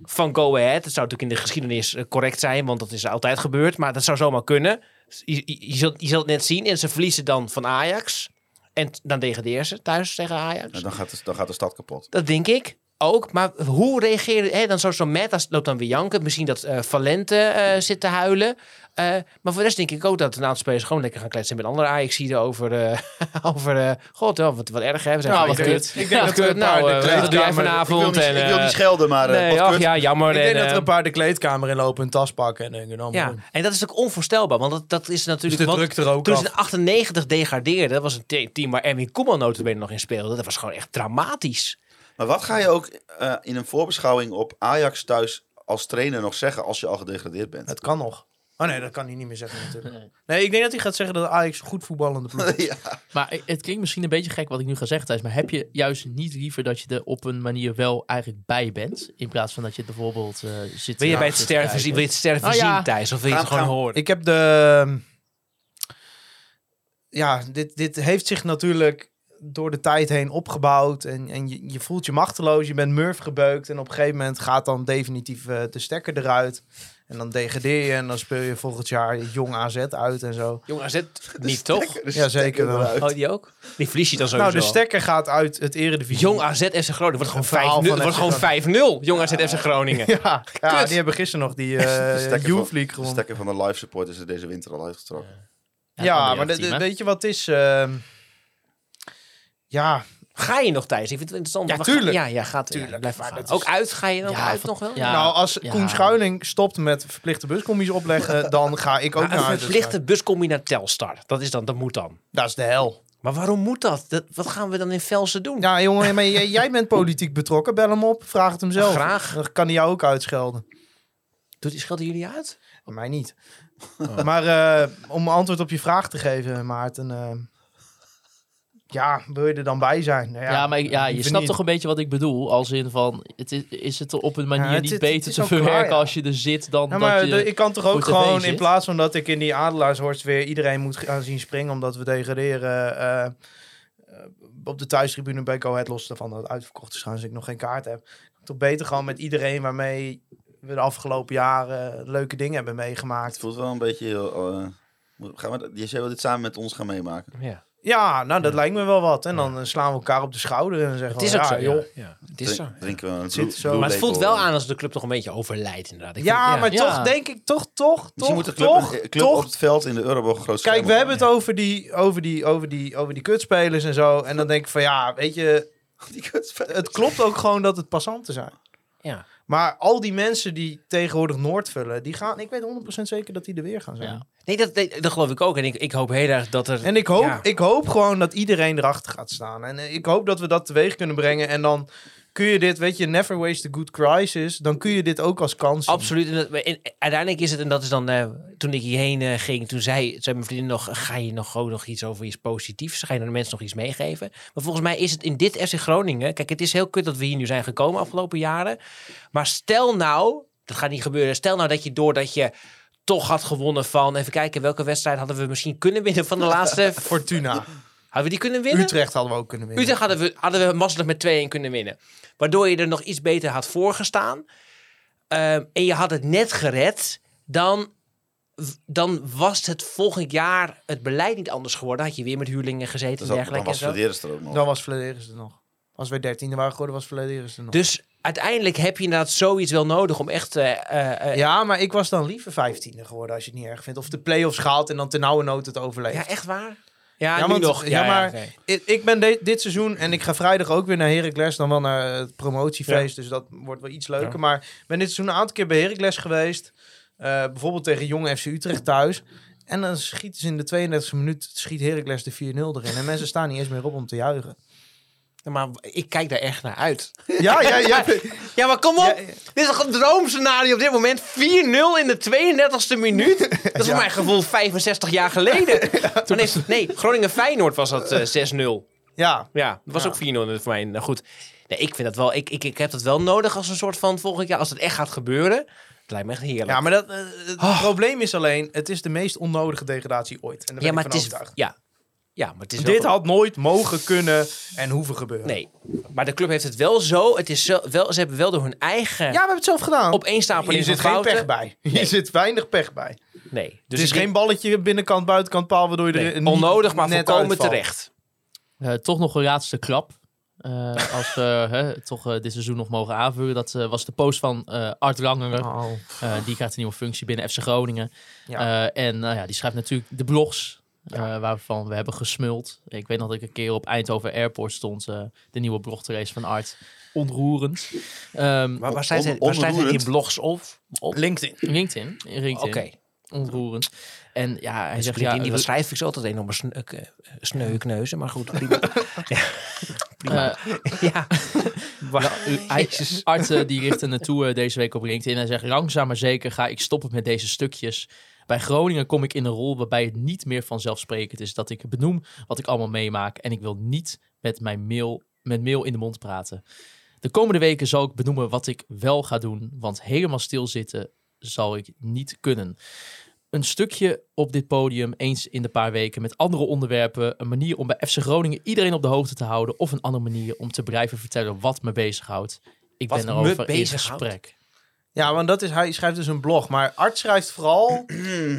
Speaker 7: van Go Ahead. Dat zou natuurlijk in de geschiedenis eh, correct zijn, want dat is altijd gebeurd. Maar dat zou zomaar kunnen. Je, je, je zult, je zult het net zien. En ze verliezen dan van Ajax. En t- dan degraderen ze thuis tegen Ajax.
Speaker 6: Ja, dan, gaat de, dan gaat de stad kapot.
Speaker 7: Dat denk ik ook. Maar hoe reageer je? Dan zo- zo'n Meta loopt dan weer janken. Misschien dat eh, Valente eh, zit te huilen. Eh, maar voor de rest denk ik ook dat een aantal spelers gewoon lekker gaan kletsen met andere Ajax-zieden over... eh, over eh, God, oh, wat, wat erg hè. We zijn
Speaker 4: Nou,
Speaker 7: gewoon
Speaker 4: wat
Speaker 7: lekker-
Speaker 4: kut.
Speaker 5: Ik denk
Speaker 7: Ja,
Speaker 5: dat er
Speaker 7: kut.
Speaker 5: een paar
Speaker 7: Nou,
Speaker 5: in de
Speaker 7: eh, wat doe jij
Speaker 5: kleedkamer-
Speaker 6: Ik wil
Speaker 7: vanavond?
Speaker 6: niet,
Speaker 7: En,
Speaker 6: ik wil
Speaker 7: eh,
Speaker 6: niet schelden, maar eh,
Speaker 7: Nee,
Speaker 6: wat
Speaker 7: ach,
Speaker 6: kut.
Speaker 7: ja, jammer.
Speaker 5: ik denk
Speaker 7: en,
Speaker 5: dat er
Speaker 7: eh,
Speaker 5: een paar de kleedkamer in lopen, een tas pakken en denken, dan
Speaker 7: ja,
Speaker 5: maar.
Speaker 7: en dat is natuurlijk onvoorstelbaar, want dat, dat is
Speaker 5: Dus
Speaker 7: natuurlijk...
Speaker 5: de
Speaker 7: want
Speaker 5: druk er ook
Speaker 7: toen
Speaker 5: af.
Speaker 7: ze in 98 degradeerden, dat was een te- team waar Erwin Koeman notabene nog in speelde. Dat was gewoon echt dramatisch.
Speaker 6: Maar wat ga je ook eh, in een voorbeschouwing op Ajax thuis als trainer nog zeggen als je al gedegradeerd bent?
Speaker 5: Het kan nog. Oh nee, dat kan hij niet meer zeggen natuurlijk. Nee, ik denk dat hij gaat zeggen dat Ajax een goed voetballende ploeg is.
Speaker 6: ja.
Speaker 4: Maar ik- het klinkt misschien een beetje gek wat ik nu ga zeggen, Thijs. Maar heb je juist niet liever dat je er op een manier wel eigenlijk bij bent? In plaats van dat je bijvoorbeeld eh, zit...
Speaker 7: Wil je
Speaker 4: nou,
Speaker 7: bij het
Speaker 4: zit
Speaker 7: sterven, dus
Speaker 4: kijken?
Speaker 7: zien- wil je het sterven
Speaker 4: Oh, ja.
Speaker 7: zien, Thijs? Of wil je het
Speaker 6: Gaan-
Speaker 7: gewoon
Speaker 6: gaan-
Speaker 7: horen?
Speaker 5: Ik heb de... ehm, Ja, dit, dit heeft zich natuurlijk door de tijd heen opgebouwd. En, en je, je voelt je machteloos, je bent murf gebeukt. En op een gegeven moment gaat dan definitief eh, de stekker eruit. En dan degradeer je en dan speel je volgend jaar jong AZ uit en zo.
Speaker 7: Jong AZ niet, toch?
Speaker 5: Ja, zeker wel.
Speaker 7: Oh, die ook? Die verlies je dan sowieso.
Speaker 5: Nou, de stekker gaat uit het eredivisie.
Speaker 7: Jong AZ FC Groningen. Wordt
Speaker 5: Een verhaal
Speaker 7: gewoon 5-0.
Speaker 5: van
Speaker 7: Wordt
Speaker 5: FC
Speaker 7: gewoon 5-0. Jong AZ FC Groningen.
Speaker 5: Ja, ja
Speaker 7: Kut.
Speaker 5: die hebben gisteren nog die
Speaker 6: De
Speaker 5: eh
Speaker 6: stekker
Speaker 5: Youth
Speaker 6: van-
Speaker 5: League
Speaker 6: De
Speaker 5: gewonnen.
Speaker 6: stekker van de live support is er deze winter al uitgetrokken.
Speaker 4: Ja,
Speaker 5: Ja,
Speaker 4: andere
Speaker 5: maar de-
Speaker 4: team,
Speaker 5: de-
Speaker 4: hè?
Speaker 5: weet je wat het is? ehm, ja,
Speaker 7: Ga je nog, Thijs? Ik vind het interessant.
Speaker 5: Ja,
Speaker 7: We gaan-
Speaker 5: tuurlijk.
Speaker 7: Ja, ja, gaat. ja,
Speaker 5: Tuurlijk,
Speaker 7: blijf
Speaker 5: maar
Speaker 7: gaan.
Speaker 5: dat is-
Speaker 7: Ook uit? Ga je dan
Speaker 4: Ja,
Speaker 7: uit
Speaker 4: van-
Speaker 7: nog wel?
Speaker 4: ja.
Speaker 5: nou als
Speaker 4: ja.
Speaker 5: Koen Schuiling stopt met verplichte buscombi's opleggen, dan ga ik ook
Speaker 7: Maar
Speaker 5: naar
Speaker 7: een
Speaker 5: huis.
Speaker 7: verplichte buscombi naar Telstar. Dat is dan, dat moet dan.
Speaker 5: Dat is de hel.
Speaker 7: Maar waarom moet dat? dat wat gaan we dan in Velsen doen?
Speaker 5: Ja, jongen, maar jij, jij bent politiek betrokken. Bel hem op, vraag het hem zelf.
Speaker 7: Graag.
Speaker 5: Dan kan hij jou ook uitschelden.
Speaker 7: Doet die schelden jullie uit?
Speaker 5: Mij niet. Maar eh, om antwoord op je vraag te geven, Maarten. eh, ja, wil je er dan bij zijn? Nou
Speaker 4: Ja, maar ik- ja, je
Speaker 5: liever
Speaker 4: snapt
Speaker 5: niet.
Speaker 4: toch een beetje wat ik bedoel? Als in van, het is, is het op een manier
Speaker 5: Ja, het
Speaker 4: niet
Speaker 5: is- het
Speaker 4: beter
Speaker 5: is
Speaker 4: te
Speaker 5: al klaar,
Speaker 4: verwerken
Speaker 5: ja.
Speaker 4: als je er zit dan
Speaker 5: Ja, maar
Speaker 4: dat je...
Speaker 5: de- ik kan toch
Speaker 4: voor
Speaker 5: ook
Speaker 4: tv
Speaker 5: gewoon, in
Speaker 4: zit?
Speaker 5: plaats van dat ik in die Adelaarshorst weer iedereen moet gaan zien springen omdat we degraderen eh, eh, op de thuistribune bij Go Ahead, los daarvan dat het uitverkocht is, gaan als ik nog geen kaart heb. Toch beter gewoon met iedereen waarmee we de afgelopen jaren leuke dingen hebben meegemaakt.
Speaker 6: Het voelt wel een beetje heel... eh, moet- gaan we, jij wil dit samen met ons gaan meemaken.
Speaker 7: Ja.
Speaker 5: Ja, nou dat lijkt me wel wat. En dan eh, slaan we elkaar op de schouder en zeggen
Speaker 7: Het is
Speaker 5: van,
Speaker 7: ook
Speaker 5: ja,
Speaker 7: zo,
Speaker 5: joh.
Speaker 7: joh. Ja. Het is zo.
Speaker 6: Drink- Drinken we een
Speaker 5: zit
Speaker 6: blue-
Speaker 5: zo.
Speaker 6: blue
Speaker 5: Maar
Speaker 7: Maar het voelt
Speaker 6: label,
Speaker 7: wel
Speaker 6: eh,
Speaker 7: aan als de club toch een beetje overlijdt inderdaad. Ik
Speaker 5: Ja,
Speaker 7: vind-
Speaker 5: maar
Speaker 4: Ja.
Speaker 5: toch denk ik, toch, toch,
Speaker 6: Misschien
Speaker 5: toch,
Speaker 6: Dus moet de club, een-
Speaker 5: toch,
Speaker 6: eh, club op
Speaker 5: toch.
Speaker 6: het veld in de Euroborg een groot
Speaker 5: Kijk,
Speaker 6: scherm
Speaker 5: we hebben
Speaker 6: maken.
Speaker 5: het over die, over, die, over, die, over die kutspelers en zo. En dan denk ik van, ja, weet je,
Speaker 6: Die kut-
Speaker 5: het klopt ook gewoon dat het passanten zijn.
Speaker 7: Ja.
Speaker 5: Maar al die mensen die tegenwoordig Noord vullen, die gaan, ik weet 100% zeker dat die er weer gaan zijn.
Speaker 4: Ja.
Speaker 7: Nee, dat, dat, dat geloof ik ook. En ik, ik hoop heel erg dat er...
Speaker 5: En ik hoop,
Speaker 7: Ja.
Speaker 5: ik hoop gewoon dat iedereen erachter gaat staan. En eh, ik hoop dat we dat teweeg kunnen brengen. En dan kun je dit, weet je, never waste a good crisis. Dan kun je dit ook als kans zien.
Speaker 7: Absoluut. En, dat- en uiteindelijk is het, en dat is dan eh, toen ik hierheen eh, ging, toen zei, zei mijn vriendin nog: ga je nog gewoon nog iets over iets positiefs? Ga je de mensen nog iets meegeven? Maar volgens mij is het in dit FC Groningen. Kijk, het is heel kut dat we hier nu zijn gekomen afgelopen jaren. Maar stel nou, dat gaat niet gebeuren. Stel nou dat je doordat je toch had gewonnen van. Even kijken welke wedstrijd hadden we misschien kunnen winnen van de laatste.
Speaker 5: Fortuna.
Speaker 7: hadden we die kunnen winnen?
Speaker 5: Utrecht hadden we ook kunnen winnen.
Speaker 7: Utrecht hadden we, hadden we makkelijk met 2-1 kunnen winnen. Waardoor je er nog iets beter had voorgestaan. Ehm, en je had het net gered. Dan, dan was het volgend jaar het beleid niet anders geworden. Had je weer met huurlingen gezeten
Speaker 6: Dus
Speaker 7: en
Speaker 6: dat, dan
Speaker 7: dergelijke.
Speaker 6: was
Speaker 7: en zo.
Speaker 6: Flederis er ook nog.
Speaker 5: Dan was Vladeris er nog. Als wij dertiende waren geworden, was Vladeris er nog.
Speaker 7: Dus uiteindelijk heb je inderdaad zoiets wel nodig om echt... eh, eh, eh, ja.
Speaker 5: ja, maar ik was dan liever vijftiende geworden, als je het niet erg vindt. Of de play-offs gehaald en dan ten nauwe nood het overleeft.
Speaker 7: echt waar? Ja,
Speaker 5: Ja,
Speaker 7: nu
Speaker 5: want-
Speaker 7: nog.
Speaker 5: ja,
Speaker 7: Ja, ja,
Speaker 5: maar-
Speaker 7: oké.
Speaker 5: Ik, ik ben de- dit seizoen en ik ga vrijdag ook weer naar Heracles. Dan wel naar het promotiefeest, dus dat wordt wel iets leuker.
Speaker 7: Ja.
Speaker 5: Maar ik ben dit seizoen een aantal keer bij Heracles geweest. Eh, bijvoorbeeld tegen jonge FC Utrecht thuis. En dan schieten ze in de 32e minuut, schiet Heracles de 4-0 erin. En mensen staan niet eens meer op om te juichen.
Speaker 7: Ja, maar ik kijk daar echt naar uit.
Speaker 5: Ja, ja, ja.
Speaker 7: Ja, maar kom op. Dit is toch een droomscenario op dit moment. 4-0 in de 32e minuut. Dat is voor mijn gevoel 65 jaar geleden. Maar nee, nee, Groningen-Feyenoord was dat eh, 6-0.
Speaker 5: Ja,
Speaker 7: Ja, dat was
Speaker 5: Ja.
Speaker 7: ook 4-0 voor mij. Nou goed, nee, ik, vind dat wel, ik, ik, ik heb dat wel nodig als een soort van volgend jaar. Als het echt gaat gebeuren. Het lijkt me echt heerlijk.
Speaker 5: ja maar dat, eh, het
Speaker 7: Ah.
Speaker 5: probleem is alleen, het is de meest onnodige degradatie ooit. En daar ben
Speaker 7: Ja, maar
Speaker 5: ik
Speaker 7: het
Speaker 5: van
Speaker 7: is...
Speaker 5: overtuigd.
Speaker 7: Ja. ja, maar het is wel
Speaker 5: Dit had nooit mogen kunnen en hoeven gebeuren.
Speaker 7: Nee, maar de club heeft het wel zo. Het is zo wel, ze hebben wel door hun eigen
Speaker 5: Ja, we hebben het zelf gedaan. Hier
Speaker 7: opeenstapeling van
Speaker 5: zit geen
Speaker 7: fouten.
Speaker 5: pech bij. Hier zit weinig pech bij.
Speaker 7: Nee, dus
Speaker 5: Dus het is geen balletje binnenkant, buitenkant paal, waardoor je er
Speaker 7: nee,
Speaker 5: niet
Speaker 7: onnodig, maar
Speaker 5: net
Speaker 7: volkomen
Speaker 5: uitvalt.
Speaker 7: terecht.
Speaker 4: Eh, toch nog een laatste klap. Eh, als we hè, toch eh, dit seizoen nog mogen aanvullen. Dat eh, was de post van eh, Art Langerer.
Speaker 5: Oh.
Speaker 7: Ah.
Speaker 4: Eh, die krijgt een nieuwe functie binnen FC Groningen.
Speaker 5: Ja.
Speaker 4: Eh, en nou ja, die schrijft natuurlijk de blogs. eh, waarvan we hebben gesmuld. Ik weet nog dat ik een keer op Eindhoven Airport stond. eh, de nieuwe blogtrace van Art. Ontroerend. Ehm,
Speaker 7: Maar waar zijn,
Speaker 6: On-
Speaker 7: ze, waar zijn ze die
Speaker 6: onroerend.
Speaker 7: blogs op? op?
Speaker 5: LinkedIn.
Speaker 4: LinkedIn. LinkedIn.
Speaker 7: Oké.
Speaker 4: Ontroerend. En ja, hij
Speaker 7: Hij
Speaker 4: zegt
Speaker 7: zegt,
Speaker 4: ja,
Speaker 7: die
Speaker 4: eh,
Speaker 7: wat schrijf ik zo altijd enorme sne eh, sneu kneuzen, maar goed. Prima.
Speaker 4: eh,
Speaker 7: ja. Nou,
Speaker 4: Ja, hij, artsen die richtte naartoe eh, deze week op LinkedIn. Hij zegt, langzaam maar zeker ga ik stoppen met deze stukjes. Bij Groningen kom ik in een rol waarbij het niet meer vanzelfsprekend is dat ik benoem wat ik allemaal meemaak. En ik wil niet met mijn mail, met mail in de mond praten. De komende weken zal ik benoemen wat ik wel ga doen, want helemaal stilzitten zal ik niet kunnen. Een stukje op dit podium eens in de paar weken met andere onderwerpen. Een manier om bij FC Groningen iedereen op de hoogte te houden. Of een andere manier om te blijven vertellen wat me bezighoudt. Ik
Speaker 7: Wat
Speaker 4: ben
Speaker 7: me
Speaker 4: erover in
Speaker 7: bezighoudt?
Speaker 4: gesprek.
Speaker 5: Ja, want dat is, hij schrijft dus een blog. Maar Art schrijft vooral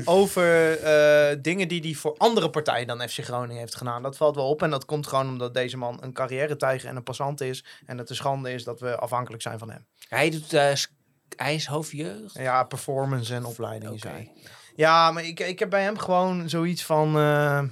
Speaker 5: over eh, dingen die hij voor andere partijen dan FC Groningen heeft gedaan. Dat valt wel op. En dat komt gewoon omdat deze man een carrière-tijger en een passant is. En het een schande is dat we afhankelijk zijn van hem.
Speaker 7: Hij doet eh, s- hij is hoofdjeugd.
Speaker 5: Ja, performance en opleiding
Speaker 7: Oké.
Speaker 5: zijn. Ja, maar ik, ik heb bij hem gewoon zoiets van. eh,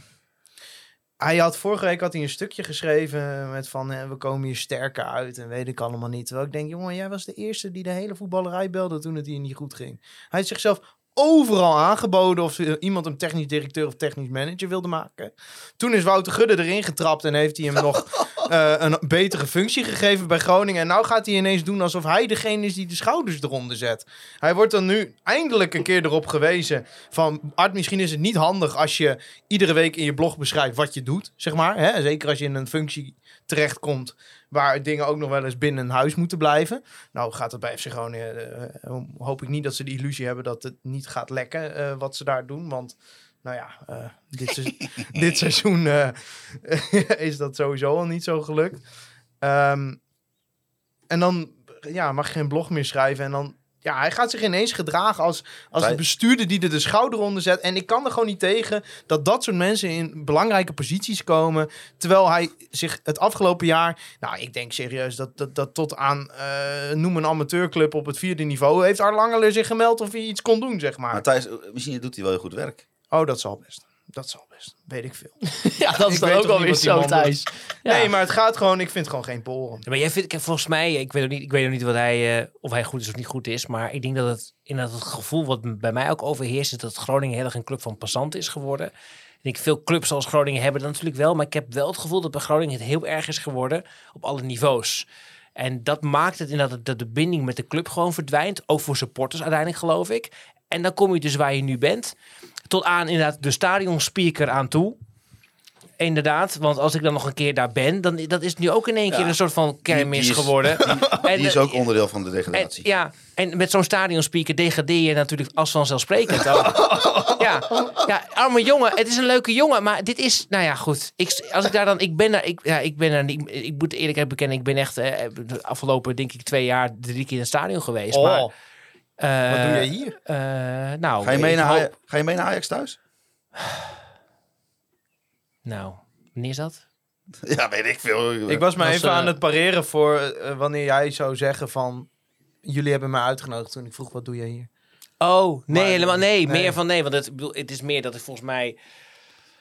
Speaker 5: hij had vorige week had hij een stukje geschreven met van eh, we komen hier sterker uit en weet ik allemaal niet. Terwijl ik denk, jongen, jij was de eerste die de hele voetballerij belde toen het hier niet goed ging. Hij heeft zichzelf overal aangeboden of ze- eh, iemand hem technisch directeur of technisch manager wilde maken. Toen is Wouter Gudde erin getrapt en heeft hij hem nog eh, een betere functie gegeven bij Groningen. En nou gaat hij ineens doen alsof hij degene is die de schouders eronder zet. Hij wordt dan nu eindelijk een keer erop gewezen van... Art, misschien is het niet handig als je iedere week in je blog beschrijft wat je doet, zeg maar. Hè? Zeker als je in een functie terechtkomt waar dingen ook nog wel eens binnen huis moeten blijven. Nou gaat het bij FC Groningen... eh, hoop ik niet dat ze de illusie hebben dat het niet gaat lekken eh, wat ze daar doen, want... Nou ja, eh, dit, se- dit seizoen eh, is dat sowieso al niet zo gelukt. Ehm, en dan ja, mag je geen blog meer schrijven. En dan, ja, hij gaat zich ineens gedragen als, als
Speaker 6: Wij-
Speaker 5: de bestuurder die er de schouder onder zet. En ik kan er gewoon niet tegen dat dat soort mensen in belangrijke posities komen. Terwijl hij zich het afgelopen jaar, nou, ik denk serieus dat, dat, dat tot aan, eh, noem een amateurclub op het vierde niveau, heeft Arlangeler zich gemeld of hij iets kon doen, zeg maar.
Speaker 6: Maar Thijs, eh, misschien doet hij wel heel goed werk.
Speaker 5: Oh, dat zal best. Dat zal best. Weet ik veel.
Speaker 4: Ja, dat is
Speaker 5: Ik
Speaker 4: dan
Speaker 5: weet
Speaker 4: ook
Speaker 5: toch niet
Speaker 4: alweer
Speaker 5: wat die
Speaker 4: zo,
Speaker 5: man doet.
Speaker 4: Thijs. Ja.
Speaker 5: Nee, maar het gaat gewoon, ik vind het gewoon geen poren.
Speaker 7: Ja, Maar jij vindt, kijk, volgens mij, eh, ik weet ook niet, ik weet ook niet wat hij, eh, of hij goed is of niet goed is, maar ik denk dat het inderdaad het gevoel wat m- bij mij ook overheerst, is dat Groningen heel erg een club van passanten is geworden. En ik veel clubs zoals Groningen hebben dat natuurlijk wel, maar ik heb wel het gevoel dat bij Groningen het heel erg is geworden op alle niveaus. En dat maakt het inderdaad dat- dat de binding met de club gewoon verdwijnt, ook voor supporters uiteindelijk geloof ik. En dan kom je dus waar je nu bent, tot aan inderdaad de stadionspeaker aan toe. Inderdaad, want als ik dan nog een keer daar ben, dan dat is nu ook in één keer een soort van kermis
Speaker 6: die is-
Speaker 7: geworden. en,
Speaker 6: Die is
Speaker 7: eh,
Speaker 6: ook onderdeel van de
Speaker 7: en,
Speaker 6: degradatie.
Speaker 7: ja, en met zo'n stadionspeaker degradeer je natuurlijk als vanzelfsprekend ook. ja, ja, arme jongen, het is een leuke jongen, maar dit is, nou ja, goed. Ik, als ik daar dan, ik ben daar, ik, ja, ik ben daar niet, ik moet eerlijk bekennen, ik ben echt eh, de afgelopen, denk ik, twee jaar drie keer in het stadion geweest.
Speaker 5: Oh,
Speaker 7: maar,
Speaker 5: wat
Speaker 7: eh,
Speaker 5: doe jij hier?
Speaker 7: eh, nou,
Speaker 6: Ga je, mee
Speaker 7: ik
Speaker 6: naar
Speaker 7: hoop-
Speaker 6: Aj- ga je mee naar Ajax thuis?
Speaker 7: Nou, wanneer is dat?
Speaker 6: Ja, weet ik veel.
Speaker 5: Ik was maar
Speaker 4: was,
Speaker 5: even
Speaker 4: eh,
Speaker 5: aan het pareren voor eh, wanneer jij zou zeggen van... Jullie hebben mij uitgenodigd toen ik vroeg, wat doe jij hier?
Speaker 7: Oh, nee,
Speaker 5: Maar-
Speaker 7: helemaal nee.
Speaker 5: nee.
Speaker 7: Meer van nee, want het, ik bedoel, het is meer dat ik volgens mij...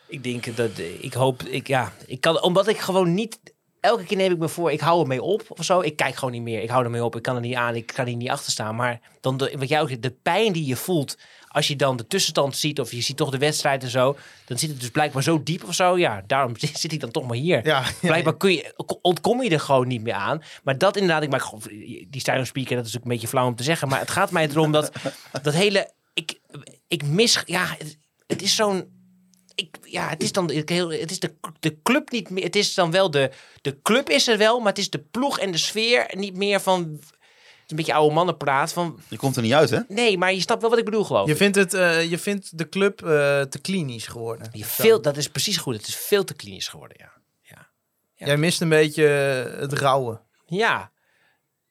Speaker 7: Ik denk dat eh, ik hoop... Ik, ja, ik kan, omdat ik gewoon niet... Elke keer neem ik me voor, ik hou ermee op of zo. Ik kijk gewoon niet meer. Ik hou ermee op. Ik kan er niet aan. Ik kan hier niet achter staan. Maar dan de, wat jij ook zegt, de pijn die je voelt als je dan de tussenstand ziet of je ziet toch de wedstrijd en zo, dan zit het dus blijkbaar zo diep of zo. Ja, daarom zit zit ik dan toch maar hier.
Speaker 5: Ja,
Speaker 7: Blijkbaar kun je, ontkom je er gewoon niet meer aan. Maar dat inderdaad, ik maak gewoon- die stijl speaker, dat is ook een beetje flauw om te zeggen. Maar het gaat mij erom dat dat hele. Ik, ik mis. Ja, het, het is zo'n. Ik, ja, het is dan de- heel, het is de, de club niet meer. Het is dan wel de. De club is er wel, maar het is de ploeg en de sfeer niet meer van. Het is een beetje oude mannenpraat van.
Speaker 6: Je komt er niet uit, hè?
Speaker 7: Nee, maar je snapt wel wat ik bedoel, geloof
Speaker 5: Je
Speaker 7: ik.
Speaker 5: vindt, het, eh, je vindt de club eh, te klinisch geworden.
Speaker 7: Je veel, dat is precies goed. Het is veel te klinisch geworden, ja. ja.
Speaker 5: Jij mist een beetje eh, het rauwe.
Speaker 7: Ja.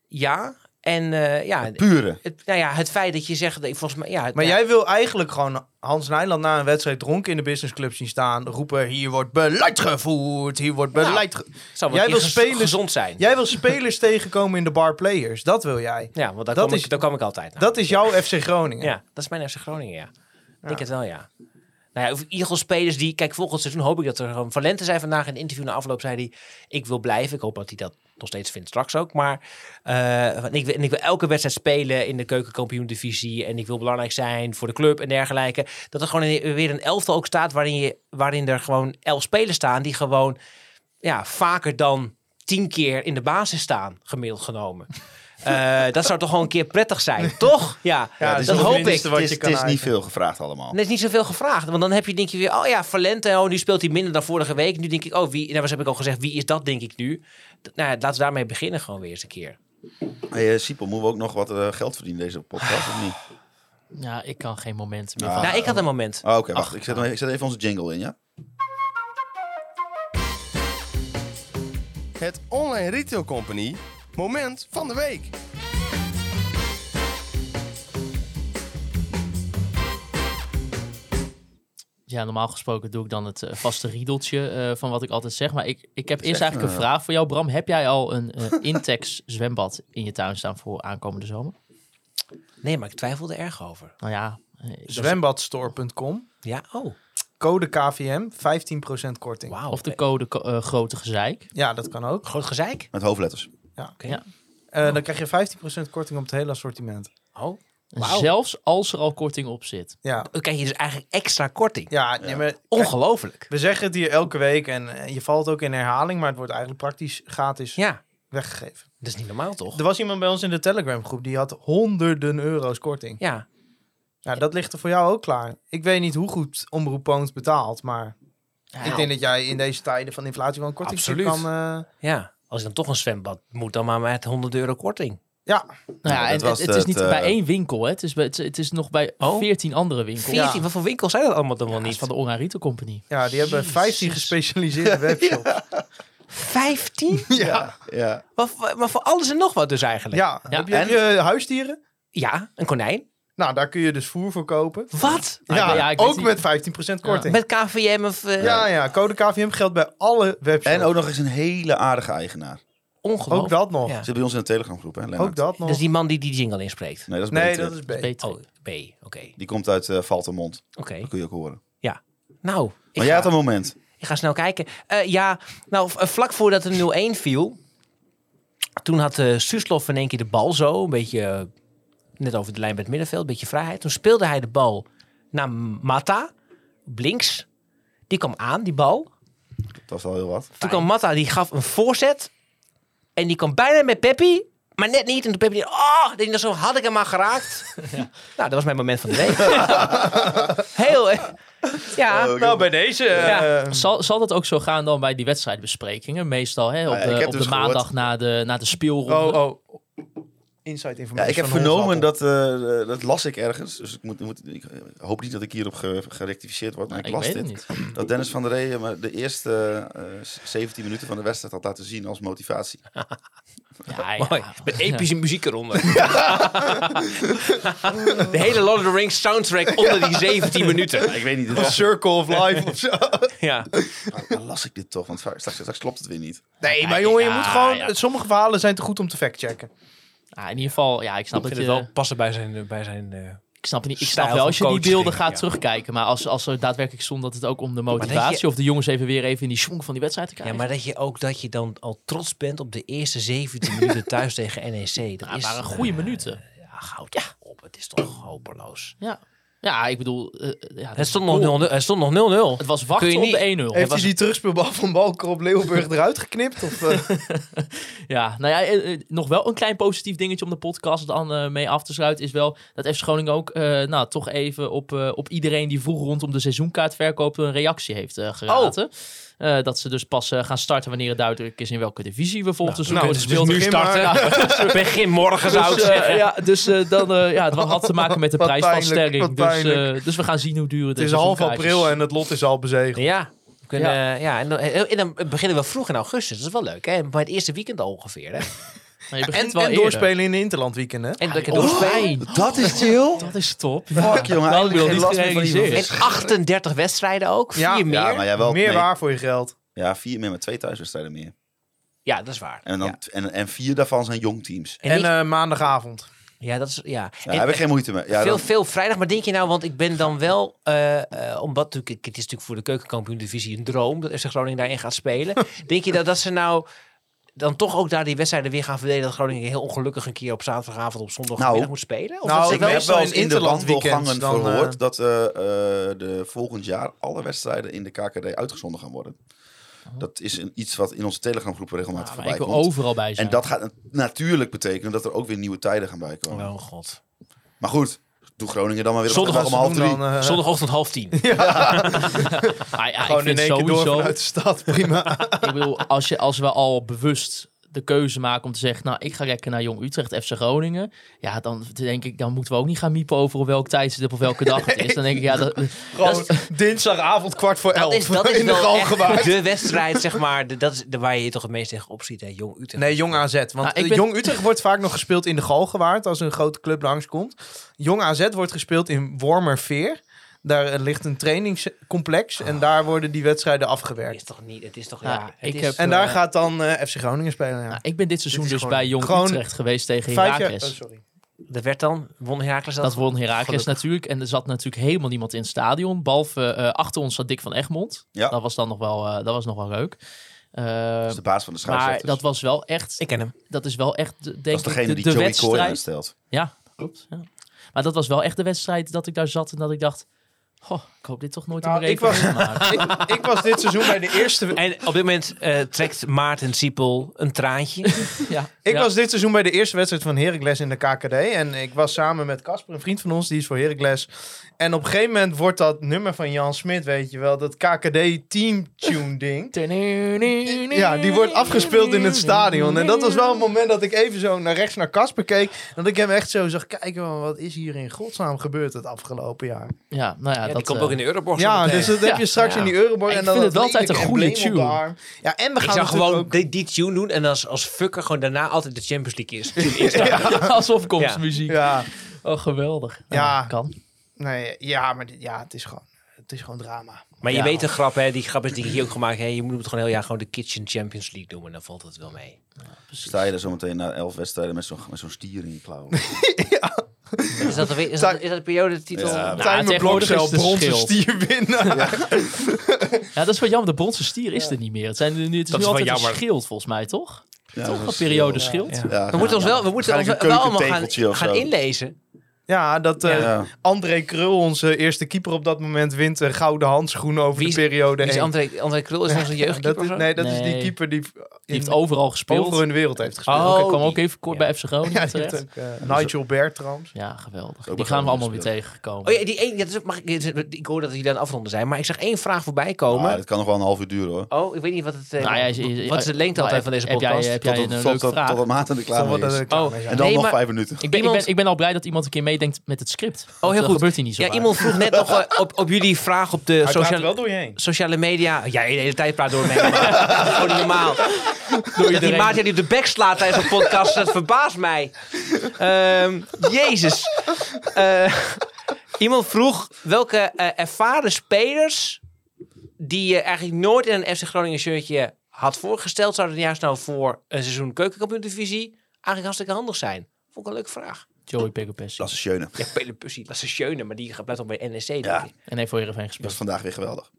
Speaker 7: Ja. En eh, ja.
Speaker 6: Pure.
Speaker 7: Het, nou ja, het feit dat je zegt, dat ik volgens mij, ja, het-
Speaker 5: Maar
Speaker 7: ja,
Speaker 5: jij wil eigenlijk gewoon Hans Nijland na een wedstrijd dronken in de businessclub zien staan. Roepen, hier wordt beleid gevoerd, hier wordt
Speaker 7: Nou.
Speaker 5: beleid ge-
Speaker 7: het zou wel
Speaker 5: jij
Speaker 7: een keer
Speaker 5: wil
Speaker 7: gez-
Speaker 5: spelers-
Speaker 7: gezond zijn.
Speaker 5: Jij wil spelers tegenkomen in de bar players, dat wil jij.
Speaker 7: ja, want daar,
Speaker 5: dat
Speaker 7: kom
Speaker 5: is-
Speaker 7: ik, daar kwam ik altijd naar.
Speaker 5: Dat is jouw FC Groningen.
Speaker 7: ja, dat is mijn FC Groningen, ja. Ik denk het wel, ja. Nou ja, of in ieder geval spelers die... Kijk, volgend seizoen hoop ik dat er... gewoon- Van Lente zei vandaag in een interview na afloop, zei hij... Ik wil blijven. Ik hoop dat hij dat nog steeds vindt straks ook. Maar eh, want ik, wil- en ik wil elke wedstrijd spelen in de keukenkampioen-divisie. En ik wil belangrijk zijn voor de club en dergelijke. Dat er gewoon een- weer een elftal ook staat waarin, je, waarin er gewoon elf spelers staan... die gewoon ja, vaker dan tien keer in de basis staan, gemiddeld genomen. Eh, dat zou toch gewoon een keer prettig zijn, toch? Ja,
Speaker 5: Ja,
Speaker 7: dat,
Speaker 5: is het
Speaker 7: hoop ik.
Speaker 5: minste wat
Speaker 6: Het
Speaker 5: je
Speaker 6: is, het
Speaker 5: kan
Speaker 6: is niet
Speaker 5: eigenlijk.
Speaker 6: veel gevraagd allemaal.
Speaker 7: Er is niet zoveel gevraagd. Want dan heb je denk je weer, oh ja, Valente, oh, nu speelt hij minder dan vorige week. Nu denk ik, oh, wie, nou, wat heb ik al gezegd, wie is dat denk ik nu? D- nou ja, laten we daarmee beginnen gewoon weer eens een keer.
Speaker 6: Hey, eh, Siepel, moeten we ook nog wat eh, geld verdienen deze podcast, of niet?
Speaker 4: Ja, ik kan geen moment meer.
Speaker 6: Ah.
Speaker 4: van-
Speaker 7: nou, ik had een moment.
Speaker 6: Oh, Oké, wacht. Ik zet, hem even- ik zet even onze jingle in, ja?
Speaker 8: Het Online Retail Company moment van de week.
Speaker 4: Ja, normaal gesproken doe ik dan het eh, vaste riedeltje eh, van wat ik altijd zeg. Maar ik, ik heb eerst
Speaker 6: Zeg nou?
Speaker 4: eigenlijk een
Speaker 6: maar.
Speaker 4: vraag voor jou, Bram. Heb jij al een eh, Intex zwembad in je tuin staan voor aankomende zomer?
Speaker 7: Nee, maar ik twijfelde erg over.
Speaker 4: Nou ja, eh, dat is-
Speaker 5: Zwembadstore.com,
Speaker 7: Ja, oh,
Speaker 5: code KVM, 15% korting.
Speaker 7: wauw.
Speaker 4: of de code ko- eh, grote gezeik.
Speaker 5: Ja, dat kan ook.
Speaker 7: Groot gezeik?
Speaker 6: Met hoofdletters.
Speaker 7: Oké.
Speaker 4: Ja.
Speaker 5: Eh, dan krijg je 15% korting op het hele assortiment.
Speaker 7: Oh,
Speaker 4: Zelfs als er al korting op zit.
Speaker 5: Ja,
Speaker 7: Dan krijg je dus eigenlijk extra korting.
Speaker 5: ja, nee, maar
Speaker 7: Ongelooflijk.
Speaker 5: we zeggen het hier elke week en eh, je valt ook in herhaling, maar het wordt eigenlijk praktisch gratis
Speaker 7: Ja,
Speaker 5: weggegeven.
Speaker 7: dat is niet normaal toch?
Speaker 5: Er was iemand bij ons in de Telegram groep die had honderden euro's korting.
Speaker 7: Ja,
Speaker 5: Nou, dat ligt er voor jou ook klaar. Ik weet niet hoe goed Omroep Poont betaalt, maar ik denk dat jij in deze tijden van inflatie wel een korting
Speaker 7: Absoluut.
Speaker 5: kan... eh,
Speaker 7: ja. Als je dan toch een zwembad moet, dan maar met 100 euro korting.
Speaker 5: ja,
Speaker 4: Nou
Speaker 6: Ja,
Speaker 4: ja,
Speaker 6: dat
Speaker 4: en
Speaker 6: was
Speaker 4: het, het is
Speaker 6: het,
Speaker 4: niet
Speaker 6: eh,
Speaker 4: bij één winkel. Hè. Het, is bij, het, is- het is nog bij
Speaker 7: Oh.
Speaker 4: 14 andere winkels.
Speaker 7: 14, wat voor winkels zijn dat allemaal dan wel
Speaker 4: Ja, het
Speaker 7: niet?
Speaker 4: is van de Onharito Company.
Speaker 5: ja, die hebben 15 gespecialiseerde webshops.
Speaker 7: 15?
Speaker 6: Ja.
Speaker 7: Wat- wat- maar voor alles en nog wat dus eigenlijk.
Speaker 5: Ja,
Speaker 4: Ja,
Speaker 5: heb je,
Speaker 6: en-
Speaker 5: heb je huisdieren?
Speaker 7: Ja, een konijn.
Speaker 5: Nou, daar kun je dus voer voor kopen.
Speaker 7: Wat?
Speaker 4: Ah,
Speaker 5: ja,
Speaker 4: ja, ik weet
Speaker 5: ook
Speaker 4: niet.
Speaker 5: met 15% korting. Ja.
Speaker 7: Met KVM of... eh,
Speaker 5: Ja, code KVM geldt bij alle webshops.
Speaker 6: En ook nog eens een hele aardige eigenaar.
Speaker 7: Ongelooflijk.
Speaker 5: Ook dat nog.
Speaker 7: Ja.
Speaker 6: Zit bij ons in de Telegram-groep, hè? Lennart?
Speaker 5: Ook dat nog.
Speaker 7: Dat is Dus die man die die jingle inspreekt.
Speaker 6: Nee, dat is
Speaker 5: nee,
Speaker 6: beter.
Speaker 5: dat is beter.
Speaker 4: Beter.
Speaker 7: Oh, B. Oké.
Speaker 6: Die komt uit eh Valtermond.
Speaker 7: Oké.
Speaker 6: Dat kun je ook horen.
Speaker 7: Nou, ik
Speaker 6: Maar
Speaker 7: ga-
Speaker 6: jij had een moment.
Speaker 7: Ik ga snel kijken. Eh, ja, nou, v- eh, vlak voordat de 0-1 viel, toen had eh Suslov in één keer de bal zo, een beetje eh, net over de lijn bij het middenveld, een beetje vrijheid. Toen speelde hij de bal naar Mata, blinks. Die kwam aan, die bal.
Speaker 6: Dat was wel heel wat.
Speaker 7: Toen kwam Mata, die gaf een voorzet. En die kwam bijna met Peppi, maar net niet. En toen Peppi, die- oh, denk dat zo had ik hem maar geraakt. Nou, dat was mijn moment van de week. Heel, eh, ja.
Speaker 5: Nou, bij deze.
Speaker 7: Ja.
Speaker 5: eh,
Speaker 6: ehm.
Speaker 4: Zal, zal dat ook zo gaan dan bij die wedstrijdbesprekingen? Meestal hè, op
Speaker 6: Ah,
Speaker 4: de,
Speaker 6: ik heb
Speaker 4: op
Speaker 6: dus
Speaker 4: de
Speaker 6: gehoord-
Speaker 4: maandag na de, na de speelronde.
Speaker 5: oh, oh. Inside
Speaker 6: Ja,
Speaker 5: informatie.
Speaker 6: ik heb
Speaker 5: van
Speaker 6: vernomen
Speaker 5: Holzappel.
Speaker 6: dat, eh, eh, dat las ik ergens. Dus ik, moet, moet, ik hoop niet dat ik hierop ge- gerectificeerd word. Maar
Speaker 4: Nou,
Speaker 6: ik
Speaker 4: ik
Speaker 6: las
Speaker 4: weet het
Speaker 6: dit.
Speaker 4: niet.
Speaker 6: Dat Dennis van der Rey eh, maar de eerste eh, 17 minuten van de wedstrijd had laten zien als motivatie.
Speaker 4: Ja, ja.
Speaker 7: Mooi. Met epische muziek eronder. de hele Lord of the Rings soundtrack onder die 17 minuten.
Speaker 6: ik weet niet.
Speaker 5: Of Circle of Life of zo.
Speaker 7: Ja.
Speaker 6: Waar las ik dit toch? Want straks, straks klopt het weer niet.
Speaker 5: Nee, maar jongen, je
Speaker 4: ja,
Speaker 5: moet gewoon.
Speaker 4: ja.
Speaker 5: Sommige verhalen zijn te goed om te factchecken.
Speaker 4: Ah, in ieder geval, ja, ik snap
Speaker 7: Ik
Speaker 4: het
Speaker 7: vind het
Speaker 4: je.
Speaker 7: wel passen bij zijn... Bij zijn eh,
Speaker 4: Ik snap, het niet. ik
Speaker 7: Stijl
Speaker 4: snap wel als je
Speaker 7: van
Speaker 4: die
Speaker 7: coaching,
Speaker 4: beelden gaat
Speaker 7: ja.
Speaker 4: terugkijken. Maar als, als er daadwerkelijk stond dat het ook om de
Speaker 7: Maar
Speaker 4: motivatie...
Speaker 7: dat je-
Speaker 4: of de jongens even weer even in die schwung van die wedstrijd te
Speaker 7: Ja,
Speaker 4: krijgen.
Speaker 7: maar dat je ook dat je dan al trots bent op de eerste 17 minuten thuis tegen NEC. Dat
Speaker 4: Ja, het
Speaker 7: is,
Speaker 4: waren goede
Speaker 7: eh,
Speaker 4: minuten.
Speaker 7: Ja, houd ja. op. Het is toch hopeloos.
Speaker 4: Ja, ja ik bedoel... eh, ja, dat-
Speaker 7: Het stond nog 0-0. Het stond nog 0-0.
Speaker 4: Het was
Speaker 7: Kun
Speaker 4: wachten
Speaker 7: je
Speaker 4: op
Speaker 7: niet-
Speaker 4: de 1-0.
Speaker 5: Heeft hij die terugspeelbal van Balker op Leeuwburg eruit geknipt? Of, eh?
Speaker 4: Ja, nou ja, eh, eh, nog wel een klein positief dingetje om de podcast dan eh, mee af te sluiten is wel dat FC Groningen ook eh, nou, toch even op, eh, op iedereen die vroeg rondom de seizoenkaartverkoop een reactie heeft eh gelaten.
Speaker 7: Oh.
Speaker 4: Eh, dat ze dus pas eh, gaan starten wanneer het duidelijk is in welke divisie we
Speaker 7: Nou,
Speaker 4: volgend seizoen worden gespeeld.
Speaker 5: nu
Speaker 7: dus
Speaker 5: starten.
Speaker 7: Begin morgen zou ik
Speaker 4: Dus, eh,
Speaker 7: zeggen.
Speaker 4: ja, dus eh, dan, eh, ja, het had te maken met de
Speaker 5: Wat
Speaker 4: prijsvaststelling.
Speaker 5: pijnlijk, wat
Speaker 4: Dus, eh,
Speaker 5: pijnlijk.
Speaker 4: dus we gaan zien hoe duur het
Speaker 5: het is half april en het lot is al bezegeld.
Speaker 7: Ja. We kunnen, ja. ja, en dan, eh, en dan beginnen we vroeg in augustus. Dat is wel leuk, hè? Maar het eerste weekend al ongeveer, hè?
Speaker 4: Maar je
Speaker 5: En,
Speaker 4: begint wel
Speaker 5: en
Speaker 4: eerder.
Speaker 5: doorspelen in de interlandweekenden. hè?
Speaker 7: En dat je
Speaker 4: Oh,
Speaker 7: doorspelen.
Speaker 4: fijn.
Speaker 6: Dat is chill.
Speaker 4: Dat is top.
Speaker 6: Fuck jongen,
Speaker 4: Nou, ik wil niet
Speaker 6: eigenlijk geen last meer van die
Speaker 4: gerealiseerd.
Speaker 6: verlies.
Speaker 7: En 38 wedstrijden ook. Vier
Speaker 5: Ja.
Speaker 7: meer.
Speaker 6: Ja,
Speaker 7: Ja,
Speaker 6: maar jij wel
Speaker 5: Meer
Speaker 6: nee,
Speaker 5: waar voor je geld.
Speaker 6: Ja, vier meer, maar twee thuiswedstrijden meer.
Speaker 7: dat is waar.
Speaker 6: En, dan,
Speaker 7: ja.
Speaker 6: en, en vier daarvan zijn jongteams.
Speaker 7: En
Speaker 5: En
Speaker 7: ik-
Speaker 5: eh, maandagavond.
Speaker 7: ja, dat is. Ja.
Speaker 6: Ja,
Speaker 7: En-
Speaker 6: daar heb ik geen moeite mee. Ja,
Speaker 7: veel,
Speaker 6: dan-
Speaker 7: veel vrijdag, maar denk je nou, want ik ben dan wel, eh, eh, omdat natuurlijk, het is natuurlijk voor de keukenkampioen-divisie een droom dat FC Groningen daarin gaat spelen. denk je dat, dat ze nou dan toch ook daar die wedstrijden weer gaan verdelen, dat Groningen heel ongelukkig een keer op zaterdagavond op zondagmiddag
Speaker 6: Nou,
Speaker 7: moet spelen? Of
Speaker 5: nou,
Speaker 7: dat ze
Speaker 6: ik
Speaker 5: wel
Speaker 6: heb
Speaker 5: eens
Speaker 6: wel
Speaker 5: zo'n
Speaker 6: eens in de
Speaker 5: interlandweekend
Speaker 6: wandelgangen
Speaker 5: dan, eh,
Speaker 6: verhoord dat eh, eh, de volgend jaar alle wedstrijden in de KKD uitgezonden gaan worden. Dat is een, iets wat in onze telegramgroepen regelmatig
Speaker 4: Oh. Ja, maar ik
Speaker 6: voorbij
Speaker 4: wil
Speaker 6: komt.
Speaker 4: overal bij zijn.
Speaker 6: En dat gaat nat- natuurlijk betekenen dat er ook weer nieuwe tijden gaan bijkomen.
Speaker 7: Oh god.
Speaker 6: Maar goed, doe Groningen dan maar weer op
Speaker 7: Zondag
Speaker 6: zondag om half
Speaker 5: Doen
Speaker 6: drie.
Speaker 5: dan, eh,
Speaker 7: Zondagochtend half tien. Dus
Speaker 4: Ah, ja, ik
Speaker 5: gewoon in
Speaker 4: vind
Speaker 5: één keer door
Speaker 4: sowieso...
Speaker 5: vanuit de stad. Prima.
Speaker 4: ik bedoel, als, je, als we al bewust de keuze maken om te zeggen, nou, ik ga lekker naar Jong Utrecht, FC Groningen. Ja, dan denk ik, dan moeten we ook niet gaan miepen over op welk tijdstip of welke dag het is. Dan denk ik, ja, dat, nou,
Speaker 5: Gewoon dinsdagavond kwart voor elf
Speaker 7: Dat is, dat is
Speaker 5: in de
Speaker 7: wel
Speaker 5: galgenwaard.
Speaker 7: echt de wedstrijd, zeg maar, de- dat is de, waar je je toch het meest tegenop ziet, hè? Jong Utrecht.
Speaker 5: Nee, Jong AZ. Want
Speaker 4: Nou, ik
Speaker 5: eh,
Speaker 4: ben-
Speaker 5: Jong Utrecht wordt vaak nog gespeeld in de Galgenwaard als een grote club langskomt. Jong AZ wordt gespeeld in Wormerveer. Daar eh, ligt een
Speaker 4: Ah.
Speaker 5: trainingscomplex en daar worden die wedstrijden
Speaker 7: Het
Speaker 5: afgewerkt.
Speaker 7: is toch niet, het is toch, ja,
Speaker 4: Ja,
Speaker 7: het
Speaker 4: ik
Speaker 7: is,
Speaker 4: heb-
Speaker 5: En daar
Speaker 4: eh,
Speaker 5: gaat dan eh, FC Groningen spelen. Ja.
Speaker 4: nou, ik ben dit seizoen
Speaker 5: Dit is
Speaker 4: dus
Speaker 5: gewoon-
Speaker 4: bij Jong
Speaker 5: gewoon
Speaker 4: Utrecht geweest tegen
Speaker 5: Vijf jaar. Oh,
Speaker 4: Heracles.
Speaker 5: sorry.
Speaker 7: dat werd dan, won Herakles dat?
Speaker 4: dat won Heracles natuurlijk. En er zat natuurlijk helemaal niemand in het stadion. Behalve eh, achter ons zat Dick van Egmond.
Speaker 6: Ja.
Speaker 4: Dat was dan nog wel, eh, dat was nog wel leuk. Eh,
Speaker 6: Dat is de baas van de
Speaker 4: maar
Speaker 6: scheidsrechters.
Speaker 4: dat was wel echt,
Speaker 7: ik ken hem.
Speaker 4: dat is wel echt, de-
Speaker 6: Dat
Speaker 4: denk
Speaker 6: is
Speaker 4: ik,
Speaker 6: degene
Speaker 4: de,
Speaker 6: die
Speaker 4: de
Speaker 6: Joey Coy
Speaker 4: wedstrijd.
Speaker 6: aanstelt.
Speaker 4: Ja, dat klopt. Ja. Maar dat was wel echt de wedstrijd dat ik daar zat en dat ik dacht... Oh, ik hoop dit toch nooit
Speaker 5: Nou,
Speaker 4: om een
Speaker 5: ik was-
Speaker 4: rekening te maken.
Speaker 5: ik, ik was dit seizoen bij de eerste...
Speaker 7: En op dit moment eh, trekt Maarten Siepel een traantje.
Speaker 4: Ja,
Speaker 5: Ik
Speaker 4: ja.
Speaker 5: was dit seizoen bij de eerste wedstrijd van Heracles in de KKD. En ik was samen met Casper, een vriend van ons, die is voor Heracles. En op een gegeven moment wordt dat nummer van Jan Smit, weet je wel, dat KKD team tune ding. Ja, die wordt afgespeeld in het stadion. En dat was wel een moment dat ik even zo naar rechts naar Casper keek. Dat ik hem echt zo zag kijken, van, wat is hier in godsnaam gebeurd het afgelopen jaar?
Speaker 4: Ja, nou ja,
Speaker 7: Ja,
Speaker 4: dat
Speaker 7: die komt
Speaker 4: eh,
Speaker 7: ook in de Euroborg.
Speaker 5: Ja,
Speaker 7: zometeen.
Speaker 5: dus dat heb je straks
Speaker 7: Ja.
Speaker 5: in die Euroborg.
Speaker 4: Ik
Speaker 5: en dan
Speaker 4: vind het
Speaker 5: dat
Speaker 4: wel altijd
Speaker 5: lelijke
Speaker 4: een goede
Speaker 5: embleem op de
Speaker 4: tune.
Speaker 5: arm. Ja, en we
Speaker 7: Ik
Speaker 5: gaan
Speaker 7: zou
Speaker 5: natuurlijk
Speaker 7: gewoon
Speaker 5: ook...
Speaker 7: die, die tune doen en als, als fucker gewoon daarna altijd de Champions League is.
Speaker 4: eh, Alsof komstmuziek.
Speaker 5: Ja,
Speaker 4: Oh, geweldig.
Speaker 5: Ja.
Speaker 4: Ja. kan.
Speaker 5: nee, ja, maar dit- ja, het is gewoon, het is gewoon drama.
Speaker 7: Maar je
Speaker 4: Ja.
Speaker 7: weet de grap, hè? Die grap is die ik hier ook gemaakt heb. Je moet het gewoon heel jaar gewoon de Kitchen Champions League doen en dan valt het wel mee.
Speaker 6: Sta je er zometeen na elf wedstrijden met zo'n met zo'n stier in je klauw.
Speaker 7: Is dat, alweer- is
Speaker 5: Zou-
Speaker 7: dat, is dat de periodetitel?
Speaker 6: Ja.
Speaker 4: Nou, tegenwoordig
Speaker 5: Blokcel,
Speaker 4: is het een
Speaker 5: bronzen
Speaker 4: schild.
Speaker 5: stier winnen.
Speaker 4: Ja, dat is wel jammer. De bronzen stier is er niet meer. Het, zijn, nu, het
Speaker 7: Dat
Speaker 4: is nu
Speaker 7: is wel
Speaker 4: altijd een
Speaker 7: jammer.
Speaker 4: schild, volgens mij, toch?
Speaker 6: Ja,
Speaker 4: toch
Speaker 6: zo'n
Speaker 4: een periode
Speaker 6: schild.
Speaker 4: schild.
Speaker 7: Ja.
Speaker 6: Ja,
Speaker 7: We moeten ons wel, we moeten ons
Speaker 6: Waarschijnlijk
Speaker 7: wel
Speaker 6: een
Speaker 7: allemaal gaan,
Speaker 6: keukentegeltje of
Speaker 7: gaan
Speaker 6: zo.
Speaker 7: inlezen.
Speaker 5: Ja, dat eh,
Speaker 6: Ja.
Speaker 5: André Krul, onze eerste keeper op dat moment, wint een gouden handschoen over
Speaker 7: Wie is-
Speaker 5: de periode
Speaker 7: Die is
Speaker 5: heen.
Speaker 7: André, André Krul is onze jeugdkeeper.
Speaker 5: dat is,
Speaker 7: of zo?
Speaker 5: nee, dat is die
Speaker 4: Nee.
Speaker 5: keeper die in
Speaker 4: Die heeft overal gespeeld. Oh,
Speaker 5: over hun wereld heeft gespeeld.
Speaker 4: Ook- kwam
Speaker 7: die.
Speaker 4: ook even kort
Speaker 7: Ja.
Speaker 4: bij FC Groningen
Speaker 5: Ja, die
Speaker 4: terecht.
Speaker 5: heeft ook, eh, Nigel Bertrams.
Speaker 4: Ja, geweldig.
Speaker 6: Ook
Speaker 4: Die
Speaker 6: wel
Speaker 4: gaan we
Speaker 6: gewoon
Speaker 4: allemaal weer tegenkomen.
Speaker 7: Oh ja, die één, ja, dat is- mag ik, ik hoor dat jullie aan het afronden zijn, maar ik zag één vraag voorbij komen.
Speaker 6: Ah, dat kan nog wel een half uur duren hoor.
Speaker 7: oh, ik weet niet wat het... eh,
Speaker 4: Nou ja, je- je-
Speaker 7: wat is de lengte
Speaker 4: wat
Speaker 7: altijd
Speaker 4: heb-
Speaker 7: van deze
Speaker 4: heb jij- eh,
Speaker 7: podcast?
Speaker 4: heb
Speaker 6: Tot
Speaker 4: jij
Speaker 6: het-
Speaker 4: een
Speaker 6: tot-
Speaker 4: leuke
Speaker 6: tot-
Speaker 4: vraag?
Speaker 6: Tot maat en
Speaker 5: Dan
Speaker 6: de klaar
Speaker 5: wordt
Speaker 6: mee is.
Speaker 5: er klaar
Speaker 7: Oh,
Speaker 5: mee
Speaker 6: En
Speaker 5: zijn.
Speaker 6: dan
Speaker 7: Nee,
Speaker 6: nog
Speaker 7: maar-
Speaker 6: vijf minuten.
Speaker 4: Ik ben, ik,
Speaker 7: oh, Iemand- Oh,
Speaker 4: ben, ik ben al blij dat iemand een keer meedenkt met het script.
Speaker 7: heel
Speaker 4: Want, eh,
Speaker 7: goed.
Speaker 4: gebeurt hier niet zo
Speaker 7: ja,
Speaker 4: vaak.
Speaker 7: iemand vroeg net nog eh, op, op jullie vraag op de
Speaker 5: Hij praat er
Speaker 7: sociale,
Speaker 5: wel door je heen.
Speaker 7: sociale media. Ja, de hele tijd praat door me. heen, maar dat is Gewoon niet normaal. Dat die
Speaker 4: iedereen.
Speaker 7: Maarten die op de bek slaat tijdens een podcast, dat verbaast mij. Ehm, Jezus. Eh, iemand vroeg welke eh, ervaren spelers die je eigenlijk nooit in een FC Groningen shirtje had voorgesteld, zouden juist nou voor een seizoen keukenkampioen-divisie eigenlijk hartstikke handig zijn. Vond ik een leuke vraag.
Speaker 4: Joey Pekopessi.
Speaker 6: Dat is schöne.
Speaker 7: Ja, Pele Pussy, dat is een schöne, maar die gaat- blijft nog bij NEC. denk
Speaker 6: Ja.
Speaker 7: ik.
Speaker 4: En heeft voor Heerenveen
Speaker 6: Dat
Speaker 4: gespeeld.
Speaker 6: is vandaag weer geweldig.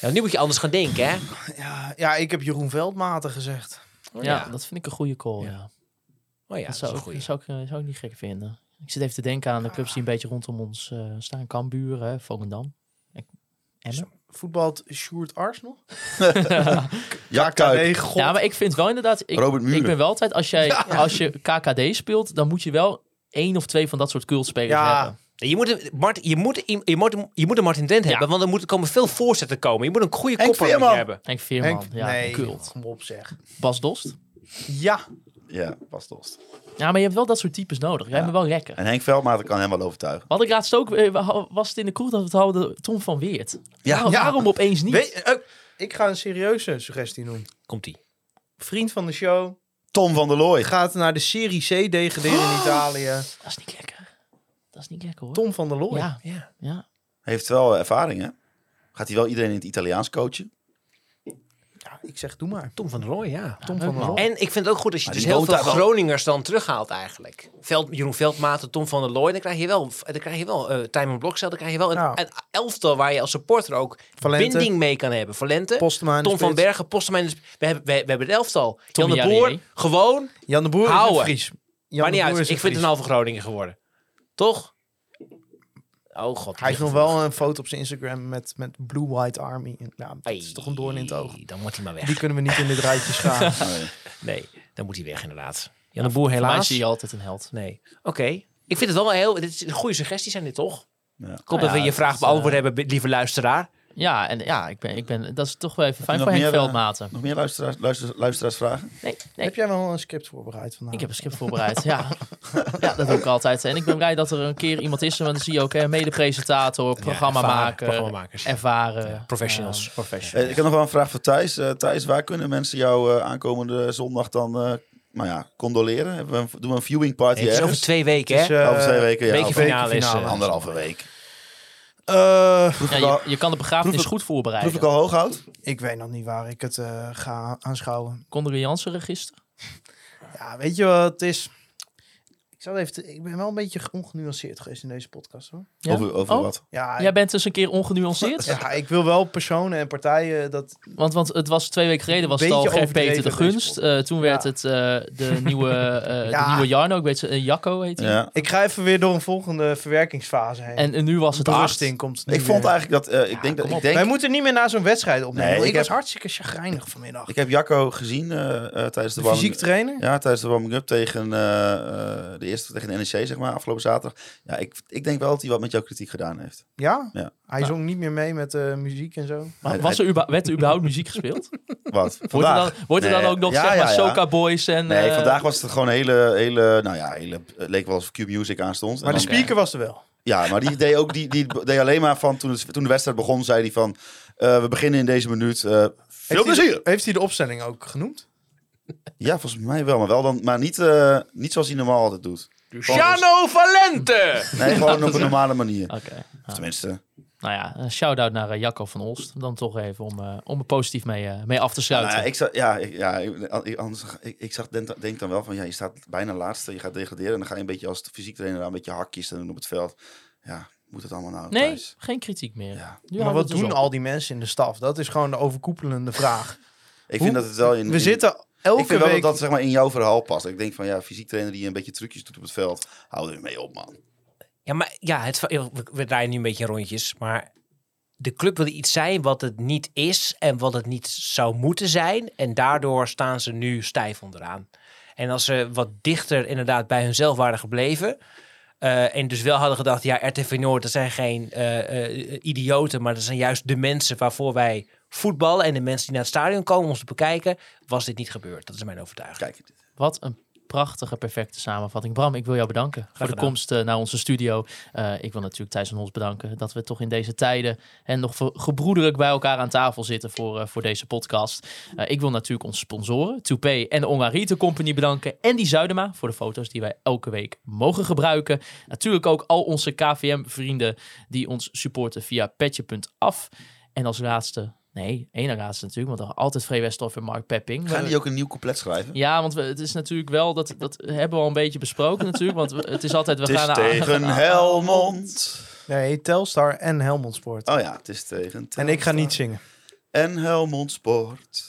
Speaker 7: Ja, nu moet je anders gaan denken, hè?
Speaker 5: Ja, ja, ik heb Jeroen Veldmaten gezegd.
Speaker 7: Oh,
Speaker 4: ja, dat vind ik een goede call, ja.
Speaker 7: Oh ja,
Speaker 4: dat,
Speaker 7: dat,
Speaker 4: zou,
Speaker 7: is een
Speaker 4: ik-
Speaker 7: goeie.
Speaker 4: dat zou, ik, eh, zou ik niet gek vinden. Ik zit even te denken aan de clubs die een beetje rondom ons eh, staan. Kambuur, hè, Volendam. Ik- Emmen.
Speaker 5: Voetbalt Sjoerd Arsenal?
Speaker 6: Ja, Kuip.
Speaker 5: Nee, god.
Speaker 4: Ja, maar ik vind wel inderdaad... Ik,
Speaker 6: Robert Muren.
Speaker 4: ik ben wel altijd... Als, jij, als je KKD speelt, dan moet je wel één of twee van dat soort cultspelers
Speaker 5: Ja.
Speaker 4: hebben.
Speaker 7: Je moet, een- Mart, je, moet, een- je, moet, een- je moet een Martin Dent hebben, want er moeten komen veel voorzetten komen. Je moet een goede
Speaker 6: Henk
Speaker 7: kopper moet je
Speaker 6: Veerman.
Speaker 7: hebben.
Speaker 4: Henk Veerman,
Speaker 5: Henk-
Speaker 4: ja,
Speaker 5: nee,
Speaker 4: cult.
Speaker 5: kom op zeg.
Speaker 4: Bas Dost.
Speaker 5: Ja,
Speaker 6: Ja, pas dost.
Speaker 4: Ja, maar je hebt wel dat soort types nodig. Jij bent wel lekker.
Speaker 6: En Henk Veldmaat kan hem wel overtuigen.
Speaker 4: Wat ik laatst ook... eh, wa- Was het in de kroeg dat we het hadden? Tom van Weert.
Speaker 6: Ja.
Speaker 4: Waarom,
Speaker 5: Ja.
Speaker 4: waarom opeens niet?
Speaker 5: weet, eh, ik ga een serieuze suggestie doen.
Speaker 7: Komt-ie.
Speaker 5: Vriend van de show
Speaker 6: Tom van der Looy.
Speaker 5: gaat naar de Serie C degraderen in Italië.
Speaker 4: Dat is niet lekker. Dat is niet lekker, hoor.
Speaker 5: Tom van der Looy.
Speaker 4: Ja,
Speaker 7: Ja.
Speaker 4: ja.
Speaker 6: Heeft wel eh, ervaring, hè? Gaat hij wel iedereen in het Italiaans coachen?
Speaker 5: Ik zeg, doe maar.
Speaker 7: Tom van der Looy, ja.
Speaker 5: Tom
Speaker 4: leuk
Speaker 5: van
Speaker 4: man.
Speaker 5: der Looy.
Speaker 7: En ik vind het ook goed als je
Speaker 6: Maar
Speaker 7: dus
Speaker 6: die
Speaker 7: heel
Speaker 6: woont
Speaker 7: veel
Speaker 6: daar wel.
Speaker 7: Groningers dan terughaalt eigenlijk. Veld, Jeroen Veldmaten, Tom van der Looy, dan krijg je wel, dan krijg je wel eh Tijmen Blokzel, dan krijg je wel een,
Speaker 5: Ja.
Speaker 7: een elftal waar je als supporter ook
Speaker 5: Valente.
Speaker 7: binding mee kan hebben. Valente,
Speaker 5: Postma in de
Speaker 7: Tom van
Speaker 5: spits.
Speaker 7: Bergen, Postma. in de sp- We hebben, we, we hebben het elftal.
Speaker 4: Tommy
Speaker 7: Jan de Boer,
Speaker 4: Jarrier.
Speaker 7: gewoon
Speaker 5: Jan de Boer is
Speaker 7: Houden.
Speaker 5: een Fries. Jan
Speaker 7: maar
Speaker 5: de
Speaker 7: niet
Speaker 5: Boer
Speaker 7: uit.
Speaker 5: is
Speaker 7: Ik vind het
Speaker 5: Fries.
Speaker 7: een halve Groningen geworden. Toch? Oh god.
Speaker 5: Hij heeft nog wel een foto op zijn Instagram met, met Blue White Army. En, nou, dat is toch een doorn in het oog.
Speaker 7: Dan moet hij maar weg.
Speaker 5: Die kunnen we niet in dit rijtje slaan.
Speaker 6: Nee.
Speaker 7: Nee, dan moet hij weg inderdaad.
Speaker 5: Nou,
Speaker 7: Jan de Boer
Speaker 4: Voor mij
Speaker 7: helaas.
Speaker 4: zie je altijd een held.
Speaker 7: Nee. Oké. Ik vind het wel heel... Dit is een goede suggestie zijn dit toch?
Speaker 6: Ja.
Speaker 7: Ik hoop
Speaker 4: Nou
Speaker 7: dat
Speaker 4: ja,
Speaker 7: we je
Speaker 4: het
Speaker 7: vraag
Speaker 4: is,
Speaker 7: beantwoord
Speaker 5: eh,
Speaker 7: hebben, lieve luisteraar.
Speaker 4: Ja, en ja, ik ben, ik ben, dat is toch wel even fijn
Speaker 6: nog
Speaker 4: voor Henk
Speaker 6: meer, eh,
Speaker 4: Veldmaten.
Speaker 6: Nog meer luisteraars, luister, luisteraarsvragen?
Speaker 4: Nee, nee.
Speaker 5: Heb jij wel een script voorbereid vandaag?
Speaker 4: Ik heb een script voorbereid, ja. ja. Dat doe ik altijd. En ik ben blij dat er een keer iemand is, want dan zie je ook hè, medepresentator, programma maken,
Speaker 7: programmamakers.
Speaker 4: ervaren.
Speaker 7: professionals.
Speaker 4: eh, professionals.
Speaker 6: Eh, ik heb nog wel een vraag voor Thijs. Eh, Thijs, waar kunnen mensen jou eh, aankomende zondag dan, eh, nou ja, condoleren? Hebben we een- doen we een viewing party
Speaker 7: Nee, het is over
Speaker 6: ergens?
Speaker 7: twee weken, hè?
Speaker 5: Dus, eh,
Speaker 6: Over twee weken, ja.
Speaker 7: Weekje
Speaker 6: over-
Speaker 7: finale is...
Speaker 5: finale.
Speaker 7: eh,
Speaker 6: Anderhalve week.
Speaker 5: Eh,
Speaker 6: Proef
Speaker 4: Ja,
Speaker 6: ik al-
Speaker 4: je, je kan de begrafenis
Speaker 6: proef ik-
Speaker 4: goed
Speaker 6: proef
Speaker 4: voorbereiden.
Speaker 6: ik al hooghout?
Speaker 5: ik weet nog niet waar ik het eh, ga aanschouwen.
Speaker 4: Condoleanceregister.
Speaker 5: Ja, weet je wat het is? Ik, zal even te- ik ben wel een beetje ongenuanceerd geweest in deze podcast hoor.
Speaker 4: Ja?
Speaker 6: Over, over
Speaker 4: Oh,
Speaker 6: wat?
Speaker 5: Ja,
Speaker 4: Jij bent dus een keer ongenuanceerd?
Speaker 5: ja, ik wil wel personen en partijen dat.
Speaker 4: Want, want het was twee weken geleden was het al
Speaker 5: Beetje
Speaker 4: Gert-Peter de
Speaker 5: overdreven deze
Speaker 4: Gunst. Eh, toen werd het eh, de, nieuwe, eh,
Speaker 5: Ja.
Speaker 4: de nieuwe Jarno, ik weet ze, eh, Jacco heet hij.
Speaker 6: Ja.
Speaker 5: Ik ga even weer door een volgende verwerkingsfase heen.
Speaker 4: En, en nu was het
Speaker 5: berusting
Speaker 4: acht.
Speaker 5: komt. nu
Speaker 6: Ik vond
Speaker 5: weer.
Speaker 6: eigenlijk dat... eh, ik denk dat ik denk,
Speaker 5: Wij moeten niet meer naar zo'n wedstrijd opnemen.
Speaker 6: Nee,
Speaker 5: want ik
Speaker 6: ik
Speaker 5: was
Speaker 6: heb-
Speaker 5: hartstikke chagrijnig vanmiddag.
Speaker 6: Ik heb Jacco gezien eh, eh, tijdens de,
Speaker 5: de
Speaker 6: warming-
Speaker 5: fysiek trainer.
Speaker 6: Ja, tijdens de warming-up tegen eh, eh, de eerste tegen de NEC, zeg maar, afgelopen zaterdag. Ja, ik, ik denk wel dat hij wat met jouw kritiek gedaan heeft.
Speaker 5: Ja?
Speaker 6: Ja.
Speaker 5: Hij zong niet meer mee met eh, muziek en zo.
Speaker 4: Maar Was er, überhaupt- werd er überhaupt muziek gespeeld?
Speaker 6: Wat?
Speaker 4: Wordt er dan,
Speaker 6: Vandaag?
Speaker 4: wordt er dan
Speaker 6: Nee.
Speaker 4: ook nog,
Speaker 6: Ja,
Speaker 4: zeg
Speaker 6: ja,
Speaker 4: maar,
Speaker 6: ja.
Speaker 4: Soca Boys en...
Speaker 6: Nee,
Speaker 4: eh,
Speaker 6: vandaag was het gewoon een hele, hele, nou ja, hele, het leek wel alsof Q-Music aan stond.
Speaker 5: Maar
Speaker 6: En
Speaker 5: de
Speaker 6: dan-
Speaker 5: speaker was er wel.
Speaker 6: Ja, maar die deed, ook, die, die deed alleen maar van, toen, het- toen de wedstrijd begon, zei hij van, eh, we beginnen in deze minuut. eh, veel
Speaker 5: heeft
Speaker 6: plezier!
Speaker 5: Hij, heeft hij de opstelling ook genoemd?
Speaker 6: Ja, volgens mij wel, maar, wel dan, maar niet, eh, niet zoals hij normaal altijd doet.
Speaker 2: Luciano Valente!
Speaker 6: Nee, gewoon op een normale manier.
Speaker 4: Oké.
Speaker 6: Of tenminste,
Speaker 4: Nou ja, een shout-out naar eh, Jacco van Olst. Dan toch even om, eh, om er positief mee, eh, mee af te
Speaker 6: Nou
Speaker 4: sluiten.
Speaker 6: ja, ik, zag, ja, ik, ja, ik, anders, ik, ik zag, denk, denk dan wel van, ja, je staat bijna laatste, je gaat degraderen. En dan ga je een beetje als fysiek trainer aan, een beetje hakjes te doen op het veld. Ja, moet het allemaal nou
Speaker 4: nee,
Speaker 6: thuis?
Speaker 4: geen kritiek meer.
Speaker 6: Ja.
Speaker 4: Nu
Speaker 5: maar
Speaker 4: houden
Speaker 5: wat
Speaker 4: we het
Speaker 5: doen
Speaker 4: dus op.
Speaker 5: al die mensen in de staf? Dat is gewoon de overkoepelende vraag.
Speaker 6: Ik
Speaker 5: Hoe-
Speaker 6: vind dat het wel in...
Speaker 5: We
Speaker 6: in-
Speaker 5: zitten elke
Speaker 6: ik vind wel
Speaker 5: week...
Speaker 6: dat dat zeg maar, in jouw verhaal past. Ik denk van, ja, fysiek trainer die een beetje trucjes doet op het veld, hou er mee op, man.
Speaker 7: Ja, maar ja, het, we- we draaien nu een beetje rondjes. Maar de club wil iets zijn wat het niet is en wat het niet zou moeten zijn. En daardoor staan ze nu stijf onderaan. En als ze wat dichter inderdaad bij hunzelf waren gebleven. eh, en dus wel hadden gedacht, ja, RTV Noord, dat zijn geen eh, eh, idioten, maar dat zijn juist de mensen waarvoor wij voetballen en de mensen die naar het stadion komen om ons te bekijken, was dit niet gebeurd. Dat is mijn overtuiging.
Speaker 6: Kijk,
Speaker 4: Wat een prachtige, perfecte samenvatting. Bram, ik wil jou bedanken voor de
Speaker 7: gedaan.
Speaker 4: komst eh, naar onze studio. Eh, ik wil natuurlijk Thijs en Hons bedanken dat we toch in deze tijden en nog voor- gebroederlijk bij elkaar aan tafel zitten voor, eh, voor deze podcast. Eh, ik wil natuurlijk onze sponsoren, Toupé en de Ongarite Company bedanken. En die Zuidema voor de foto's die wij elke week mogen gebruiken. Natuurlijk ook al onze KVM-vrienden die ons supporten via petje.af. En als laatste, nee, één laatste natuurlijk, want altijd Free Westhoff en Mark Pepping.
Speaker 6: gaan
Speaker 4: We-
Speaker 6: die ook een nieuw couplet schrijven?
Speaker 4: ja, want we, het is natuurlijk wel, dat, dat hebben we al een beetje besproken natuurlijk. Want we- het is altijd, we
Speaker 6: het is
Speaker 4: gaan
Speaker 6: tegen Helmond.
Speaker 5: Nee, Telstar en Helmond Sport.
Speaker 6: Oh ja, het is tegen
Speaker 5: en ik ga niet zingen.
Speaker 6: En Helmond Sport.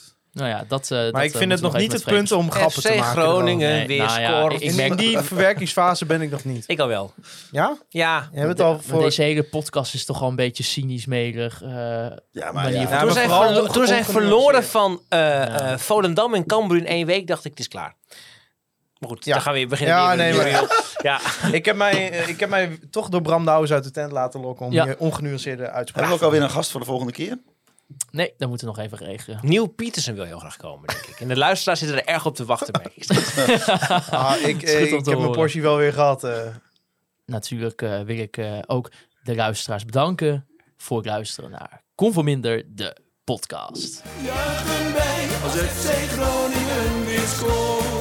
Speaker 4: Nou ja, dat... eh, dat,
Speaker 5: Maar ik
Speaker 4: eh,
Speaker 5: vind het
Speaker 4: moeten we
Speaker 5: nog niet
Speaker 4: even
Speaker 5: het punt om grappen
Speaker 7: FC
Speaker 5: te maken.
Speaker 7: Groningen
Speaker 4: Nee,
Speaker 7: weer
Speaker 4: nou ja,
Speaker 7: scoort.
Speaker 4: ik-
Speaker 5: dan.
Speaker 4: ik
Speaker 5: In
Speaker 4: merk-
Speaker 5: die verwerkingsfase ben ik nog niet.
Speaker 7: Ik al wel.
Speaker 5: Ja?
Speaker 7: Ja,
Speaker 5: Je hebt het al
Speaker 4: Maar
Speaker 5: voor...
Speaker 4: Deze hele podcast is toch al een beetje cynisch, merig. eh,
Speaker 6: Ja, maar
Speaker 4: Manier
Speaker 6: ja.
Speaker 4: van-
Speaker 5: Ja,
Speaker 7: Toen
Speaker 5: maar
Speaker 7: zij,
Speaker 5: vooral
Speaker 7: verlo-
Speaker 5: onge-
Speaker 7: toen zij
Speaker 5: ongenuanceerd.
Speaker 7: verloren van eh, eh, Volendam en Cambuur in één week, dacht ik, het is klaar. Maar goed,
Speaker 5: Ja.
Speaker 7: dan gaan we weer beginnen. weer
Speaker 5: Ja,
Speaker 7: met
Speaker 5: nee,
Speaker 7: een
Speaker 5: maar-
Speaker 7: nieuwe- ja.
Speaker 5: Ik heb, mij, eh, ik heb mij toch door Bram Douwens uit de tent laten lokken om
Speaker 4: Ja.
Speaker 5: hier ongenuanceerde uitspraken
Speaker 6: Hebben we ook alweer een gast voor de volgende keer?
Speaker 4: nee, dat moeten we nog even regelen.
Speaker 7: Neil Pietersen wil heel graag komen, denk ik. En de luisteraars zitten er erg op te wachten bij.
Speaker 5: Ah,
Speaker 4: Schitterend
Speaker 5: ik, eh, ik
Speaker 4: te
Speaker 5: heb mijn
Speaker 4: horen.
Speaker 5: portie wel weer gehad. eh.
Speaker 4: Natuurlijk eh, wil ik eh, ook de luisteraars bedanken voor het luisteren naar Conforminder, de podcast.
Speaker 1: Juichen wij als FC Groningen weer scoort.